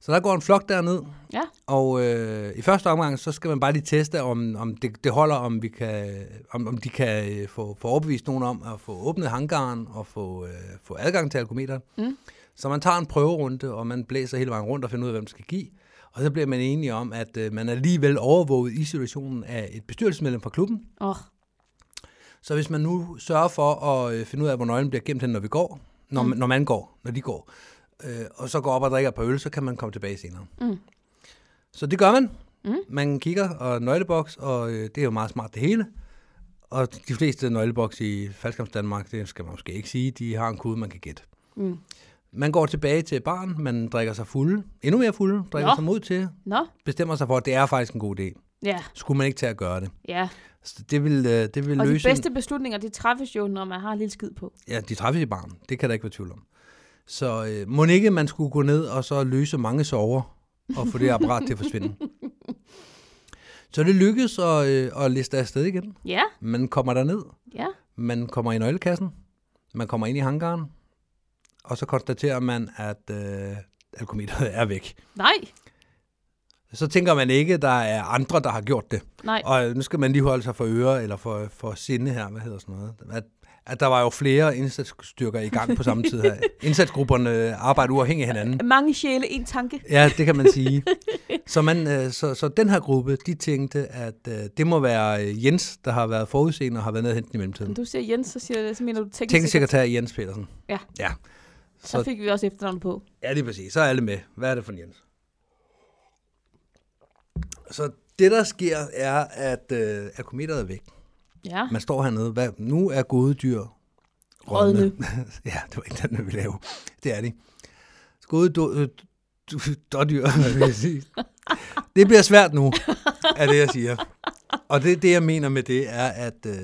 Speaker 3: Så der går en flok derned,
Speaker 2: Ja,
Speaker 3: og øh, i første omgang, så skal man bare lige teste, om, om det, det holder, om, vi kan, om, om de kan øh, få, få overbevist nogen om at få åbnet hangaren og få, øh, få adgang til alkometeren.
Speaker 2: Mm.
Speaker 3: Så man tager en prøverunde, og man blæser hele vejen rundt og finder ud af, hvem der skal give. Og så bliver man enige om, at øh, man er alligevel overvåget i situationen af et bestyrelsesmedlem fra klubben,
Speaker 2: åh, oh,
Speaker 3: så hvis man nu sørger for at øh, finde ud af, hvor nøglen bliver gemt hen, når vi går, når, mm. når man går, når de går, øh, og så går op og drikker på øl, så kan man komme tilbage senere.
Speaker 2: Mm.
Speaker 3: Så det gør man.
Speaker 2: Mm.
Speaker 3: Man kigger og nøgleboks, og øh, det er jo meget smart det hele. Og de fleste nøgleboks i Falskams Danmark, det skal man måske ikke sige, de har en kode, man kan gætte.
Speaker 2: Mm.
Speaker 3: Man går tilbage til baren, man drikker sig fulde, endnu mere fulde, drikker
Speaker 2: Nå.
Speaker 3: sig mod til,
Speaker 2: nå,
Speaker 3: bestemmer sig for, at det er faktisk en god idé.
Speaker 2: ja,
Speaker 3: Skulle man ikke til at gøre det?
Speaker 2: ja.
Speaker 3: Så det vil, øh, det vil
Speaker 2: Og de
Speaker 3: løse... en-
Speaker 2: bedste beslutninger, de træffes jo, når man har en lille skid på.
Speaker 3: Ja, de træffes i barn. Det kan der ikke være tvivl om. Så øh, må ikke, man skulle gå ned og så løse mange sover og få det apparat til at forsvinde. Så det lykkedes at, øh, at liste afsted igen.
Speaker 2: Ja,
Speaker 3: Man kommer derned,
Speaker 2: ja.
Speaker 3: man kommer i nøglekassen, man kommer ind i hangaren, og så konstaterer man, at øh, alkometeret er væk.
Speaker 2: Nej,
Speaker 3: Så tænker man ikke, at der er andre, der har gjort det.
Speaker 2: nej.
Speaker 3: Og nu skal man lige holde sig for øre, eller for, for sinde her, hvad hedder sådan noget. At, at der var jo flere indsatsstyrker i gang på samme tid her. Indsatsgrupperne øh, arbejder uafhængigt af hinanden.
Speaker 2: Mange sjæle, en tanke.
Speaker 3: Ja, det kan man sige. Så, man, øh, så, så den her gruppe, de tænkte, at øh, det må være øh, Jens, der har været forudseende og har været nede og hente den i mellemtiden.
Speaker 2: Når du siger Jens, så, siger, det- så mener du teknisk
Speaker 3: Teknisk
Speaker 2: sikkert.
Speaker 3: sekretær Jens Petersen.
Speaker 2: Ja.
Speaker 3: Ja,
Speaker 2: Så fik vi også efternavn på.
Speaker 3: ja lige præcis. Så er alle med. Hvad er det for en Jens? Så det, der sker, er, at øh, alkometeret er væk.
Speaker 2: Ja,
Speaker 3: Man står hernede. Hvad, nu er gode dyr
Speaker 2: Rådne.
Speaker 3: ja, det var ikke den, jeg ville lave. Det er de. Gode do, øh, du, dårdyr, hvad vil jeg sige. Det bliver svært nu, er det, jeg siger. Og det, det jeg mener med det, er, at øh,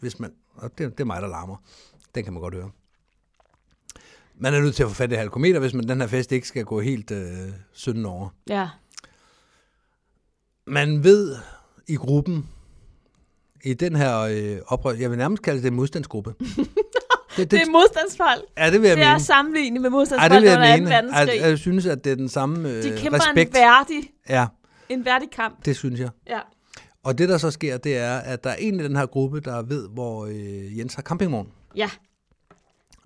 Speaker 3: hvis man... Og det, det er mig, der larmer. Den kan man godt høre. Man er nødt til at få fat i det her alkometer, hvis man den her fest ikke skal gå helt øh, synden over.
Speaker 2: ja.
Speaker 3: Man ved i gruppen, i den her øh, oprør, jeg vil nærmest kalde det en modstandsgruppe. det,
Speaker 2: Det
Speaker 3: det,
Speaker 2: er modstandsfald.
Speaker 3: ja, det vil jeg
Speaker 2: Det er
Speaker 3: mene.
Speaker 2: sammenlignet med
Speaker 3: Ej, det
Speaker 2: modstandsfald
Speaker 3: vil jeg
Speaker 2: under 2.
Speaker 3: mene. Ej,
Speaker 2: verdenskrig.
Speaker 3: jeg, jeg synes, at det er den samme øh,
Speaker 2: De kæmper
Speaker 3: respekt.
Speaker 2: en værdig,
Speaker 3: Ja,
Speaker 2: en værdig kamp.
Speaker 3: det synes jeg.
Speaker 2: Ja.
Speaker 3: Og det, der så sker, det er, at der er en i den her gruppe, der ved, hvor øh, Jens har campingvogn.
Speaker 2: ja.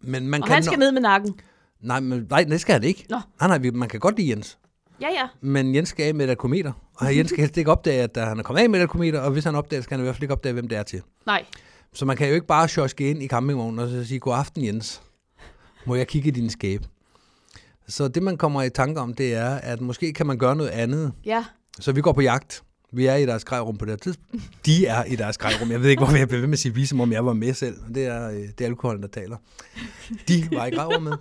Speaker 3: Men man
Speaker 2: Og
Speaker 3: kan
Speaker 2: han skal ned med nakken.
Speaker 3: Nej, men, nej, det skal han ikke.
Speaker 2: Nå.
Speaker 3: Nej, nej, vi- man kan godt lide Jens.
Speaker 2: Ja, ja.
Speaker 3: Men Jens skal af med et alkometer. Og Jens skal helst ikke opdage, at øh, han er kommet af med et alkometer. Og hvis han opdager, det, skal han i hvert fald ikke opdage, hvem det er til.
Speaker 2: Nej.
Speaker 3: Så man kan jo ikke bare sjoske ind i campingvognen og så sige, god aften Jens, må jeg kigge i din skæbe? Så det, man kommer i tanke om, det er, at måske kan man gøre noget andet.
Speaker 2: Ja.
Speaker 3: Så vi går på jagt. Vi er i deres grejrum på det her tidspunkt. De er i deres grejrum. Jeg ved ikke, hvorfor jeg bliver ved med at sige vi, som om jeg var med selv. Men Det er, øh, det er alkoholen, der taler. De var i grejrummet.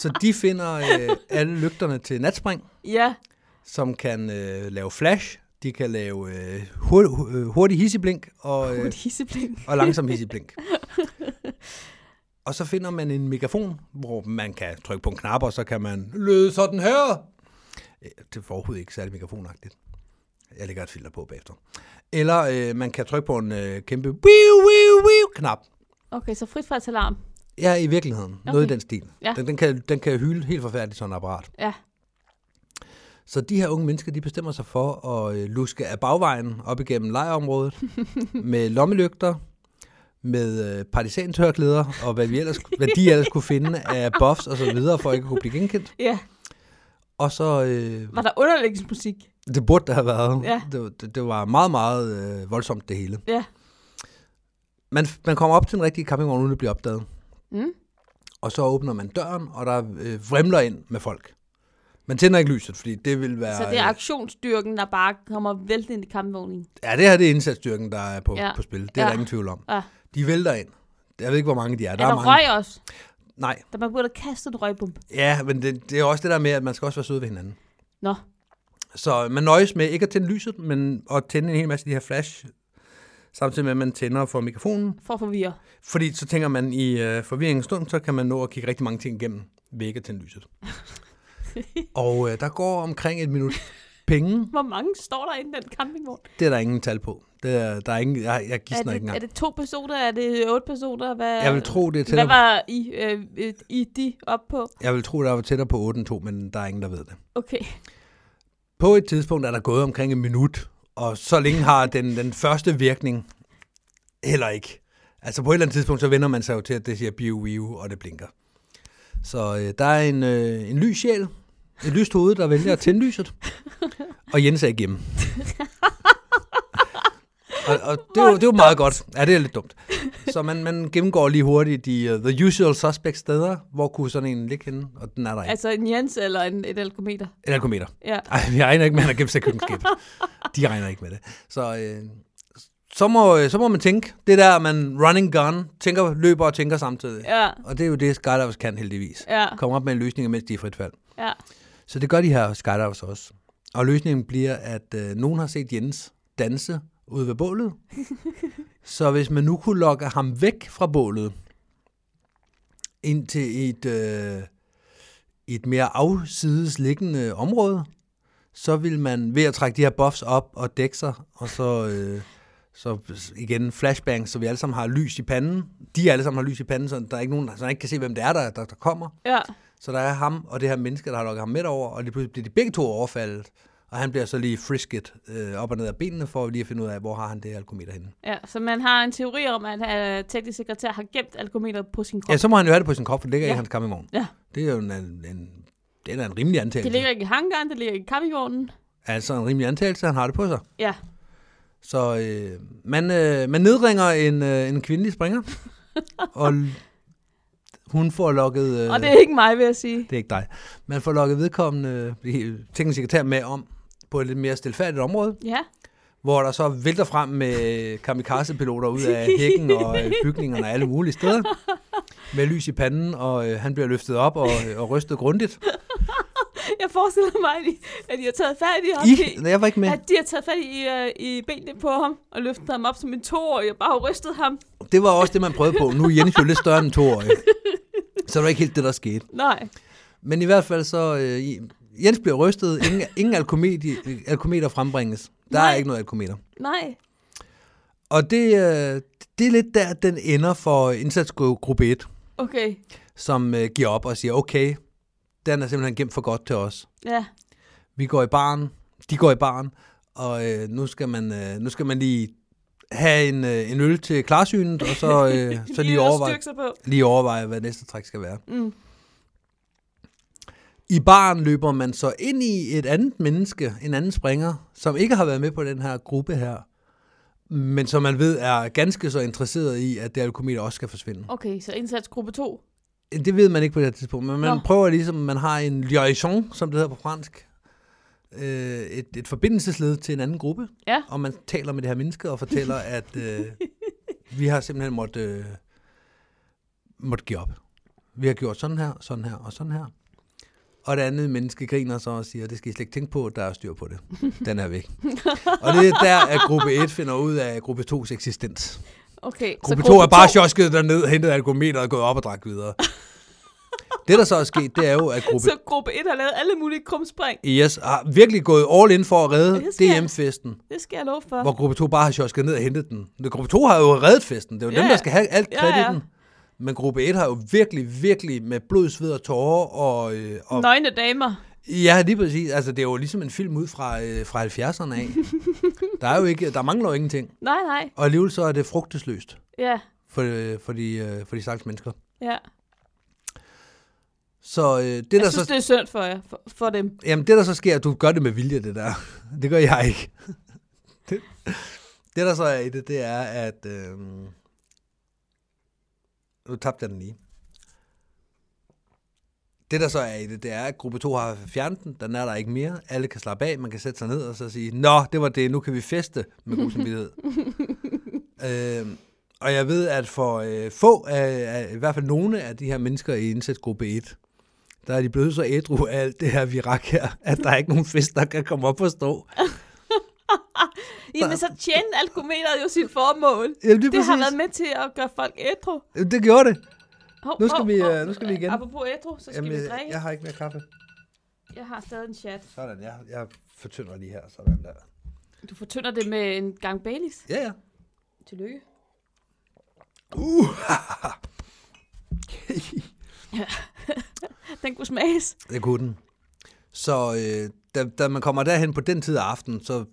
Speaker 3: Så de finder øh, alle lygterne til natspring,
Speaker 2: Ja.
Speaker 3: som kan øh, lave flash. De kan lave øh, hurtig, øh, hurtig hisseblink og,
Speaker 2: På
Speaker 3: øh,
Speaker 2: et hisseblink.
Speaker 3: og langsom hisseblink. Og så finder man en megafon, hvor man kan trykke på en knap, og så kan man lyde sådan her. Øh, Det er overhovedet ikke særlig mikrofonagtigt. Jeg lægger et filter på bagefter. Eller øh, man kan trykke på en øh, kæmpe wiu, wiu, wiu, knap.
Speaker 2: Okay, så fritfaldsalarm.
Speaker 3: Ja, i virkeligheden. Okay. Noget i
Speaker 2: Okay.
Speaker 3: den stil.
Speaker 2: Ja.
Speaker 3: Den, den, kan, den kan hylde helt forfærdeligt sådan et apparat.
Speaker 2: Ja.
Speaker 3: Så de her unge mennesker, de bestemmer sig for at øh, luske af bagvejen op igennem lejeområdet med lommelygter, med øh, partisantørklæder og hvad, vi ellers, hvad de ellers kunne finde af buffs og så videre, for ikke at kunne blive genkendt.
Speaker 2: Ja.
Speaker 3: Og så, øh,
Speaker 2: Var der underlægningsmusik?
Speaker 3: det burde der have været,
Speaker 2: Ja.
Speaker 3: det, var- det, det var meget, meget øh, voldsomt det hele.
Speaker 2: Ja.
Speaker 3: Man, man kommer op til den rigtige campingvogn, uden at blive opdaget.
Speaker 2: Mm.
Speaker 3: Og så åbner man døren, og der øh, vrimler ind med folk. Man tænder ikke lyset, fordi det vil være...
Speaker 2: Så det er
Speaker 3: øh,
Speaker 2: aktionsstyrken, der bare kommer væltende ind i kampvognen.
Speaker 3: Ja, det her det er indsatsstyrken, der er på,
Speaker 2: Ja.
Speaker 3: ja. på spil. Det er ja.
Speaker 2: Ja.
Speaker 3: der ingen tvivl om.
Speaker 2: Ja.
Speaker 3: De vælter ind. Jeg ved ikke, hvor mange de er.
Speaker 2: Er
Speaker 3: Der er,
Speaker 2: der
Speaker 3: mange.
Speaker 2: røg også?
Speaker 3: Nej,
Speaker 2: Der man burde have kastet en røgbombe.
Speaker 3: ja, men det, det er også det der med, at man skal også være sød ved hinanden.
Speaker 2: Nå.
Speaker 3: Så man nøjes med ikke at tænde lyset, men at tænde en hel masse af de her flash, samtidig med, at man tænder for mikrofonen.
Speaker 2: For at forvirre.
Speaker 3: Fordi så tænker man, i øh, forvirringens stund, så kan man nå at kigge rigtig mange ting igennem, ved ikke at tænde lyset. og øh, der går omkring et minut penge.
Speaker 2: Hvor mange står der inde i den campingvogn?
Speaker 3: Det er der ingen tal på. Det er, der er ingen, jeg, jeg
Speaker 2: Er
Speaker 3: gidsner ikke
Speaker 2: det, er
Speaker 3: engang.
Speaker 2: det to personer? Er det otte personer? Hvad,
Speaker 3: Jeg vil tro, det
Speaker 2: Hvad
Speaker 3: er tættere,
Speaker 2: var I, øh, øh, I de op på?
Speaker 3: jeg vil tro, der var tættere på 8 end 2, men der er ingen, der ved det.
Speaker 2: Okay.
Speaker 3: På et tidspunkt er der gået omkring et minut, og så længe har den, den første virkning heller ikke. Altså på et eller andet tidspunkt, så vender man sig jo til, at det siger biu biu, og det blinker. Så øh, der er en, øh, en lys sjæl, et lyst hoved, der vælger at tænde lyset, og Jens er ikke hjemme. Og, og det, er jo, det er jo meget godt. Ja, det er lidt dumt. Så man, man gennemgår lige hurtigt de uh, the usual suspect steder, hvor kunne sådan en ligge henne, og den er der ikke.
Speaker 2: Altså en Jens eller en, et alkometer.
Speaker 3: En alkometer.
Speaker 2: Ja.
Speaker 3: Ej, vi regner ikke med, at han har gemt sig i køkkenskabet. De regner ikke med det. Så, øh, så, må, øh, så må man tænke. Det der, man running gun, tænker, løber og tænker samtidig.
Speaker 2: Ja.
Speaker 3: Og det er jo det, skydivers kan heldigvis.
Speaker 2: Ja.
Speaker 3: Kommer op med en løsning, mens de er i frit fald.
Speaker 2: Ja.
Speaker 3: Så det gør de her skydivers også. Og løsningen bliver, at øh, nogen har set Jens danse ude ved bålet. så hvis man nu kunne lokke ham væk fra bålet, ind til et, øh, et mere afsides liggende område, så vil man ved at trække de her buffs op og dække sig, og så, øh, så igen flashbang, så vi alle sammen har lys i panden. De alle sammen har lys i panden, så der er ikke nogen, så man ikke kan se, hvem det er, der, der, der kommer.
Speaker 2: Ja.
Speaker 3: Så der er ham og det her menneske, der har lukket ham med over, og lige pludselig bliver de begge to overfaldet. Og han bliver så lige frisket øh, op og ned af benene, for lige at finde ud af, hvor har han det alkometer henne.
Speaker 2: ja. Så man har en teori om, at øh, teknisk sekretær har gemt alkometeret på sin krop.
Speaker 3: Ja, så må han jo have det på sin krop, for det ligger ja.
Speaker 2: Ja.
Speaker 3: i hans kammevogn.
Speaker 2: Ja.
Speaker 3: Det er jo en, en, en, det er da en rimelig antagelse.
Speaker 2: Det ligger ikke i hangaren, det ligger ikke i kaffevognen.
Speaker 3: Altså en rimelig antagelse, han har det på sig.
Speaker 2: Ja.
Speaker 3: Så øh, man, øh, man nedringer en, øh, en kvindelig springer, og l- hun får lukket... Øh,
Speaker 2: Og det er ikke mig, vil jeg sige.
Speaker 3: det er ikke dig. Man får lukket vedkommende øh, teknisk sekretær med om på et lidt mere stilfærdigt område,
Speaker 2: Ja.
Speaker 3: hvor der så vælter frem med kamikaze-piloter ud af hækken og øh, bygningerne og alle mulige steder, med lys i panden, og øh, han bliver løftet op og, øh, og rystet grundigt.
Speaker 2: Jeg forestiller mig, at I, at I har taget fat i ham.
Speaker 3: I, Nej, jeg var ikke med.
Speaker 2: At de har taget fat i, øh, i benene på ham og løftet ham op som en toårig og bare rystet ham.
Speaker 3: Det var også det, man prøvede på. Nu er Jens jo lidt større end to år. Så det var ikke helt det, der skete.
Speaker 2: Nej.
Speaker 3: Men i hvert fald så... Øh, I- Jens bliver rystet. Ingen, ingen alkomedi- alkometer frembringes. Der er
Speaker 2: Nej.
Speaker 3: ikke noget alkometer.
Speaker 2: Nej.
Speaker 3: Og det, øh, det er lidt der, den ender for indsatsgruppe 1,
Speaker 2: Okay.
Speaker 3: som øh, giver op og siger, okay, den er simpelthen gemt for godt til os.
Speaker 2: Ja.
Speaker 3: Vi går i baren, de går i baren, og øh, nu, skal man, øh, nu skal man lige have en, øh, en øl til klarsynet, og så, øh, så lige,
Speaker 2: ud og
Speaker 3: overveje,
Speaker 2: styrke sig på.
Speaker 3: lige overveje, hvad næste træk skal være.
Speaker 2: Mm.
Speaker 3: I baren løber man så ind i et andet menneske, en anden springer, som ikke har været med på den her gruppe her, men som man ved er ganske så interesseret i, at det alkometer også skal forsvinde.
Speaker 2: Okay, så indsatsgruppe 2.
Speaker 3: Det ved man ikke på det her tidspunkt, men man
Speaker 2: Nå.
Speaker 3: Nå. prøver ligesom, man har en liaison, som det hedder på fransk, øh, et, et forbindelsesled til en anden gruppe,
Speaker 2: Ja.
Speaker 3: og man taler med det her menneske og fortæller, at øh, vi har simpelthen måtte, øh, måtte give op. Vi har gjort sådan her, sådan her og sådan her. Og det andet menneske griner så og siger, det skal I slet ikke tænke på, der er styr på det. Den er væk. og det er der, at gruppe 1 finder ud af gruppe 2's eksistens.
Speaker 2: Okay,
Speaker 3: Gruppe 2 er bare
Speaker 2: to-
Speaker 3: sjosket derned, hentet alkometer og gået op og drak videre. det, der så er sket, det er jo, at gruppe
Speaker 2: Så gruppe 1 har lavet alle mulige krumspring.
Speaker 3: IS har virkelig gået all in for at redde
Speaker 2: Det skal-
Speaker 3: DM-festen,
Speaker 2: Det skal jeg love for.
Speaker 3: hvor gruppe 2 bare har sjosket ned og hentet den. Men gruppe 2 har jo reddet festen. Det er jo
Speaker 2: Ja,
Speaker 3: dem,
Speaker 2: ja.
Speaker 3: der skal have alt
Speaker 2: Ja, ja.
Speaker 3: krediten. Men gruppe 1 har jo virkelig, virkelig med blod, sved og tårer og... Øh, og
Speaker 2: Nøgne damer.
Speaker 3: ja, lige præcis. Altså, det er jo ligesom en film ud fra, øh, fra 70'erne af. der, er jo ikke, der mangler jo ingenting.
Speaker 2: Nej, nej.
Speaker 3: Og alligevel så er det frugtesløst
Speaker 2: Ja,
Speaker 3: for, øh, for, de, øh, for de stakkels mennesker.
Speaker 2: ja.
Speaker 3: Så øh, det, der
Speaker 2: Jeg
Speaker 3: så
Speaker 2: synes, det er synd for jer, for, for dem.
Speaker 3: Jamen det, der så sker, du gør det med vilje, det der. Det gør jeg ikke. Det, det der så er i det, det er, at... Øh, nu tabte jeg den lige. Det, der så er i det, det er, at gruppe 2 har fjernet den. Den er der ikke mere. Alle kan slappe af. Man kan sætte sig ned og så sige, Nå, det var det. Nu kan vi feste med god samvittighed. øh, og jeg ved, at for øh, få, af, af, i hvert fald nogle af de her mennesker i indsatsgruppe 1, der er de blevet så ædru af alt det her virak her, at der er ikke nogen fisk, der kan komme op og stå.
Speaker 2: Jamen, så tjener alkometeret jo sit formål.
Speaker 3: Jamen,
Speaker 2: Det har været med til at gøre folk ædru.
Speaker 3: med. Det gjorde det.
Speaker 2: Hov,
Speaker 3: Nu skal
Speaker 2: hov,
Speaker 3: vi,
Speaker 2: hov.
Speaker 3: øh, nu skal vi igen.
Speaker 2: Apropos ædru, så skal
Speaker 3: Jamen, øh,
Speaker 2: vi
Speaker 3: jeg,
Speaker 2: drikke.
Speaker 3: jeg har ikke mere kaffe.
Speaker 2: Jeg har stadig en chat.
Speaker 3: Sådan, jeg, jeg fortynder lige her. Sådan der.
Speaker 2: Du fortynder det med en gang Baileys.
Speaker 3: Ja, ja.
Speaker 2: Tillykke.
Speaker 3: Uh,
Speaker 2: Den kunne smages.
Speaker 3: det kunne den. Så øh, da, da man kommer derhen på den tid af aftenen, så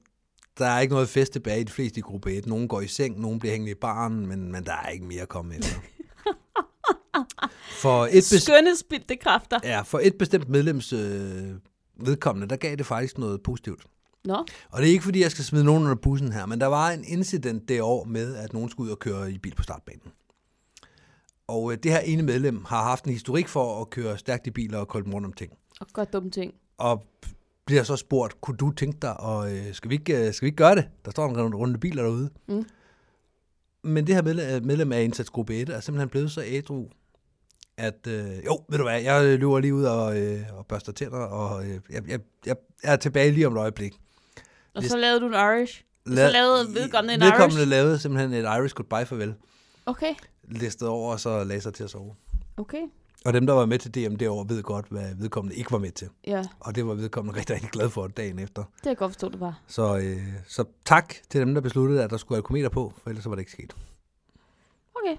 Speaker 3: der er ikke noget fest tilbage i de fleste i gruppe 1. Nogen går i seng, nogen bliver hængende i baren, men, men der er ikke mere at komme efter. For et, bes-
Speaker 2: Skønne spildte kræfter.
Speaker 3: ja, for et bestemt medlems øh, vedkommende, der gav det faktisk noget positivt.
Speaker 2: Nå,
Speaker 3: Og det er ikke, fordi jeg skal smide nogen under bussen her, men der var en incident det år med, at nogen skulle ud og køre i bil på startbanen. Og øh, det her ene medlem har haft en historik for at køre stærkt i biler og kolde rundt om ting.
Speaker 2: og godt dumme ting.
Speaker 3: Og bliver så spurgt, kunne du tænke dig, og øh, skal, vi ikke, øh, skal vi ikke gøre det? Der står en runde biler derude.
Speaker 2: Mm.
Speaker 3: Men det her medlem, medlem af indsatsgruppe 1 er simpelthen blevet så ædru, at øh, jo, ved du hvad, jeg løber lige ud og, øh, og børster tænder, og øh, jeg, jeg, jeg, jeg er tilbage lige om et øjeblik.
Speaker 2: Og
Speaker 3: Hvis-
Speaker 2: så lavede du en Irish.
Speaker 3: La-
Speaker 2: Så lavede vedkommende en
Speaker 3: Vedkommende
Speaker 2: Irish?
Speaker 3: lavede simpelthen et Irish goodbye farvel,
Speaker 2: Okay,
Speaker 3: listet over og så lagde sig til at sove.
Speaker 2: okay.
Speaker 3: Og dem, der var med til DM det år, ved godt, hvad vedkommende ikke var med til.
Speaker 2: Ja,
Speaker 3: Og det var vedkommende rigtig, rigtig glad for dagen efter.
Speaker 2: det kan jeg godt forstå, det var.
Speaker 3: Så, øh, så tak til dem, der besluttede, at der skulle alkometer på, for ellers så var det ikke sket.
Speaker 2: Okay.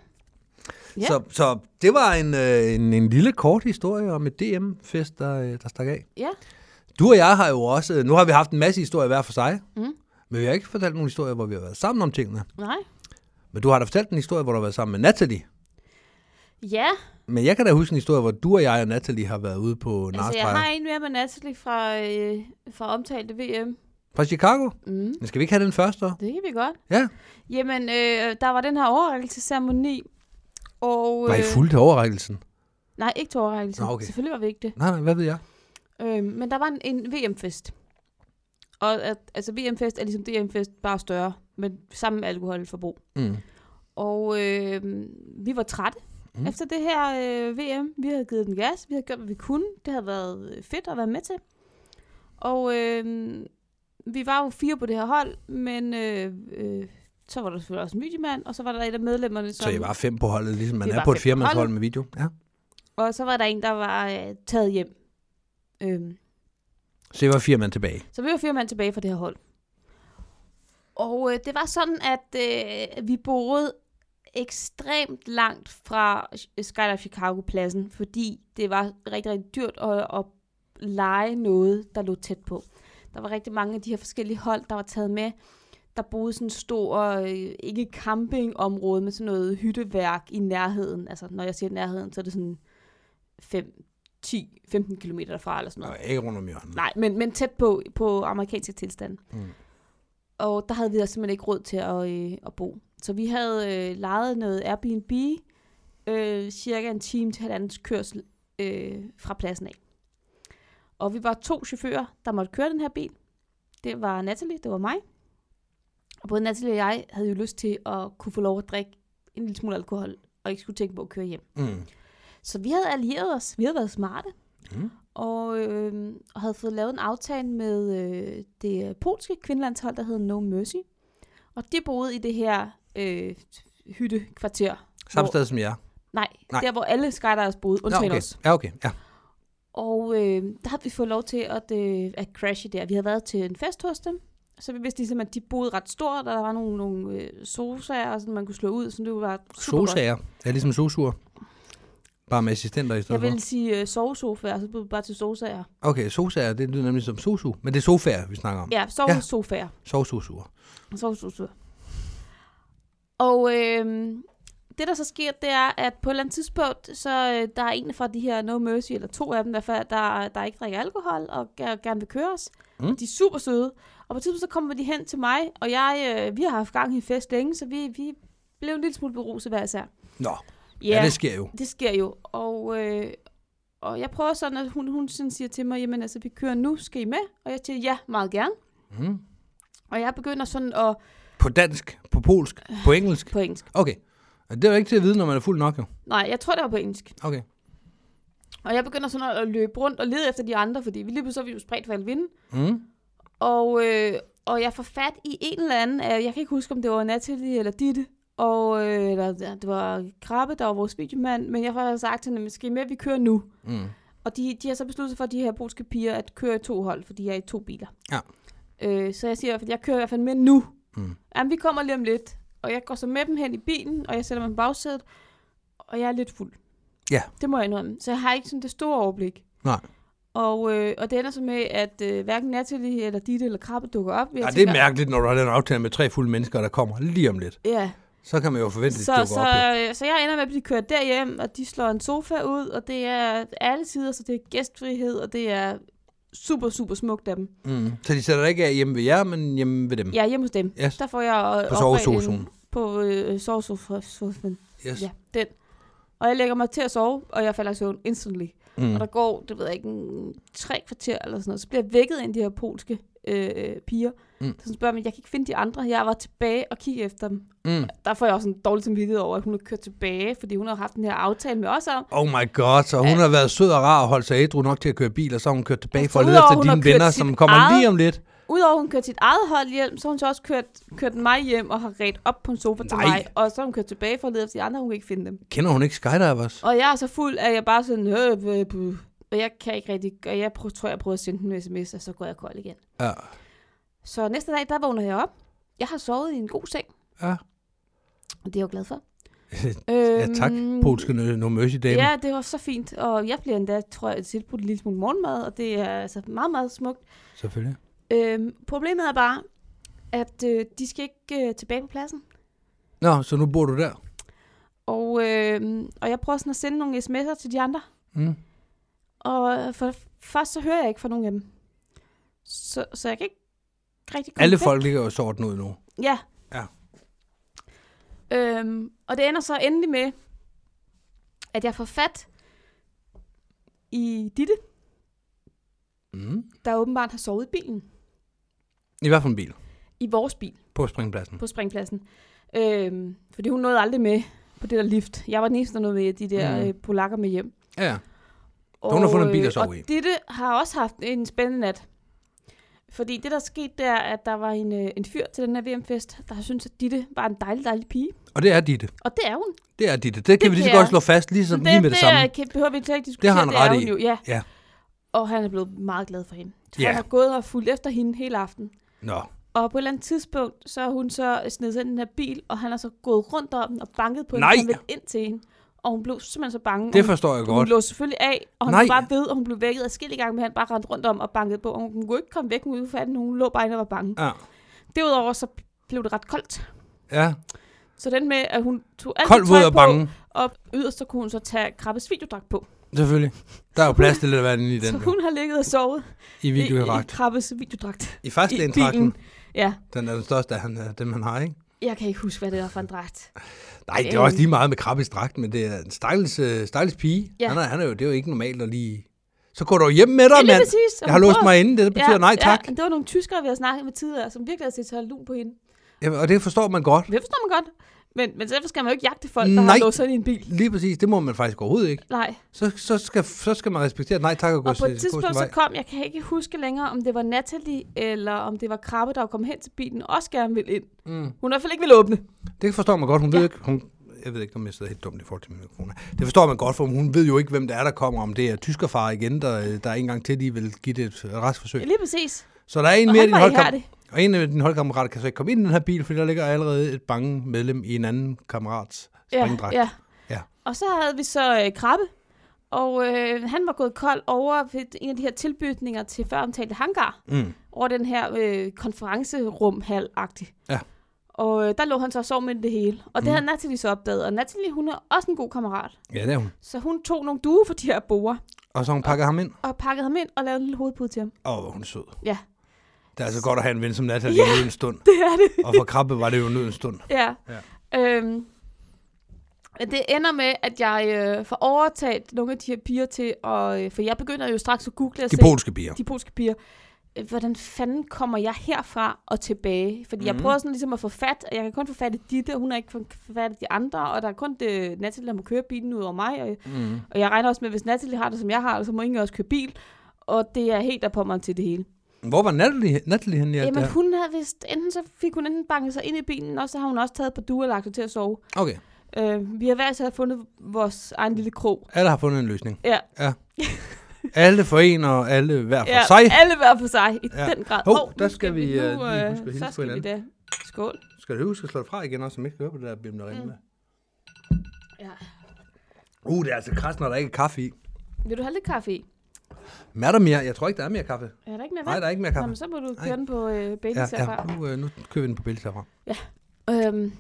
Speaker 2: Ja.
Speaker 3: Så, så det var en, øh, en, en lille kort historie om et DM-fest, der, øh, der stak af.
Speaker 2: Ja.
Speaker 3: Du og jeg har jo også, øh, nu har vi haft en masse historier hver for sig,
Speaker 2: Mm.
Speaker 3: men vi har ikke fortalt nogen historier, hvor vi har været sammen om tingene.
Speaker 2: Nej.
Speaker 3: Men du har da fortalt en historie, hvor du har været sammen med Natalie.
Speaker 2: Ja,
Speaker 3: Men jeg kan da huske en historie, hvor du og jeg og Natalie har været ude på
Speaker 2: altså
Speaker 3: Narstrejer.
Speaker 2: jeg har
Speaker 3: Altså,
Speaker 2: en mere med Natalie fra, øh, fra omtalte VM.
Speaker 3: Fra Chicago?
Speaker 2: Mm.
Speaker 3: Men skal vi ikke have den første?
Speaker 2: Det kan vi godt.
Speaker 3: Ja.
Speaker 2: Jamen, øh, der var den her overrækkelsesceremoni, og... øh,
Speaker 3: Var I fuld til overrækkelsen?
Speaker 2: Nej, ikke til overrækkelsen.
Speaker 3: Nå, okay.
Speaker 2: Selvfølgelig var vi ikke det.
Speaker 3: Nej, nej, hvad ved jeg?
Speaker 2: Øh, men der var en, en VM-fest. Og at, altså VM-fest er ligesom DM-fest, bare større, men sammen med alkoholforbrug.
Speaker 3: Mm.
Speaker 2: Og øh, vi var trætte
Speaker 3: Mm.
Speaker 2: mm. efter det her øh, VM. Vi havde givet den gas, vi havde gjort, hvad vi kunne. Det havde været øh, fedt at være med til. Og øh, vi var jo fire på det her hold, men øh, øh, så var der selvfølgelig også en mediemand, og så var der et af medlemmerne, som...
Speaker 3: Så jeg var fem på holdet, ligesom man
Speaker 2: Vi
Speaker 3: er
Speaker 2: var
Speaker 3: på et
Speaker 2: fem på
Speaker 3: firmandshold
Speaker 2: holdet.
Speaker 3: med video. Ja.
Speaker 2: Og så var der en, der var øh, taget hjem. Øhm,
Speaker 3: Så jeg var fire mand tilbage.
Speaker 2: så vi var fire mand tilbage fra det her hold. Og øh, det var sådan, at øh, vi boede ekstremt langt fra Skydive Chicago-pladsen, fordi det var rigtig, rigtig dyrt at, at lege noget, der lå tæt på. Der var rigtig mange af de her forskellige hold, der var taget med. Der boede sådan en stor, øh, ikke campingområde, men sådan noget hytteværk i nærheden. Altså, når jeg siger nærheden, så er det sådan 5, 10, 15 km derfra eller sådan noget.
Speaker 3: Nej, ikke rundt om hjørnet.
Speaker 2: Nej, men, men tæt på, på amerikanske tilstand.
Speaker 3: Mm.
Speaker 2: Mm. Og der havde vi altså simpelthen ikke råd til at, øh, at bo. Så vi havde øh, lejet noget Airbnb, øh, cirka en time til halvandens kørsel øh, fra pladsen af. Og vi var to chauffører, der måtte køre den her bil. Det var Natalie, det var mig. Og både Natalie og jeg havde jo lyst til at kunne få lov at drikke en lille smule alkohol, og ikke skulle tænke på at køre hjem.
Speaker 3: Mm.
Speaker 2: Så vi havde allieret os, vi havde været smarte,
Speaker 3: Mm.
Speaker 2: mm. og, øh, og havde fået lavet en aftale med øh, det polske kvindelandshold, der hed No Mercy. Og de boede i det her øh, hyttekvarter.
Speaker 3: Samme
Speaker 2: hvor-
Speaker 3: sted som jeg.
Speaker 2: Nej,
Speaker 3: Nej.
Speaker 2: Nej, der hvor alle skydivers boede,
Speaker 3: Nå,
Speaker 2: undtagen okay.
Speaker 3: okay.
Speaker 2: os.
Speaker 3: Ja, okay. Ja.
Speaker 2: Og øh, der havde vi fået lov til at, øh, at crashe der. Vi havde været til en fest hos dem, så vi vidste ligesom, at de boede ret stort, og der var nogle, nogle øh, sosaer, og sådan, man kunne slå ud, så det var super godt.
Speaker 3: Sosager. Ja, ligesom sosuer. Bare med assistenter i
Speaker 2: Jeg
Speaker 3: stedet
Speaker 2: ville
Speaker 3: vil...
Speaker 2: sige øh, sovesofaer, så blev vi bare til sosaer.
Speaker 3: for. Okay, sosager, det lyder nemlig som sosu. Men det er sofaer, vi snakker om. Ja.
Speaker 2: Ja, sovesofaer.
Speaker 3: Sovsosuer.
Speaker 2: Så så så. Og øh, det, der så sker, det er, at på et eller andet tidspunkt, så øh, der er en fra de her No Mercy, eller to af dem, der, der, der ikke drikker alkohol og ger- gerne vil køre os.
Speaker 3: Mm.
Speaker 2: Mm. De er super søde. Og på et tidspunkt, så kommer de hen til mig, og jeg, øh, vi har haft gang i en fest længe, så vi, vi blev en lille smule beruset hver især.
Speaker 3: Nå, ja. ja, det sker jo.
Speaker 2: Det sker jo, og, øh, og jeg prøver sådan, at hun, hun sådan siger til mig, jamen altså, vi kører nu, skal I med? Og jeg siger, ja, meget gerne.
Speaker 3: Mm.
Speaker 2: Og jeg begynder sådan at,
Speaker 3: På dansk, på polsk, på engelsk.
Speaker 2: på engelsk,
Speaker 3: Okay. Det er jo ikke til at vide, når man er fuld nok, jo.
Speaker 2: nej, jeg tror, det var på engelsk,
Speaker 3: Okay.
Speaker 2: Og jeg begynder sådan at løbe rundt og lede efter de andre, fordi vi lige pludselig er vi jo spredt for alvinden.
Speaker 3: Mm.
Speaker 2: Og, øh, og jeg får fat i en eller anden, af, jeg kan ikke huske, om det var Natalie eller Ditte, og, øh, eller ja, det var Krabbe, der var vores videomand, men jeg har sagt til dem, skal I med, vi kører nu.
Speaker 3: Mm.
Speaker 2: Og de, de har så besluttet sig for, de her polske piger, at køre i to hold, for de er i to biler.
Speaker 3: Ja.
Speaker 2: Øh, så jeg siger, at jeg kører i hvert fald med nu.
Speaker 3: Mm.
Speaker 2: Jamen, vi kommer lige om lidt. Og jeg går så med dem hen i bilen, og jeg sætter mig på bagsædet, og jeg er lidt fuld.
Speaker 3: Ja.
Speaker 2: Det må jeg indrømme. Så jeg har ikke sådan det store overblik.
Speaker 3: Nej.
Speaker 2: Og, øh, og det ender så med, at øh, hverken Natalie eller Ditte eller Krabbe dukker op. Jeg
Speaker 3: Ja, det
Speaker 2: tænker,
Speaker 3: er mærkeligt, når du har den aftale med tre fulde mennesker, der kommer lige om lidt.
Speaker 2: Ja,
Speaker 3: Så kan man jo forvente, at det
Speaker 2: så,
Speaker 3: dukker
Speaker 2: så,
Speaker 3: op. Jo.
Speaker 2: øh, så jeg ender med at blive kørt derhjem, og de slår en sofa ud, og det er alle sider, så det er gæstfrihed, og det er super, super smukt af dem.
Speaker 3: Mm. Så de sætter dig ikke af hjemme ved jer, men hjemme ved dem.
Speaker 2: Ja, hjemme hos dem.
Speaker 3: Yes.
Speaker 2: Der får jeg øh,
Speaker 3: Mm. På
Speaker 2: opredt
Speaker 3: sovesofaen.
Speaker 2: en- På øh, sovesofaen.
Speaker 3: Yes.
Speaker 2: Ja, den. Og jeg lægger mig til at sove, og jeg falder i søvn instantly. Mm. Og
Speaker 3: Mm.
Speaker 2: der går, det ved jeg ikke, en, tre kvarter eller sådan noget. Så bliver jeg vækket af en af de her polske øh, piger.
Speaker 3: Mm.
Speaker 2: Mm. Så spørger man, jeg kan ikke finde de andre. Jeg var tilbage og kigge efter dem.
Speaker 3: Mm.
Speaker 2: Der får jeg også en dårlig samvittighed over, at hun har kørt tilbage, fordi hun har haft den her aftale med os om.
Speaker 3: Oh my god, så hun har været sød og rar og holdt sig ædru nok til at køre bil, og så har hun kørt tilbage
Speaker 2: Altså,
Speaker 3: for at lede
Speaker 2: udover,
Speaker 3: efter
Speaker 2: hun har
Speaker 3: dine
Speaker 2: kørt
Speaker 3: venner,
Speaker 2: sit
Speaker 3: som kommer
Speaker 2: eget-
Speaker 3: lige om lidt.
Speaker 2: udover at hun kørte sit eget hold hjem, så har hun så også kørt, kørt mig hjem og har ret op på en sofa Nej. til
Speaker 3: Nej.
Speaker 2: mig. Og så har hun kørt tilbage for at lede efter de andre, hun kan ikke finde dem.
Speaker 3: Kender hun ikke skydivers?
Speaker 2: Og jeg er så fuld, at jeg bare sådan... Øh, øh, øh, og jeg kan ikke rigtig... Og jeg prøver, tror, jeg prøver at sende den en sms, og så går jeg kold igen.
Speaker 3: Ja.
Speaker 2: Så næste dag, der vågner jeg op. Jeg har sovet i en god seng,
Speaker 3: ja.
Speaker 2: og det er jeg jo glad for.
Speaker 3: ja tak,
Speaker 2: Øhm,
Speaker 3: polske no, no mercy dame.
Speaker 2: Ja, det var så fint. Og jeg bliver endda, tror jeg, tilbudt en lille smule morgenmad, og det er altså meget, meget smukt.
Speaker 3: Selvfølgelig.
Speaker 2: Øhm, problemet er bare, at øh, de skal ikke øh, tilbage på pladsen.
Speaker 3: Nå, så nu bor du der.
Speaker 2: Og, øh, og jeg prøver sådan at sende nogle sms'er til de andre.
Speaker 3: Mm.
Speaker 2: Og øh, for, først så hører jeg ikke fra nogen af dem. Så, så jeg kan ikke rigtig komme
Speaker 3: Alle
Speaker 2: væk.
Speaker 3: folk ligger jo sorten ud nu.
Speaker 2: Ja.
Speaker 3: Ja.
Speaker 2: Øhm, og det ender så endelig med, at jeg får fat i Ditte,
Speaker 3: Mm.
Speaker 2: der åbenbart har sovet i bilen.
Speaker 3: I hvert fald en bil
Speaker 2: I vores bil.
Speaker 3: på springpladsen.
Speaker 2: på springpladsen. Øhm, fordi hun nåede aldrig med på det der lift. Jeg var den eneste, der nåede med de der
Speaker 3: Mm.
Speaker 2: mm. øh, polakker med hjem.
Speaker 3: Ja, ja.
Speaker 2: Og,
Speaker 3: hun har fundet en bil at
Speaker 2: øh,
Speaker 3: sove
Speaker 2: og
Speaker 3: i.
Speaker 2: Ditte har også haft en spændende nat. Fordi det, der skete, det er, at der var en, øh, en fyr til den her VM-fest, der synes, at Ditte var en dejlig, dejlig pige.
Speaker 3: Og det er dit.
Speaker 2: Og det er hun.
Speaker 3: Det er dit. Det kan det vi lige så
Speaker 2: kan
Speaker 3: godt
Speaker 2: jeg.
Speaker 3: slå fast lige, som, lige med det,
Speaker 2: det
Speaker 3: samme.
Speaker 2: er- kan, behøver vi ikke at diskutere.
Speaker 3: Det har han
Speaker 2: er
Speaker 3: ret
Speaker 2: hun
Speaker 3: i.
Speaker 2: Jo, ja.
Speaker 3: Ja.
Speaker 2: Og han er blevet meget glad for hende. Så
Speaker 3: Ja.
Speaker 2: han har gået og fulgt efter hende hele aften.
Speaker 3: Nå,
Speaker 2: Og på et eller andet tidspunkt, så har hun så snedet sig ind i den her bil, og han har så gået rundt om den og banket på
Speaker 3: Nej!
Speaker 2: hende, og ind til hende. Og hun blev simpelthen så bange.
Speaker 3: det
Speaker 2: og hun,
Speaker 3: forstår jeg
Speaker 2: hun
Speaker 3: godt.
Speaker 2: lå selvfølgelig af, og hun
Speaker 3: Nej!
Speaker 2: blev bare ved, og hun blev vækket af skille gang, men han bare rendte rundt om og bankede på. Og hun kunne ikke komme væk, hun kunne fatte, hun lå bare inde og var bange.
Speaker 3: Ja.
Speaker 2: Derudover så blev det ret koldt.
Speaker 3: ja.
Speaker 2: Så den med, at hun tog alt
Speaker 3: Kold
Speaker 2: sit
Speaker 3: våd
Speaker 2: Altså, tøj
Speaker 3: og
Speaker 2: på,
Speaker 3: bange.
Speaker 2: og yderst så kunne hun så tage krabbes videodragt på.
Speaker 3: Selvfølgelig. Der er jo plads til lidt vand i den
Speaker 2: så
Speaker 3: jo,
Speaker 2: hun har ligget og sovet
Speaker 3: i
Speaker 2: i, i
Speaker 3: videoeragt.
Speaker 2: krabbes videodragt.
Speaker 3: I
Speaker 2: I
Speaker 3: fastlægentragten,
Speaker 2: bilen. Ja,
Speaker 3: den er den største af han, af dem, han har, ikke?
Speaker 2: jeg kan ikke huske, hvad det var for en dragt.
Speaker 3: Nej, det er
Speaker 2: Øhm.
Speaker 3: også lige meget med krabbes dragt, men det er en stakkels, øh, stakkels pige.
Speaker 2: Ja.
Speaker 3: Ja. Han er, han er jo, det er jo ikke normalt at lige... Så går du jo hjem med dig,
Speaker 2: Ja, lige
Speaker 3: mand.
Speaker 2: præcis. Og
Speaker 3: Jeg har
Speaker 2: hun
Speaker 3: låst
Speaker 2: prøver-
Speaker 3: mig inde, det betyder nej tak.
Speaker 2: Ja, det var nogle tyskere, vi har snakket med tidligere, som virkelig har set lun på hende.
Speaker 3: Ja, og det forstår man godt.
Speaker 2: Det forstår man godt. Men, men derfor skal man jo ikke jagte folk, der Nej. har
Speaker 3: Nej.
Speaker 2: låst sig ind i en bil.
Speaker 3: Lige præcis, det må man faktisk overhovedet ikke.
Speaker 2: Nej.
Speaker 3: Så, så, skal, så skal man respektere nej tak og gå
Speaker 2: Og på
Speaker 3: sin-
Speaker 2: et
Speaker 3: gå
Speaker 2: tidspunkt
Speaker 3: sin
Speaker 2: så
Speaker 3: vej.
Speaker 2: kom, jeg kan ikke huske længere, om det var Natalie, eller om det var Krabbe, der kom hen til bilen, og også gerne ville ind.
Speaker 3: Mm.
Speaker 2: Hun i hvert fald ikke ville åbne.
Speaker 3: Det forstår man godt. Hun ved
Speaker 2: Ja.
Speaker 3: ikke, hun, jeg ved ikke, om jeg sidder helt dumt i forhold til min mikrofon. Det forstår man godt, for hun ved jo ikke, hvem der er, der kommer. Om det er tyskerfar igen, der, øh, der en gang til lige vil give det et restforsøg.
Speaker 2: Lige præcis.
Speaker 3: Så der er Øh. en
Speaker 2: Og
Speaker 3: mere i
Speaker 2: han
Speaker 3: din
Speaker 2: var
Speaker 3: holdkamp.
Speaker 2: ihærdig.
Speaker 3: Og en af dine holdkammerater kan så ikke komme ind i den her bil, fordi der ligger allerede et bange medlem i en anden kammerats springdragt.
Speaker 2: Ja, ja.
Speaker 3: Ja.
Speaker 2: Og så havde vi så øh, Krabbe, og øh, han var gået kold over ved en af de her tilbytninger til før omtalte hangar,
Speaker 3: Mm.
Speaker 2: over den her øh, konferencerumhal-agtig.
Speaker 3: Ja.
Speaker 2: Og øh, der lå han så og sov med det hele. Og det mm.
Speaker 3: Mm.
Speaker 2: havde Natalie så opdaget, og Natalie hun er også en god kammerat.
Speaker 3: ja, det er hun.
Speaker 2: Så hun tog nogle duer for de her borer,
Speaker 3: Og så hun pakker ham ind.
Speaker 2: og pakkede ham ind og lavede en lille hovedpude til ham.
Speaker 3: Åh, hvor er hun sød.
Speaker 2: Ja.
Speaker 3: Det er altså godt at have en ven som Natalie ja. en stund.
Speaker 2: Det er det.
Speaker 3: Og for krabbe var det jo nød en stund.
Speaker 2: Ja.
Speaker 3: Ja.
Speaker 2: Øhm, men det ender med, at jeg øh, får overtalt nogle af de her piger til, og, øh, for jeg begynder jo straks at google og
Speaker 3: De
Speaker 2: se,
Speaker 3: polske bier.
Speaker 2: de polske piger, øh, hvordan fanden kommer jeg herfra og tilbage? Fordi mm. jeg prøver sådan ligesom at få fat, og jeg kan kun få fat i Ditte, og hun har ikke fået fat i de andre, og der er kun det, Natalie, der må køre bilen ud over mig, og, mm. og jeg regner også med, hvis Natalie har det, som jeg har, så må ingen også køre bil, og det er helt der på mig til det hele.
Speaker 3: Hvor var Natalie, Natalie henne i
Speaker 2: Ja,
Speaker 3: alt
Speaker 2: Jamen
Speaker 3: det her?
Speaker 2: hun havde vist, enten så fik hun enten banket sig ind i bilen, og så har hun også taget på duer og lagt sig til at sove.
Speaker 3: Okay,
Speaker 2: Øh, vi har hver især fundet vores egen lille krog.
Speaker 3: alle har fundet en løsning.
Speaker 2: Ja,
Speaker 3: Alle for en og alle hver for
Speaker 2: ja
Speaker 3: ja, sig.
Speaker 2: alle hver for sig, i
Speaker 3: Ja.
Speaker 2: ja. den grad.
Speaker 3: Hov,
Speaker 2: Hov,
Speaker 3: der
Speaker 2: nu
Speaker 3: skal vi, øh,
Speaker 2: nu,
Speaker 3: lige
Speaker 2: øh,
Speaker 3: huske at hilse
Speaker 2: så
Speaker 3: på
Speaker 2: skal vi da. Skål.
Speaker 3: Skal du huske at slå det fra igen også, så man ikke kan høre på det der bimler mm.
Speaker 2: Ja.
Speaker 3: Uh, det er altså kras, når der ikke er kaffe i.
Speaker 2: Vil du have lidt kaffe i?
Speaker 3: Men er der mere? Jeg tror ikke, der er mere kaffe.
Speaker 2: Er der ikke mere vand?
Speaker 3: Nej, der er ikke mere
Speaker 2: Nå,
Speaker 3: kaffe.
Speaker 2: men så må du
Speaker 3: Nej.
Speaker 2: køre den på øh,
Speaker 3: Ja,
Speaker 2: Baileys
Speaker 3: ja.
Speaker 2: herfra.
Speaker 3: Nu, øh, nu kører vi den på billedet herfra.
Speaker 2: Øhm,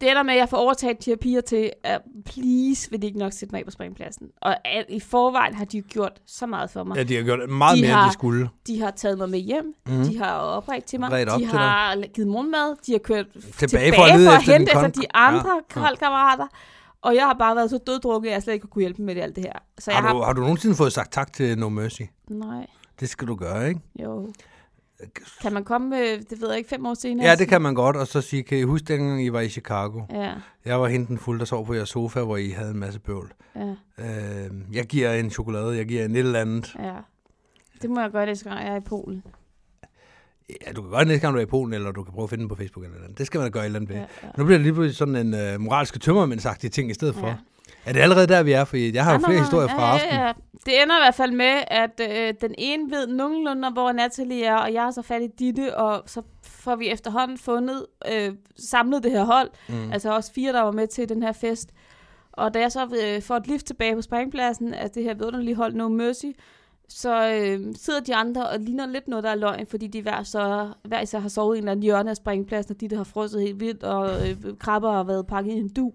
Speaker 2: det ender med, at jeg får overtaget de her piger til, at please vil de ikke nok sætte mig af på springpladsen. Og al, i forvejen har de jo gjort så meget for mig.
Speaker 3: Ja, de har gjort meget
Speaker 2: De
Speaker 3: de mere, har... end
Speaker 2: har-
Speaker 3: de skulle.
Speaker 2: De har taget mig med hjem, mm.
Speaker 3: Mhm.
Speaker 2: de har opredt til mig,
Speaker 3: Redt op
Speaker 2: de
Speaker 3: til
Speaker 2: har givet morgenmad, de har kørt tilbage,
Speaker 3: Tilbage for at lede efter den
Speaker 2: hente
Speaker 3: kon-
Speaker 2: efter de andre
Speaker 3: Ja,
Speaker 2: ja.
Speaker 3: ja.
Speaker 2: koldkammerater. Og jeg har bare været så døddrukket, at jeg slet ikke kunne hjælpe dem med det, alt det her. Så
Speaker 3: Har
Speaker 2: jeg
Speaker 3: du, har du nogensinde fået sagt tak til No Mercy?
Speaker 2: Nej,
Speaker 3: Det skal du gøre, ikke?
Speaker 2: jo. Kan man komme, øh, det ved jeg ikke, fem år senere?
Speaker 3: Ja, det kan man godt. Og så sige, kan I huske dengang, I var i Chicago?
Speaker 2: Ja,
Speaker 3: Jeg var henten fuld, der sov på jeres sofa, hvor I havde en masse bøvl.
Speaker 2: ja.
Speaker 3: Øh, jeg giver en chokolade, jeg giver en et eller andet.
Speaker 2: Ja. Det må jeg gøre, næste gang jeg er i Polen.
Speaker 3: Ja, du kan godt næste gang, du er i Polen, eller du kan prøve at finde den på Facebook eller noget. Det skal man da gøre et eller andet ved.
Speaker 2: Ja,
Speaker 3: Ja,
Speaker 2: ja.
Speaker 3: ja. Nu bliver det lige pludselig sådan en øh, moralske tømmermændsagtig ting i stedet for.
Speaker 2: Ja.
Speaker 3: Ja. Er det allerede der, vi er? Fordi jeg har jo
Speaker 2: Ah, Nå,
Speaker 3: flere
Speaker 2: nå,
Speaker 3: historier
Speaker 2: nå,
Speaker 3: fra aften.
Speaker 2: Ja, ja. Det ender i hvert fald med, at øh, den ene ved nogenlunde, hvor Natalie er, og jeg har så fat i Ditte, og så får vi efterhånden fundet, øh, samlet det her hold, mm. altså også fire, der var med til den her fest. Og da jeg så øh, får et lift tilbage på springpladsen af det her vidunderlige hold No Mercy, så øh, sidder de andre og ligner lidt noget, der er løgn, fordi de hver, så, hver især har sovet i en eller anden hjørne af springpladsen, og de der har frosset helt vildt, og øh, krabber har været pakket i en du.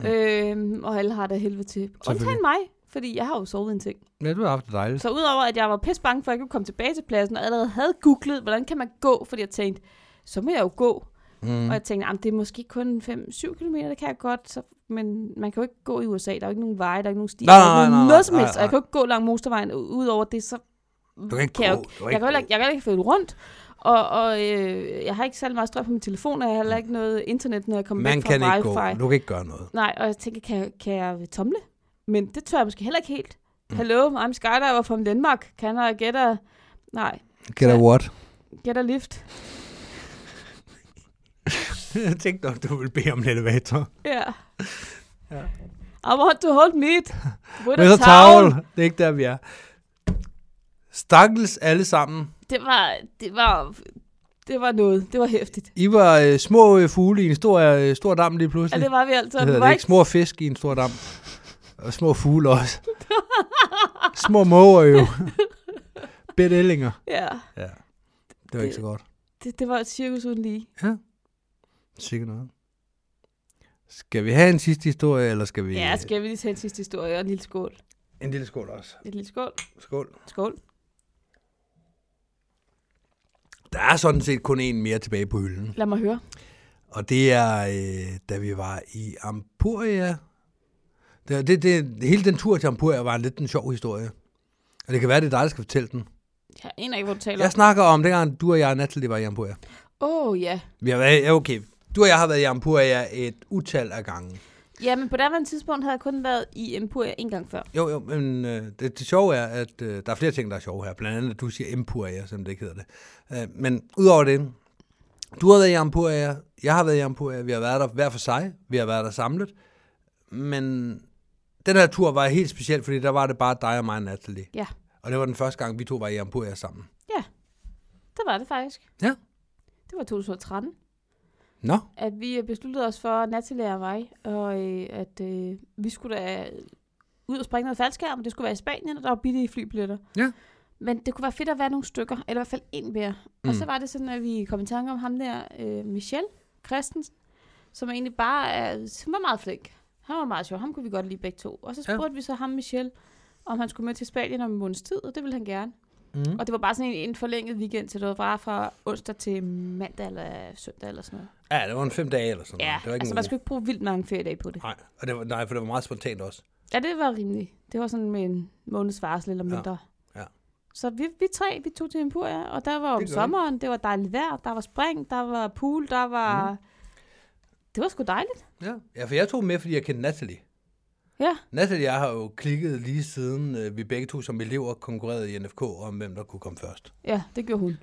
Speaker 2: Mm. Øh, og alle har det af helvede til. Undtagen mig, fordi jeg har jo sovet en ting.
Speaker 3: Ja, du har haft det dejligt.
Speaker 2: Så udover at jeg var pisse bange for, at jeg kunne komme tilbage til pladsen, og allerede havde googlet, hvordan kan man gå, fordi jeg tænkte, så må jeg jo gå. Mm. Og jeg tænkte, "Jamen, det er måske kun 5-7 km, det kan jeg godt, så, men man kan jo ikke gå i USA, der er jo ikke nogen veje, der er ikke nogen stier,
Speaker 3: Nej,
Speaker 2: der er
Speaker 3: nej,
Speaker 2: ikke
Speaker 3: nej,
Speaker 2: noget som
Speaker 3: nej,
Speaker 2: helst, og jeg
Speaker 3: nej.
Speaker 2: kan jo ikke gå langs motorvejen, u- udover det, så
Speaker 3: Du kan ikke
Speaker 2: kan jeg,
Speaker 3: gå.
Speaker 2: jo
Speaker 3: Du
Speaker 2: ikke-
Speaker 3: kan
Speaker 2: jeg,
Speaker 3: ikke
Speaker 2: kan heller ikke, jeg kan heller ikke følge rundt, og, og øh, jeg har ikke særlig meget strøm på min telefon, og jeg har heller ikke noget internet, når jeg kommer
Speaker 3: Mm. Man
Speaker 2: væk fra
Speaker 3: kan ikke
Speaker 2: wifi.
Speaker 3: gå. Du kan ikke gøre noget.
Speaker 2: Nej, og jeg tænker, kan, jeg- kan jeg tomle? Men det tør jeg måske heller ikke helt. Mm. Hello, I'm skydiver from Denmark. Can I get a... Nej,
Speaker 3: Get
Speaker 2: a
Speaker 3: what?
Speaker 2: get a lift.
Speaker 3: jeg tænkte nok, du ville bede om en elevator.
Speaker 2: Yeah. I want to hold meat with,
Speaker 3: Med
Speaker 2: a,
Speaker 3: så
Speaker 2: towel.
Speaker 3: tavl. Det er ikke der, vi er. Stakkels alle sammen.
Speaker 2: Det var, det var, det var noget. Det var hæftigt.
Speaker 3: I var øh, små øh, fugle i en stor, øh, stor dam lige
Speaker 2: Ja,
Speaker 3: pludselig.
Speaker 2: det var vi altså.
Speaker 3: det
Speaker 2: Vi
Speaker 3: hedder
Speaker 2: var
Speaker 3: det ikke. Små fisk i en stor dam. Og små fugle også. små måger jo. Bedt ællinger.
Speaker 2: Ja,
Speaker 3: Ja. Det var ikke så godt.
Speaker 2: det, det var et cirkus uden lige.
Speaker 3: Sikkert noget. Skal vi have en sidste historie, eller skal vi...
Speaker 2: Ja, skal vi lige tage en sidste historie og en lille skål.
Speaker 3: En lille skål også.
Speaker 2: En lille skål.
Speaker 3: Skål.
Speaker 2: Skål.
Speaker 3: Der er sådan set kun en mere tilbage på hylden.
Speaker 2: Lad mig høre.
Speaker 3: Og det er, øh, da vi var i Ampuria. Det, det, det, hele den tur til Ampuria var en lidt en sjov historie. Og det kan være, det er dig, der skal fortælle den.
Speaker 2: Jeg aner ikke, hvor du taler.
Speaker 3: Jeg snakker om dengang, du og jeg og Natalie var i Ampuria.
Speaker 2: Åh, oh, ja.
Speaker 3: Vi har været, ja, okay, du og jeg har været i Ampuria et utal af gange.
Speaker 2: Ja, men på det tidspunkt havde jeg kun været i Empuria en gang før.
Speaker 3: Jo, jo, men øh, det, det sjove er, at øh, der er flere ting, der er sjove her. Blandt andet, at du siger Empuria, som det ikke hedder det. Øh, men udover det, du har været i Ampuria, jeg har været i Ampuria, vi har været der hver for sig, vi har været der samlet. Men den her tur var helt speciel, fordi der var det bare dig og mig og Natalie.
Speaker 2: Ja,
Speaker 3: Og det var den første gang, vi to var i Ampuria sammen.
Speaker 2: det var det faktisk.
Speaker 3: Ja.
Speaker 2: Det var 2013,
Speaker 3: Nå,
Speaker 2: at vi øh, besluttede os for, Natalia og mig, og øh, at øh, vi skulle da ud og springe noget faldskærm. Det skulle være i Spanien, og der var billige flybilletter.
Speaker 3: Ja.
Speaker 2: Men det kunne være fedt at være nogle stykker, eller i hvert fald en mere. Mm. Og så var det sådan, at vi kom i tanke om ham der, øh, Michel Christensen, som egentlig bare er, han var meget flink. Han var meget sjov, ham kunne vi godt lide begge to. Og så
Speaker 3: Ja.
Speaker 2: spurgte ja. vi så ham, Michel, om han skulle med til Spanien om en måneds tid, og det ville han gerne.
Speaker 3: Mhm.
Speaker 2: Og det var bare sådan en, en forlænget weekend, så det var bare fra onsdag til mandag eller søndag eller sådan noget.
Speaker 3: ja, det var en fem dage eller sådan
Speaker 2: Ja,
Speaker 3: noget. Det var ikke
Speaker 2: altså
Speaker 3: en
Speaker 2: man
Speaker 3: uge.
Speaker 2: skulle ikke bruge vildt mange feriedage på det.
Speaker 3: Nej, og det var, nej, for det var meget spontant også.
Speaker 2: Ja, det var rimeligt. Det var sådan med en måneds varsel eller
Speaker 3: Ja,
Speaker 2: mindre.
Speaker 3: ja.
Speaker 2: Så vi, vi tre, vi tog til Empuria, og der var om
Speaker 3: gør vi.
Speaker 2: sommeren, det var dejligt vejr, der var spring, der var pool, der var... Mm. Det var sgu dejligt.
Speaker 3: Ja. ja, for jeg tog med, fordi jeg kendte Natalie.
Speaker 2: Ja,
Speaker 3: Natalie og jeg har jo klikket lige siden øh, vi begge to som elever konkurrerede i NFK om, hvem der kunne komme først.
Speaker 2: ja det gjorde hun.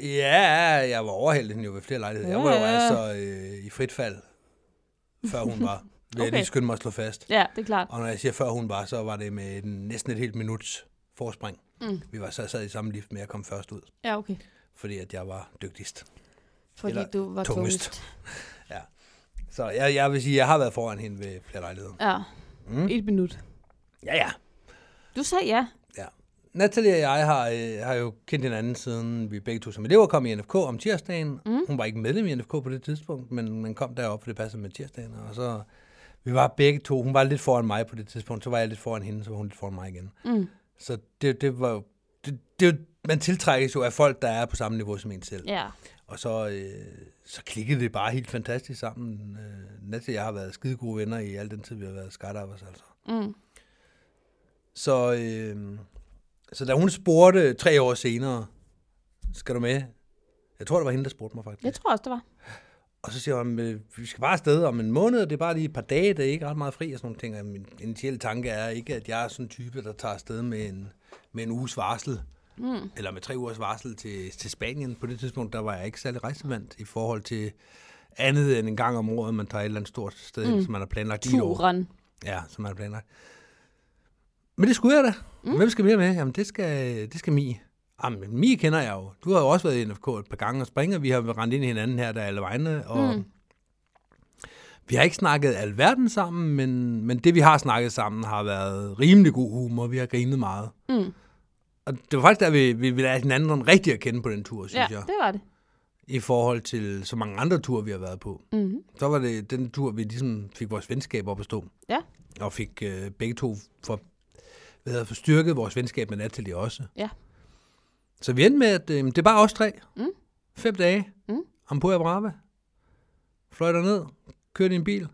Speaker 3: Ja, jeg var overhældet jo ved flere lejligheder. Ja. Jeg var jo
Speaker 2: Ja.
Speaker 3: altså øh, i frit fald, før hun var. Vil jeg
Speaker 2: Okay.
Speaker 3: lige skynde mig at slå fast.
Speaker 2: Ja, det er klart.
Speaker 3: Og når jeg siger før hun var, så var det med en, næsten et helt minuts forspring.
Speaker 2: Mm.
Speaker 3: Vi var så sad i samme lift med at komme først ud,
Speaker 2: Ja, okay.
Speaker 3: fordi at jeg var dygtigst.
Speaker 2: Fordi
Speaker 3: Eller
Speaker 2: du var
Speaker 3: tungest.
Speaker 2: tungest.
Speaker 3: Så jeg, jeg vil sige, at jeg har været foran hende ved flere lejligheder.
Speaker 2: Ja, mm. et minut.
Speaker 3: Ja, ja.
Speaker 2: Du sagde ja.
Speaker 3: Ja. Natalie og jeg har, øh, har jo kendt hinanden, siden vi begge to som elever kom i NFK om tirsdagen. Mm. Hun var ikke medlem i NFK på det tidspunkt, men man kom derop, for det passede med tirsdagen. Og så, vi var begge to, hun var lidt foran mig på det tidspunkt, så var jeg lidt foran hende, så var hun lidt foran mig igen.
Speaker 2: Mm.
Speaker 3: Så det, det var jo- det, det, er jo- man tiltrækkes jo af folk, der er på samme niveau som en selv.
Speaker 2: Ja.
Speaker 3: Og så, øh, så klikkede det bare helt fantastisk sammen. Øh, Natalie og jeg har været skide gode venner i al den tid, vi har været skydivers altså.
Speaker 2: Mm.
Speaker 3: Så, øh, så da hun spurgte tre år senere, skal du med? Jeg tror, det var hende, der spurgte mig faktisk.
Speaker 2: Jeg tror også, det var.
Speaker 3: Og så siger hun, "Øh, vi skal bare afsted om en måned, og det er bare lige et par dage, det er ikke ret meget fri og sådan nogle ting. Og min initiale tanke er ikke, at jeg er sådan en type, der tager afsted med en, med en uges varsel.
Speaker 2: Mm.
Speaker 3: eller med tre ugers varsel til, til Spanien. På det tidspunkt, der var jeg ikke særlig rejsemand i forhold til andet end en gang om året, man tager et eller andet stort sted hen,
Speaker 2: Mm.
Speaker 3: som man har planlagt i et år.
Speaker 2: Turen.
Speaker 3: Ja, som man har planlagt. Men det skulle jeg da. Mm. Hvem skal mere med? Jamen, det skal, det skal Mi. Jamen, Mi kender jeg jo. Du har jo også været i NFK et par gange og springer. Vi har rendt ind i hinanden her, der er alle vegne. Og mm.
Speaker 2: Mm.
Speaker 3: Vi har ikke snakket alverden sammen, men, men det, vi har snakket sammen, har været rimelig god humor. Vi har grinet meget.
Speaker 2: Mm.
Speaker 3: Og det var faktisk der, vi, vi, vi lærte hinanden sådan rigtig at kende på den tur,
Speaker 2: Ja,
Speaker 3: synes jeg.
Speaker 2: det var det.
Speaker 3: I forhold til så mange andre ture, vi har været på.
Speaker 2: Mm.
Speaker 3: Så var det den tur, vi ligesom fik vores venskab op at stå.
Speaker 2: Ja.
Speaker 3: Og fik øh, begge to for, hvad hedder, forstyrket vores venskab med Natalie også.
Speaker 2: Ja.
Speaker 3: Så vi endte med, at øh, det er bare os tre.
Speaker 2: Mm.
Speaker 3: Fem dage.
Speaker 2: Mm.
Speaker 3: Ampoya Brava. Fløj ned, kørte i en bil,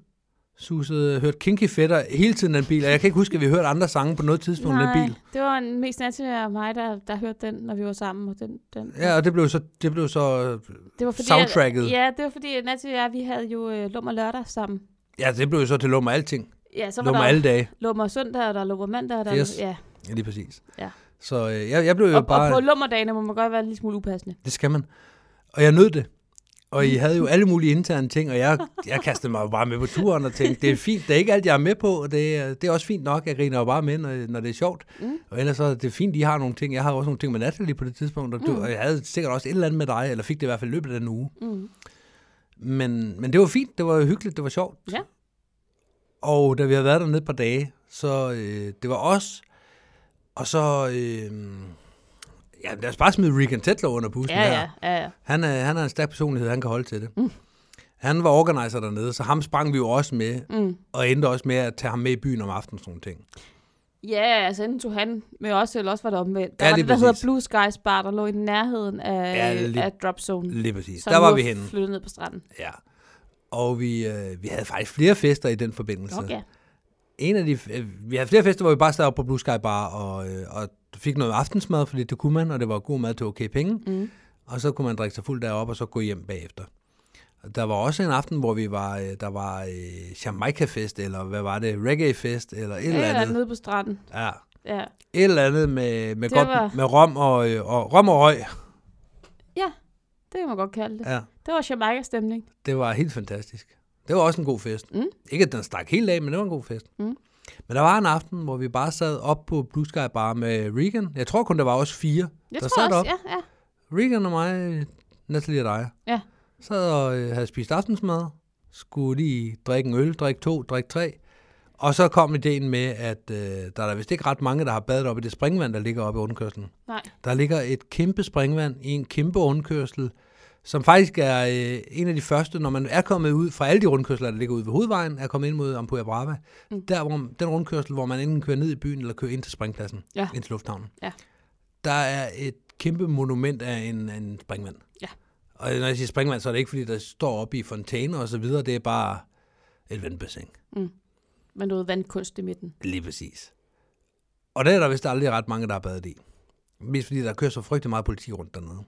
Speaker 3: susede, hørte Kinky Fætter hele tiden af en bil, og jeg kan ikke huske, at vi hørte andre sange på noget tidspunkt af en bil.
Speaker 2: det var en mest Natalie og mig, der, der hørte den, når vi var sammen. Og den, den,
Speaker 3: Ja, og det blev så, det blev så
Speaker 2: det var fordi,
Speaker 3: soundtracket.
Speaker 2: At, ja, det var fordi, at Natalie og jeg, vi havde jo øh, lummer lørdag sammen.
Speaker 3: ja, det blev så til lummer alting.
Speaker 2: Ja, så var
Speaker 3: Lummer
Speaker 2: der
Speaker 3: alle dage.
Speaker 2: lummer søndag, og der er lummer mandag, og der
Speaker 3: Yes.
Speaker 2: ja.
Speaker 3: Ja, lige præcis.
Speaker 2: Ja.
Speaker 3: Så øh, jeg, jeg blev jo
Speaker 2: Og,
Speaker 3: bare...
Speaker 2: og, på lummerdagene må man godt være en lille smule upassende.
Speaker 3: Det skal man. Og jeg nød det. Og
Speaker 2: Mm.
Speaker 3: I havde jo alle mulige interne ting, og jeg, jeg kastede mig jo bare med på turen og tænkte, det er fint, det er ikke alt, jeg er med på, og det, er- det er også fint nok, jeg griner jo bare med, når, når det er sjovt.
Speaker 2: Mm.
Speaker 3: Og ellers så er det fint, I har nogle ting. Jeg har også nogle ting med Natalie på det tidspunkt, og, du, og jeg havde sikkert også et eller andet med dig, eller fik det i hvert fald i løbet af den uge.
Speaker 2: Mm.
Speaker 3: Men, men det var fint, det var hyggeligt, det var sjovt.
Speaker 2: Ja.
Speaker 3: Og da vi havde været dernede et par dage, så øh, det var os, og så... Øh, ja, lad os bare smide Regan Tetlow under bussen
Speaker 2: Ja,
Speaker 3: her.
Speaker 2: ja, ja, ja.
Speaker 3: Han er, han er en stærk personlighed, han kan holde til det. Mm. Han var organizer dernede, så ham sprang vi jo også med,
Speaker 2: Mm.
Speaker 3: og endte også med at tage ham med i byen om aftenen og sådan nogle ting.
Speaker 2: Ja, altså enten tog han med os, eller også var det omvendt. Der
Speaker 3: Ja,
Speaker 2: var
Speaker 3: lige
Speaker 2: det, der hedder
Speaker 3: præcis.
Speaker 2: Blue Skies Bar, der lå i nærheden af,
Speaker 3: Ja, lige-
Speaker 2: af Drop Zone.
Speaker 3: Lige præcis.
Speaker 2: som
Speaker 3: Der
Speaker 2: nu
Speaker 3: var
Speaker 2: er
Speaker 3: vi henne.
Speaker 2: flyttet ned på stranden.
Speaker 3: Ja. Og vi, øh, vi havde faktisk flere fester i den forbindelse.
Speaker 2: Okay.
Speaker 3: En af de, øh, vi havde flere fester, hvor vi bare stod op på Blue Sky Bar og, øh, og fik noget aftensmad, fordi det kunne man, og det var god mad til okay penge.
Speaker 2: Mm.
Speaker 3: Og så kunne man drikke sig fuld deroppe, og så gå hjem bagefter. Der var også en aften, hvor vi var, øh, der var øh, Jamaica-fest, eller hvad var det, reggae-fest, eller et eller andet.
Speaker 2: nede på stranden.
Speaker 3: Ja,
Speaker 2: Ja.
Speaker 3: et eller andet med, med,
Speaker 2: Det
Speaker 3: godt,
Speaker 2: var-
Speaker 3: med rom, og, øh, og, rom og røg.
Speaker 2: ja, det kan man godt kalde det. Ja.
Speaker 3: Ja,
Speaker 2: Det var Jamaica-stemning.
Speaker 3: det var helt fantastisk. Det var også en god fest.
Speaker 2: Mm.
Speaker 3: Ikke at den stak helt af, men det var en god fest.
Speaker 2: Mm.
Speaker 3: Men der var en aften, hvor vi bare sad op på Blue Sky Bar med Regan. Jeg tror kun, der var også fire.
Speaker 2: Jeg
Speaker 3: der
Speaker 2: tror
Speaker 3: sad
Speaker 2: også,
Speaker 3: op.
Speaker 2: ja, ja.
Speaker 3: Regan og mig, Natalie og dig.
Speaker 2: Ja.
Speaker 3: Sad og øh, havde spist aftensmad. Skulle lige drikke en øl, drikke to, drikke tre. Og så kom ideen med, at øh, der er der vist ikke ret mange, der har badet op i det springvand, der ligger oppe i rundkørslen.
Speaker 2: Nej.
Speaker 3: Der ligger et kæmpe springvand i en kæmpe rundkørsel, som faktisk er øh, en af de første, når man er kommet ud fra alle de rundkørsler, der ligger ude ved hovedvejen, er kommet ind mod Ampuja Brava. Mm.
Speaker 2: Mm.
Speaker 3: Der, hvor, den rundkørsel, hvor man enten kører ned i byen eller kører ind til springpladsen,
Speaker 2: Ja.
Speaker 3: ind til lufthavnen.
Speaker 2: Ja.
Speaker 3: Der er et kæmpe monument af en, en springvand.
Speaker 2: Ja.
Speaker 3: Og når jeg siger springvand, så er det ikke, fordi der står oppe i fontæner og så videre. Det er bare et vandbassin.
Speaker 2: Men noget vandkunst i midten.
Speaker 3: Lige præcis. Og det er der vist aldrig ret mange, der har badet i. Mest fordi der kører så frygtelig meget politi rundt dernede.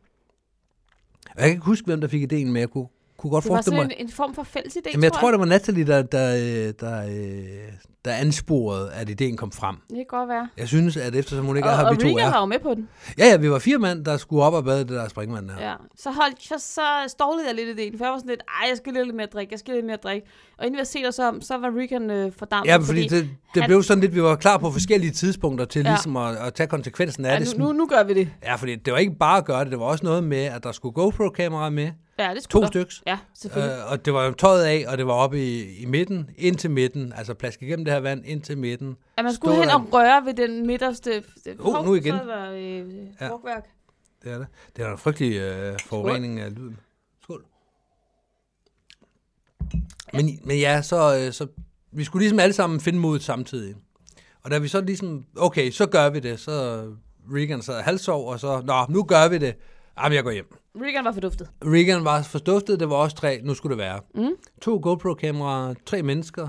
Speaker 3: Og jeg kan ikke huske, hvem der fig ideen med. Jeg kunne, kunne godt
Speaker 2: Det var
Speaker 3: forestille
Speaker 2: sådan
Speaker 3: mig...
Speaker 2: en, en form for fælles idé,
Speaker 3: Jamen, jeg tror, det var Natalie, der, der, øh, der, øh, der ansporede, at ideen kom frem.
Speaker 2: Det kan godt være.
Speaker 3: Jeg synes, at eftersom hun ikke er
Speaker 2: og,
Speaker 3: her,
Speaker 2: og
Speaker 3: vi to
Speaker 2: Riga
Speaker 3: er.
Speaker 2: var jo med på den.
Speaker 3: Ja, ja, vi var fire mand, der skulle op og bade i det der springvand her.
Speaker 2: Ja. Så, holdt, så, så stolede jeg lidt i det, for jeg var sådan lidt, ej, jeg skal lidt mere drikke, jeg skal lidt mere drikke. Og inden vi havde set os om, så var Rigan øh, fordampet.
Speaker 3: Ja, men fordi det, det
Speaker 2: han-
Speaker 3: blev sådan lidt, vi var klar på forskellige tidspunkter til
Speaker 2: Ja.
Speaker 3: ligesom at, at tage konsekvensen af
Speaker 2: ja,
Speaker 3: det.
Speaker 2: nu, nu, nu gør vi det.
Speaker 3: Ja, fordi det var ikke bare at gøre det, det var også noget med, at der skulle GoPro-kamera med,
Speaker 2: Ja, det skulle
Speaker 3: to
Speaker 2: der.
Speaker 3: styks,
Speaker 2: Ja, selvfølgelig.
Speaker 3: øh, og det var tøjet af, og det var oppe i, i midten, ind til midten, altså plaske igennem det her vand, ind til midten.
Speaker 2: at man skulle
Speaker 3: stod
Speaker 2: hen
Speaker 3: Øh, der
Speaker 2: og røre ved den midterste...
Speaker 3: Oh, nu igen.
Speaker 2: Så er der øh,
Speaker 3: Ja.
Speaker 2: frugtværk.
Speaker 3: Det er det. Det er en frygtelig øh, forurening af lyden. Skål. Men, men ja, så, øh, så vi skulle ligesom alle sammen finde modet samtidig. Og da vi så ligesom, okay, så gør vi det, så Regan sad halvsov, og så, nå, nu gør vi det. Jamen, jeg går hjem.
Speaker 2: Regan var forduftet.
Speaker 3: Regan var forduftet, det var også tre, nu skulle det være.
Speaker 2: Mm.
Speaker 3: To GoPro-kameraer, tre mennesker,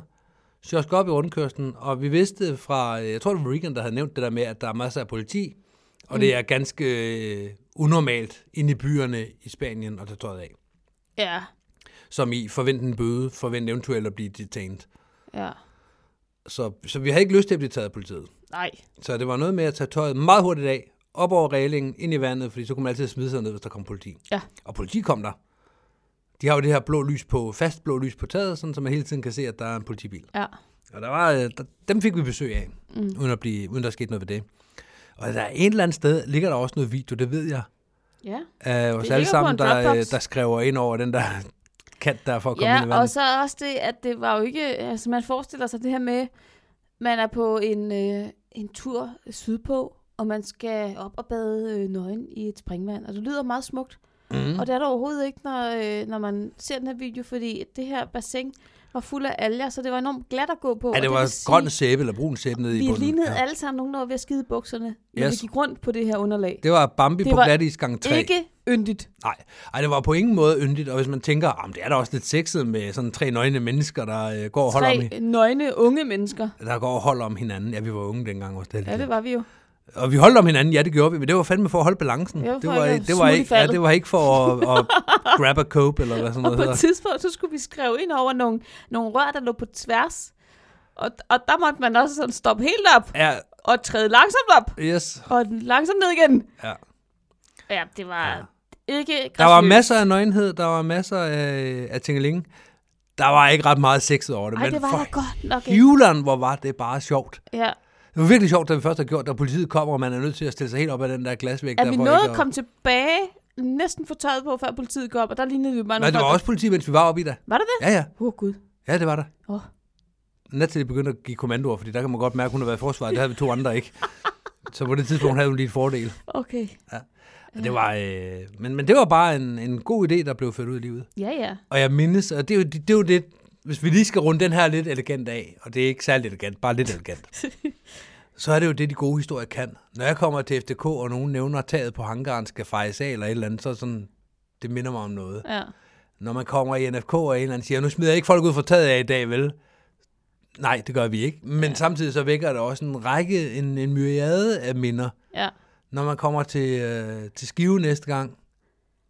Speaker 3: sjosk op i rundkørslen, og vi vidste fra, øh, jeg tror det var Regan, der havde nævnt det der med, at der er masser af politi, og mm. det er ganske øh, unormalt inde i byerne i Spanien at tage tøjet af.
Speaker 2: Ja,
Speaker 3: Som i forvent en bøde, forvent eventuelt at blive detained.
Speaker 2: ja.
Speaker 3: Så, så vi havde ikke lyst til at blive taget af politiet.
Speaker 2: Nej.
Speaker 3: Så det var noget med at tage tøjet meget hurtigt af, op over reglingen, ind i vandet, fordi så kunne man altid smide sig ned, hvis der kom politi.
Speaker 2: Ja.
Speaker 3: Og politi kom der. De har jo det her blå lys på, fast blå lys på taget, sådan, så man hele tiden kan se, at der er en politibil.
Speaker 2: Ja.
Speaker 3: Og der var, øh, der, dem fik vi besøg af, mm. uden, at blive, uden der skete noget ved det. Og der er et eller andet sted, ligger der også noget video, det ved jeg.
Speaker 2: Ja,
Speaker 3: Uh, os
Speaker 2: ligger
Speaker 3: alle
Speaker 2: på
Speaker 3: sammen,
Speaker 2: en
Speaker 3: der, øh,
Speaker 2: Dropbox.
Speaker 3: der skriver ind over den der kant der for at komme ind i
Speaker 2: ja
Speaker 3: vandet.
Speaker 2: og så også det, at det var jo ikke... Altså, man forestiller sig det her med, man er på en, øh, en tur sydpå, og man skal op og bade øh, nøgen i et springvand. Og det lyder meget smukt. Mm. Og det er der overhovedet ikke, når, øh, når man ser den her video, fordi det her bassin var fuld af alger, så det var enormt glat at gå på. og
Speaker 3: Ja, det var
Speaker 2: vil
Speaker 3: det grøn sæbe eller brun sæbe nede i
Speaker 2: Vi
Speaker 3: bunden.
Speaker 2: lignede
Speaker 3: ja.
Speaker 2: alle sammen nogen, der var ved at skide i bukserne, når vi
Speaker 3: Yes.
Speaker 2: gik rundt på det her underlag.
Speaker 3: Det var Bambi
Speaker 2: Det
Speaker 3: det på
Speaker 2: var
Speaker 3: glat is gang 3.
Speaker 2: Ikke yndigt.
Speaker 3: Nej, ej, det var på ingen måde yndigt, og hvis man tænker, om det er da også lidt sexet med sådan tre nøgne mennesker, der øh, går og holder, om,
Speaker 2: Tre nøgne unge mennesker.
Speaker 3: hi- der går og holder om hinanden. Ja, vi var unge dengang også. Det
Speaker 2: Ja, det var vi jo.
Speaker 3: Og vi holdt om hinanden, ja, det gjorde vi, men det var fandme for at holde balancen.
Speaker 2: Det var for
Speaker 3: var,
Speaker 2: ikke at
Speaker 3: det, var
Speaker 2: smutte i
Speaker 3: ikke, ja,
Speaker 2: faldet.
Speaker 3: det var ikke for at, at grab a cope, eller hvad sådan
Speaker 2: Og
Speaker 3: noget
Speaker 2: på et
Speaker 3: hedder.
Speaker 2: tidspunkt, så skulle vi skrive ind over nogle, nogle rør, der lå på tværs. Og, og der måtte man også sådan stoppe helt op
Speaker 3: Ja,
Speaker 2: og træde langsomt op.
Speaker 3: yes.
Speaker 2: Og langsomt ned igen.
Speaker 3: Ja.
Speaker 2: Ja, det var ja. ikke
Speaker 3: Der var
Speaker 2: graciøst.
Speaker 3: masser af nøgenhed, der var masser af, af tingeling. Der var ikke ret meget sexet over det,
Speaker 2: Ej,
Speaker 3: men
Speaker 2: det var
Speaker 3: for
Speaker 2: da godt nok. ikke.
Speaker 3: hivleren, hvor var det bare sjovt.
Speaker 2: Ja.
Speaker 3: Det var virkelig sjovt, da vi først har gjort, da politiet kommer, og man er nødt til at stille sig helt op ad den der glasvæg.
Speaker 2: At vi
Speaker 3: der, for
Speaker 2: nåede
Speaker 3: ikke
Speaker 2: at komme tilbage næsten for tøjet på, før politiet går op, og der lignede vi bare
Speaker 3: Nej,
Speaker 2: nogle
Speaker 3: det var
Speaker 2: folk,
Speaker 3: også politi, mens vi var oppe i der.
Speaker 2: der- Var det det?
Speaker 3: Ja, ja.
Speaker 2: Åh, oh, Gud.
Speaker 3: Ja, det var der.
Speaker 2: Åh.
Speaker 3: Natalie begyndte at give kommandoer, fordi der kan man godt mærke, at hun har været i forsvaret. Det havde vi to andre ikke. Så på det tidspunkt havde hun lige en fordel.
Speaker 2: Okay.
Speaker 3: Men det var, øh, men, men det var bare en, en god idé, der blev ført ud i livet.
Speaker 2: Ja, ja.
Speaker 3: Og jeg mindes, og det er, jo, det, det er jo det, hvis vi lige skal runde den her lidt elegant af, og det er ikke særlig elegant, bare lidt elegant, så er det jo det, de gode historier kan. Når jeg kommer til FDK, og nogen nævner, at taget på hangaren skal fejres af, eller et eller andet, så er det sådan, det minder mig om noget.
Speaker 2: Ja.
Speaker 3: Når man kommer i NFK, og en eller anden siger, nu smider jeg ikke folk ud fra taget af i dag, vel? Nej, det gør vi ikke. Men ja. samtidig så vækker det også en række, en, en myriade af minder,
Speaker 2: Ja.
Speaker 3: når man kommer til, øh, til Skive næste gang,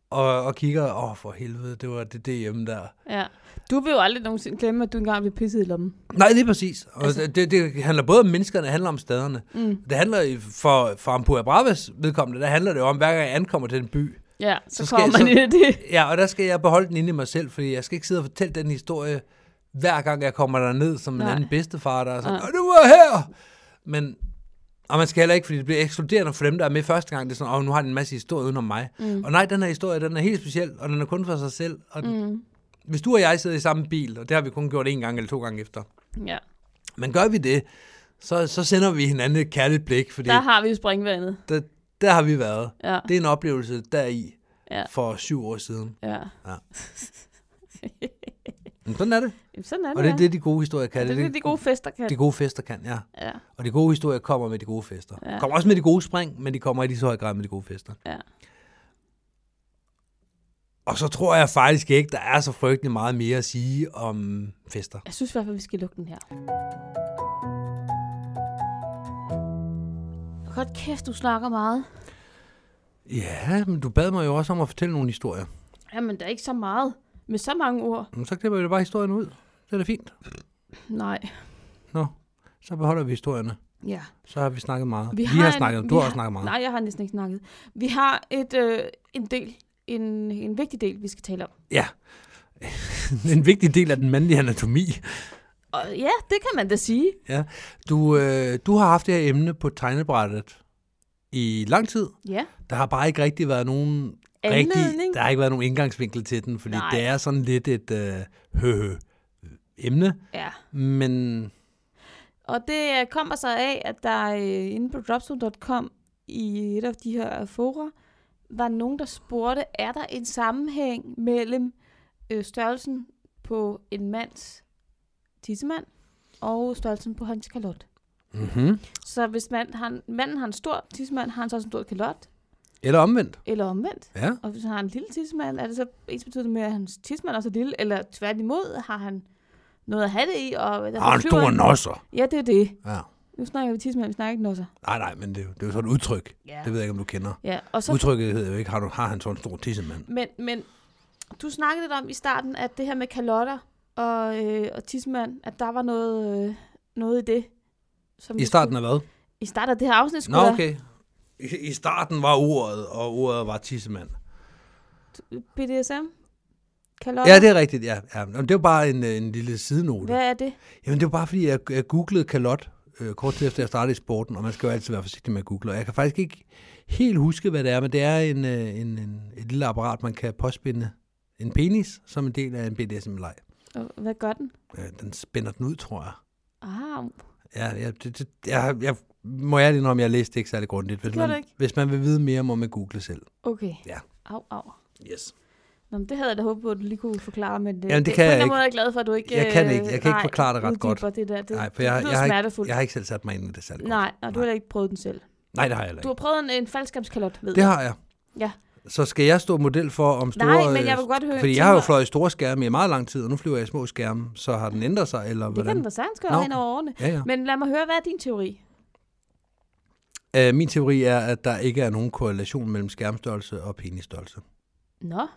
Speaker 3: og, og kigger, åh oh, for helvede, det var det DM der.
Speaker 2: Ja. Du vil jo aldrig nogensinde glemme, at du engang blev pisset i lommen.
Speaker 3: Nej, det er præcis. Og
Speaker 2: Altså-
Speaker 3: altså, det, det handler både om menneskerne, det handler om stederne.
Speaker 2: Mm.
Speaker 3: Det handler i- for, for Ampua Braves vedkommende, der handler det jo om, hver gang jeg ankommer til en by.
Speaker 2: Ja, så, så
Speaker 3: Så skal-
Speaker 2: kommer man
Speaker 3: så-
Speaker 2: i det.
Speaker 3: Ja, og der skal jeg beholde den inde i mig selv, fordi jeg skal ikke sidde og fortælle den historie, hver gang jeg kommer derned som en
Speaker 2: Nej.
Speaker 3: anden bedstefar, der er sådan,
Speaker 2: Nej.
Speaker 3: "Åh, du var her! Men, og man skal heller ikke, fordi det bliver ekskluderende for dem, der er med første gang. Det er sådan, åh, nu har den en masse historie udenom mig. Mm. Og nej, den her historie, den er helt speciel, og den er kun for sig selv. Og den,
Speaker 2: Mm.
Speaker 3: Hvis du og jeg sidder i samme bil, og det har vi kun gjort en gang eller to gange efter,
Speaker 2: Ja.
Speaker 3: Men gør vi det, så, så sender vi hinanden et kærligt blik, fordi
Speaker 2: Der
Speaker 3: der,
Speaker 2: har vi jo springvandet.
Speaker 3: der, der har vi været.
Speaker 2: Ja.
Speaker 3: Det er en oplevelse deri
Speaker 2: Ja.
Speaker 3: for syv år siden.
Speaker 2: Ja.
Speaker 3: Men sådan er det.
Speaker 2: Jamen, sådan er det.
Speaker 3: Og det er det, de gode historier kan.
Speaker 2: ja, det, er det, de gode fester kan.
Speaker 3: de gode fester kan, ja.
Speaker 2: Ja,
Speaker 3: Og de gode historier kommer med de gode fester.
Speaker 2: Ja.
Speaker 3: Ja. Kommer også med de gode spring, men de kommer i lige så høj grad med de gode fester.
Speaker 2: ja.
Speaker 3: Og så tror jeg faktisk ikke, der er så frygtelig meget mere at sige om fester.
Speaker 2: Jeg synes i hvert fald, vi skal lukke den her. Godt kæft, du snakker meget.
Speaker 3: Ja, men du bad mig jo også om at fortælle nogle historier.
Speaker 2: Jamen, der er ikke så meget. Med så mange ord.
Speaker 3: Men så klipper vi da bare historien ud. Det er da fint.
Speaker 2: Nej.
Speaker 3: Nå, så beholder vi historierne.
Speaker 2: Ja.
Speaker 3: Så har vi snakket meget.
Speaker 2: Vi
Speaker 3: Vi, vi
Speaker 2: har
Speaker 3: har, har
Speaker 2: en-
Speaker 3: snakket.
Speaker 2: vi
Speaker 3: Du har
Speaker 2: har-
Speaker 3: også snakket meget.
Speaker 2: Nej, jeg har næsten ikke snakket. Vi har et, øh, en del, en, en vigtig del, vi skal tale om.
Speaker 3: Ja. en vigtig del af den mandlige anatomi.
Speaker 2: Og ja, det kan man da sige.
Speaker 3: Ja. Du, øh, du har haft det her emne på tegnebrættet i lang tid.
Speaker 2: Ja.
Speaker 3: Der har bare ikke rigtig været nogen rigtig,
Speaker 2: Anledning.
Speaker 3: der har ikke været nogen indgangsvinkel til den, fordi
Speaker 2: Nej.
Speaker 3: Nej. det er sådan lidt et øh, høhø emne,
Speaker 2: Ja.
Speaker 3: men
Speaker 2: Og det øh, kommer så af, at der øh, inde på dropzone.com i et af de her fora, var nogen, der spurgte, er der en sammenhæng mellem øh, størrelsen på en mands tissemand og størrelsen på hans kalot?
Speaker 3: mm-hmm.
Speaker 2: Så hvis man, han, manden har en stor tissemand, har han så også en stor kalot,
Speaker 3: eller omvendt.
Speaker 2: eller omvendt.
Speaker 3: Ja.
Speaker 2: Og hvis han har en lille tissemand, er det så ens betyder med, at hans tissemand også er lille, eller tværtimod har han noget at have det i, og der
Speaker 3: Har Ah, en
Speaker 2: flyver
Speaker 3: stor nosser.
Speaker 2: Ja, det er det.
Speaker 3: Ja.
Speaker 2: Nu snakker vi tissemand, vi snakker ikke nosser.
Speaker 3: Nej, nej, men det, er jo- det er jo sådan et udtryk.
Speaker 2: Ja.
Speaker 3: Det ved jeg ikke, om du kender.
Speaker 2: Ja, og så,
Speaker 3: Udtrykket hedder jo ikke, har, du, har han sådan en stor tissemand?
Speaker 2: men, men du snakkede lidt om i starten, at det her med kalotter og, øh, og tissemand, at der var noget, øh, noget i det. Som
Speaker 3: I
Speaker 2: vi
Speaker 3: starten
Speaker 2: skulle,
Speaker 3: af hvad?
Speaker 2: I starten af det her afsnit,
Speaker 3: Nå,
Speaker 2: skulle der-
Speaker 3: okay. I, I starten var ordet, og ordet var tissemand.
Speaker 2: BDSM? Kalotter?
Speaker 3: Ja, det er rigtigt, ja. ja. men Det var bare en, øh, en lille sidenote.
Speaker 2: Hvad er det?
Speaker 3: Jamen, det var bare, fordi jeg, jeg googlede kalot øh, kort tid efter, jeg startede i sporten, og man skal jo altid være forsigtig med at google, og jeg kan faktisk ikke helt huske, hvad det er, men det er en, øh, en, en, et lille apparat, man kan påspænde en penis som en del af en BDSM-leg.
Speaker 2: Og Hvad gør den?
Speaker 3: Øh, den spænder den ud, tror jeg.
Speaker 2: Ah,
Speaker 3: Ja, jeg, det, det, jeg, jeg må jeg lige indrømme, jeg læste det ikke særlig grundigt. Hvis
Speaker 2: Det gjorde
Speaker 3: man,
Speaker 2: du ikke.
Speaker 3: hvis man vil vide mere, må man google selv.
Speaker 2: okay.
Speaker 3: Ja.
Speaker 2: Au, au.
Speaker 3: Yes.
Speaker 2: Nå, men det havde jeg da håbet på, at du lige kunne forklare, men øh,
Speaker 3: Jamen, det
Speaker 2: på
Speaker 3: kan
Speaker 2: en
Speaker 3: jeg
Speaker 2: eller anden
Speaker 3: ikke.
Speaker 2: måde er jeg glad for, at du ikke...
Speaker 3: Jeg kan
Speaker 2: øh,
Speaker 3: ikke. Jeg kan ikke
Speaker 2: nej,
Speaker 3: forklare det ret godt.
Speaker 2: uddyber Det der. Det,
Speaker 3: Nej, for jeg,
Speaker 2: det lyder
Speaker 3: jeg, har ikke,
Speaker 2: smertefuldt.
Speaker 3: jeg har ikke selv sat mig ind i det særlig
Speaker 2: Nej, og du
Speaker 3: Nej.
Speaker 2: har heller ikke prøvet den selv.
Speaker 3: godt. Nej, det har jeg heller
Speaker 2: Du
Speaker 3: ikke.
Speaker 2: har prøvet en, en faldskabskalot, ved
Speaker 3: Det
Speaker 2: jeg.
Speaker 3: har jeg.
Speaker 2: Ja.
Speaker 3: Så skal jeg stå model for om store... øh,
Speaker 2: Nej, men jeg vil godt høre...
Speaker 3: Fordi jeg har
Speaker 2: tænke
Speaker 3: jo
Speaker 2: mig-
Speaker 3: fløjet i store skærme i meget lang tid, og nu flyver jeg i små skærme, så har den ændret sig, eller
Speaker 2: Det kan
Speaker 3: hvordan?
Speaker 2: den da sagtens gøre
Speaker 3: Nå.
Speaker 2: hen over årene.
Speaker 3: Ja, ja.
Speaker 2: Men lad mig høre, hvad er din teori?
Speaker 3: Men... Øh, min teori er, at der ikke er nogen korrelation mellem skærmstørrelse og penisstørrelse.
Speaker 2: Nå,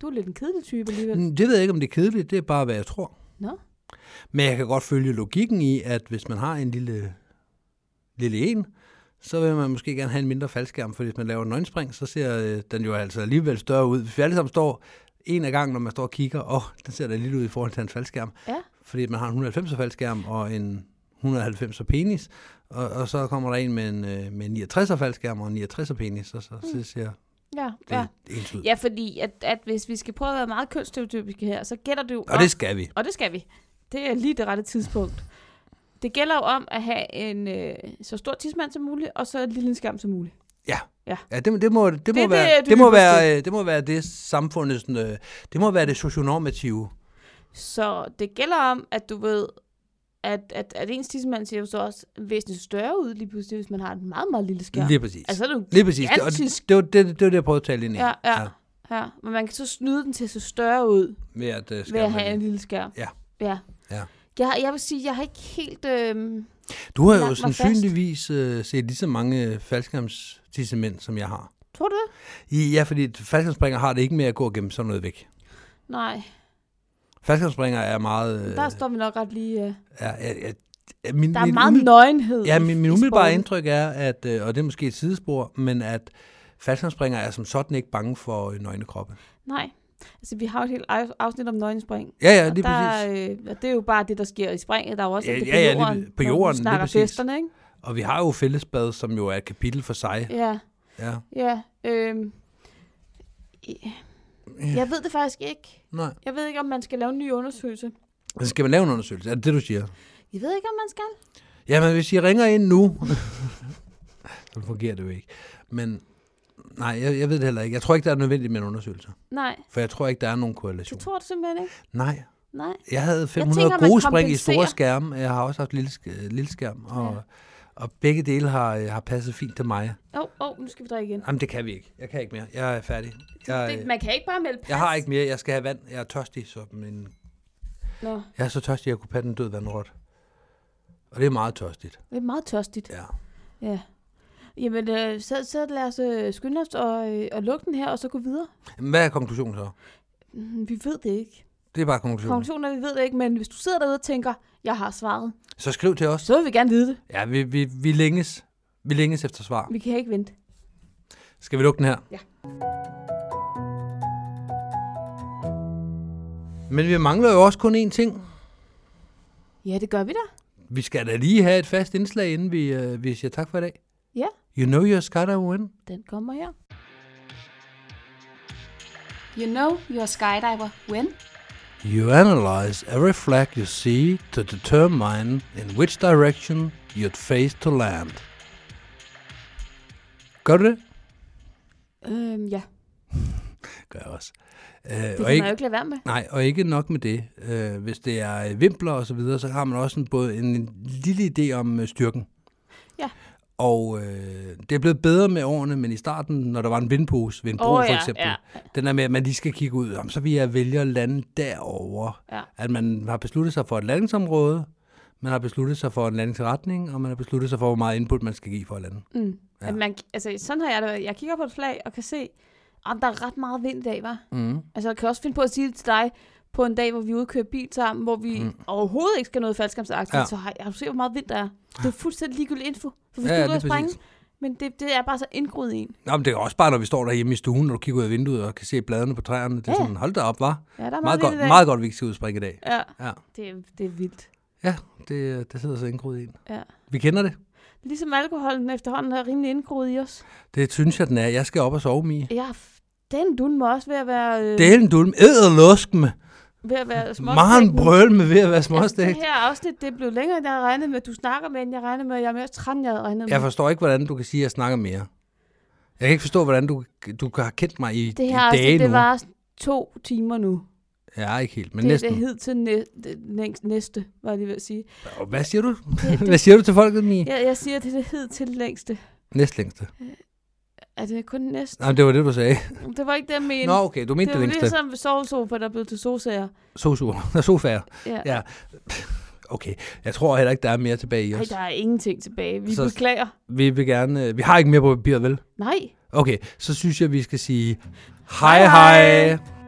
Speaker 2: du er lidt en kedelig type alligevel.
Speaker 3: Mm, Det ved jeg ikke, om det er kedeligt, det er bare, hvad jeg tror.
Speaker 2: Nå.
Speaker 3: Men jeg kan godt følge logikken i, at hvis man har en lille, lille en, så vil man måske gerne have en mindre faldskærm, for hvis man laver en nøgenspring, så ser øh, den jo altså alligevel større ud. Hvis vi alle sammen står en af gangen, når man står og kigger, åh, oh, den ser da lille ud i forhold til en faldskærm.
Speaker 2: Ja.
Speaker 3: Fordi man har en 190 faldskærm og en 190 penis, og, og så kommer der en med en, øh, med en 69 faldskærm og en 69 penis, og så, så ser
Speaker 2: Ja,
Speaker 3: det
Speaker 2: Mm. ja.
Speaker 3: ja. ens ud.
Speaker 2: Ja, fordi at, at hvis vi skal prøve at være meget kønsstereotypiske her, så gælder det jo
Speaker 3: Og
Speaker 2: om,
Speaker 3: det skal vi.
Speaker 2: og det skal vi. Det er lige det rette tidspunkt. Det gælder jo om at have en øh, så stor tidsmand som muligt, og så en lille skærm som muligt.
Speaker 3: Ja, det, det må, det, det, må
Speaker 2: det,
Speaker 3: være,
Speaker 2: du
Speaker 3: det, må
Speaker 2: hyper
Speaker 3: være, øh, det må være det samfundets, øh, det må være det socionormative.
Speaker 2: Så det gælder om, at du ved, at, at, at ens tidsmand ser jo så også væsentligt større ud lige pludselig, hvis man har en meget, meget lille skærm.
Speaker 3: Ja. Lige præcis.
Speaker 2: Altså,
Speaker 3: Altså,
Speaker 2: så er det jo
Speaker 3: Lige præcis. Det, og
Speaker 2: gigantisk.
Speaker 3: det, det, var, det, det var det, jeg prøvede at tale ind i.
Speaker 2: Ja, ja. Ja, men man kan så snyde den til at se større ud,
Speaker 3: Ved at, øh,
Speaker 2: ved at
Speaker 3: skærmen-
Speaker 2: have en lille skærm.
Speaker 3: Ja.
Speaker 2: ja.
Speaker 3: Ja.
Speaker 2: Jeg, jeg vil sige, jeg har ikke helt... Øh,
Speaker 3: du har jo
Speaker 2: lagt mig fast.
Speaker 3: sandsynligvis øh, set lige så mange faldskærmstissemænd, som jeg har.
Speaker 2: tror du det?
Speaker 3: I, ja, fordi faldskærmspringer har det ikke med at gå og gemme sådan noget væk.
Speaker 2: Nej,
Speaker 3: Faldskærmspringer er meget... Øh,
Speaker 2: der står vi nok ret lige... Øh,
Speaker 3: er, er, er, er, min,
Speaker 2: der er
Speaker 3: min
Speaker 2: meget
Speaker 3: umiddel-
Speaker 2: nøgenhed
Speaker 3: Ja,
Speaker 2: i-
Speaker 3: min,
Speaker 2: i
Speaker 3: min umiddelbare
Speaker 2: sporten.
Speaker 3: indtryk er, at, øh, og det er måske et sidespor, men at faldskærmspringer er som sådan ikke bange for øh, nøgne kroppe.
Speaker 2: Nej. Altså, vi har jo et helt af- afsnit om nøgenspring.
Speaker 3: Ja, ja, lige
Speaker 2: der,
Speaker 3: præcis.
Speaker 2: Øh, og det er jo bare det, der sker i springet. Der er jo også
Speaker 3: Ja,
Speaker 2: det
Speaker 3: ja, ja, lige
Speaker 2: på jorden.
Speaker 3: præ- på jorden,
Speaker 2: Når
Speaker 3: lige
Speaker 2: vi snakker
Speaker 3: præcis.
Speaker 2: festerne, ikke?
Speaker 3: Og vi har jo fællesbad, som jo er et kapitel for sig.
Speaker 2: Ja,
Speaker 3: Ja.
Speaker 2: ja. Øhm, i- jeg ved det faktisk ikke.
Speaker 3: Nej.
Speaker 2: Jeg ved ikke, om man skal lave en ny undersøgelse.
Speaker 3: Men skal man lave en undersøgelse? Er det det, du siger?
Speaker 2: Jeg ved ikke, om man skal.
Speaker 3: Jamen, hvis I ringer ind nu, så fungerer det jo ikke. Men nej, jeg, jeg ved det heller ikke. Jeg tror ikke, der er nødvendigt med en undersøgelse.
Speaker 2: Nej,
Speaker 3: For jeg tror ikke, der er nogen korrelation.
Speaker 2: det tror du simpelthen ikke.
Speaker 3: Nej,
Speaker 2: Nej.
Speaker 3: jeg havde 500
Speaker 2: tænker, man
Speaker 3: gode spring i store
Speaker 2: kompenserer.
Speaker 3: skærme. Jeg har også haft lille, sk- øh, lille skærm. Og, ja. og begge dele har, øh, har passet fint til mig.
Speaker 2: Åh, oh, oh, nu skal vi drikke igen.
Speaker 3: Jamen, det kan vi ikke. Jeg kan ikke mere. Jeg er færdig. Jeg,
Speaker 2: Det,
Speaker 3: øh,
Speaker 2: man kan ikke bare melde pas.
Speaker 3: jeg har ikke mere. Jeg skal have vand. Jeg er tørstig som en
Speaker 2: Nå,
Speaker 3: Jeg er så tørstig, at jeg kunne patte en død vandrot. Og det er meget tørstigt.
Speaker 2: det er meget tørstigt.
Speaker 3: Ja.
Speaker 2: Ja. Jamen, øh, så, så lad os øh, skynde os og, øh, og lukke den her, og så gå videre.
Speaker 3: Men hvad er konklusionen så?
Speaker 2: Mm, Vi ved det ikke.
Speaker 3: Det er bare konklusionen.
Speaker 2: Konklusionen er, vi ved det ikke, men hvis du sidder derude og tænker, jeg har svaret,
Speaker 3: så skriv til os.
Speaker 2: så vil vi gerne vide det.
Speaker 3: Ja, vi, vi, vi længes. Vi længes efter svar.
Speaker 2: Vi kan ikke vente.
Speaker 3: Skal vi lukke den her?
Speaker 2: Ja.
Speaker 3: Men vi mangler jo også kun én ting.
Speaker 2: Ja, det gør vi da.
Speaker 3: Vi skal da lige have et fast indslag, inden vi, øh, vi siger tak for i dag.
Speaker 2: Ja.
Speaker 3: You know you're scatter win.
Speaker 2: Den kommer her. You know you're a skydiver when?
Speaker 3: You analyze every flag you see to determine in which direction you'd face to land. Gør du det?
Speaker 2: Øhm, ja.
Speaker 3: Gør jeg også.
Speaker 2: Det
Speaker 3: Øh,
Speaker 2: kan
Speaker 3: og
Speaker 2: man jo
Speaker 3: ikke,
Speaker 2: ikke lade være med.
Speaker 3: nej, og ikke nok med det. Øh, hvis det er øh, vimpler og så videre, så har man også en, både en, en lille idé om øh, styrken.
Speaker 2: Ja.
Speaker 3: Og øh, det er blevet bedre med årene, men i starten, når der var en vindpose ved en bro
Speaker 2: Åh,
Speaker 3: for
Speaker 2: ja,
Speaker 3: eksempel,
Speaker 2: ja.
Speaker 3: den der med, at man lige skal kigge ud, jamen, så vil jeg vælge at lande derover.
Speaker 2: Ja.
Speaker 3: At man har besluttet sig for et landingsområde, man har besluttet sig for en landingsretning, og man har besluttet sig for, hvor meget input man skal give for at lande.
Speaker 2: Mm.
Speaker 3: Ja.
Speaker 2: Ja. At man, altså, sådan har jeg det. Jeg kigger på et flag og kan se, om der er ret meget vind i dag, var.
Speaker 3: Mm.
Speaker 2: Altså, jeg kan også finde på at sige det til dig på en dag, hvor vi er ude og køre bil sammen, hvor vi mm. overhovedet ikke skal noget faldskabsaktivt,
Speaker 3: Ja.
Speaker 2: ja. så har, har du set, hvor meget vind der er. Det er fuldstændig ligegyldig info. For hvis
Speaker 3: Ja,
Speaker 2: ja,
Speaker 3: ja,
Speaker 2: du går og
Speaker 3: lige
Speaker 2: springe, Men det, det er bare så indgroet i en.
Speaker 3: Nå, men det er også bare, når vi står derhjemme i stuen, når du kigger ud af vinduet og kan se bladene på træerne. Det er
Speaker 2: Ja.
Speaker 3: sådan, hold da op, var.
Speaker 2: Ja, der er meget,
Speaker 3: Meget
Speaker 2: vildt
Speaker 3: godt,
Speaker 2: i dag.
Speaker 3: meget godt, vi ikke skal udspringe i dag.
Speaker 2: Ja,
Speaker 3: Ja,
Speaker 2: det, er- det er vildt.
Speaker 3: ja det, det sidder så indgroet i en.
Speaker 2: Ja.
Speaker 3: Vi kender det.
Speaker 2: Ligesom alkoholen efterhånden er rimelig indgroet i os.
Speaker 3: Det synes jeg, den er. Jeg skal op og sove, Mie.
Speaker 2: Ja, f- den dun må også ved at være, øh,
Speaker 3: Delen dulm, æderlusk med,
Speaker 2: ved at være småstegt.
Speaker 3: maren brøl med ved at være
Speaker 2: Altså, det
Speaker 3: småstegt.
Speaker 2: her afsnit, det blev længere, end jeg havde regnet med. Du snakker med, end jeg regnede med. Jeg er mere træt, end jeg havde regnet med.
Speaker 3: Jeg forstår ikke, hvordan du kan sige, at jeg snakker mere. Jeg kan ikke forstå, hvordan du, du har kendt mig i,
Speaker 2: det her
Speaker 3: i dage
Speaker 2: afsnit,
Speaker 3: nu.
Speaker 2: det var to timer nu.
Speaker 3: Ja, ikke helt, men
Speaker 2: det er
Speaker 3: næsten.
Speaker 2: det hed til næ- det længst- næste, var jeg lige ved at sige.
Speaker 3: Og Hvad siger du? Hvad siger du til folket, Mie?
Speaker 2: Jeg, jeg siger, det er det hed til længste.
Speaker 3: Næstlængste.
Speaker 2: Er det kun næste?
Speaker 3: Nej, det var det, du sagde.
Speaker 2: Det var ikke det, jeg mente.
Speaker 3: Nå, okay, du mente
Speaker 2: det
Speaker 3: det
Speaker 2: var
Speaker 3: længste.
Speaker 2: ligesom ved sovesofa, der blev til sosager.
Speaker 3: Sosuer. Sofaer.
Speaker 2: Ja.
Speaker 3: Ja. Okay, jeg tror heller ikke, der er mere tilbage i
Speaker 2: Ej,
Speaker 3: os.
Speaker 2: der er ingenting tilbage. Vi
Speaker 3: Så-
Speaker 2: så... beklager.
Speaker 3: Vi vil gerne... øh, Vi har ikke mere på papiret, vel?
Speaker 2: Nej.
Speaker 3: Okay, så synes jeg, vi skal sige...
Speaker 2: Hej,
Speaker 3: Hej hej!
Speaker 2: hej.
Speaker 3: hej.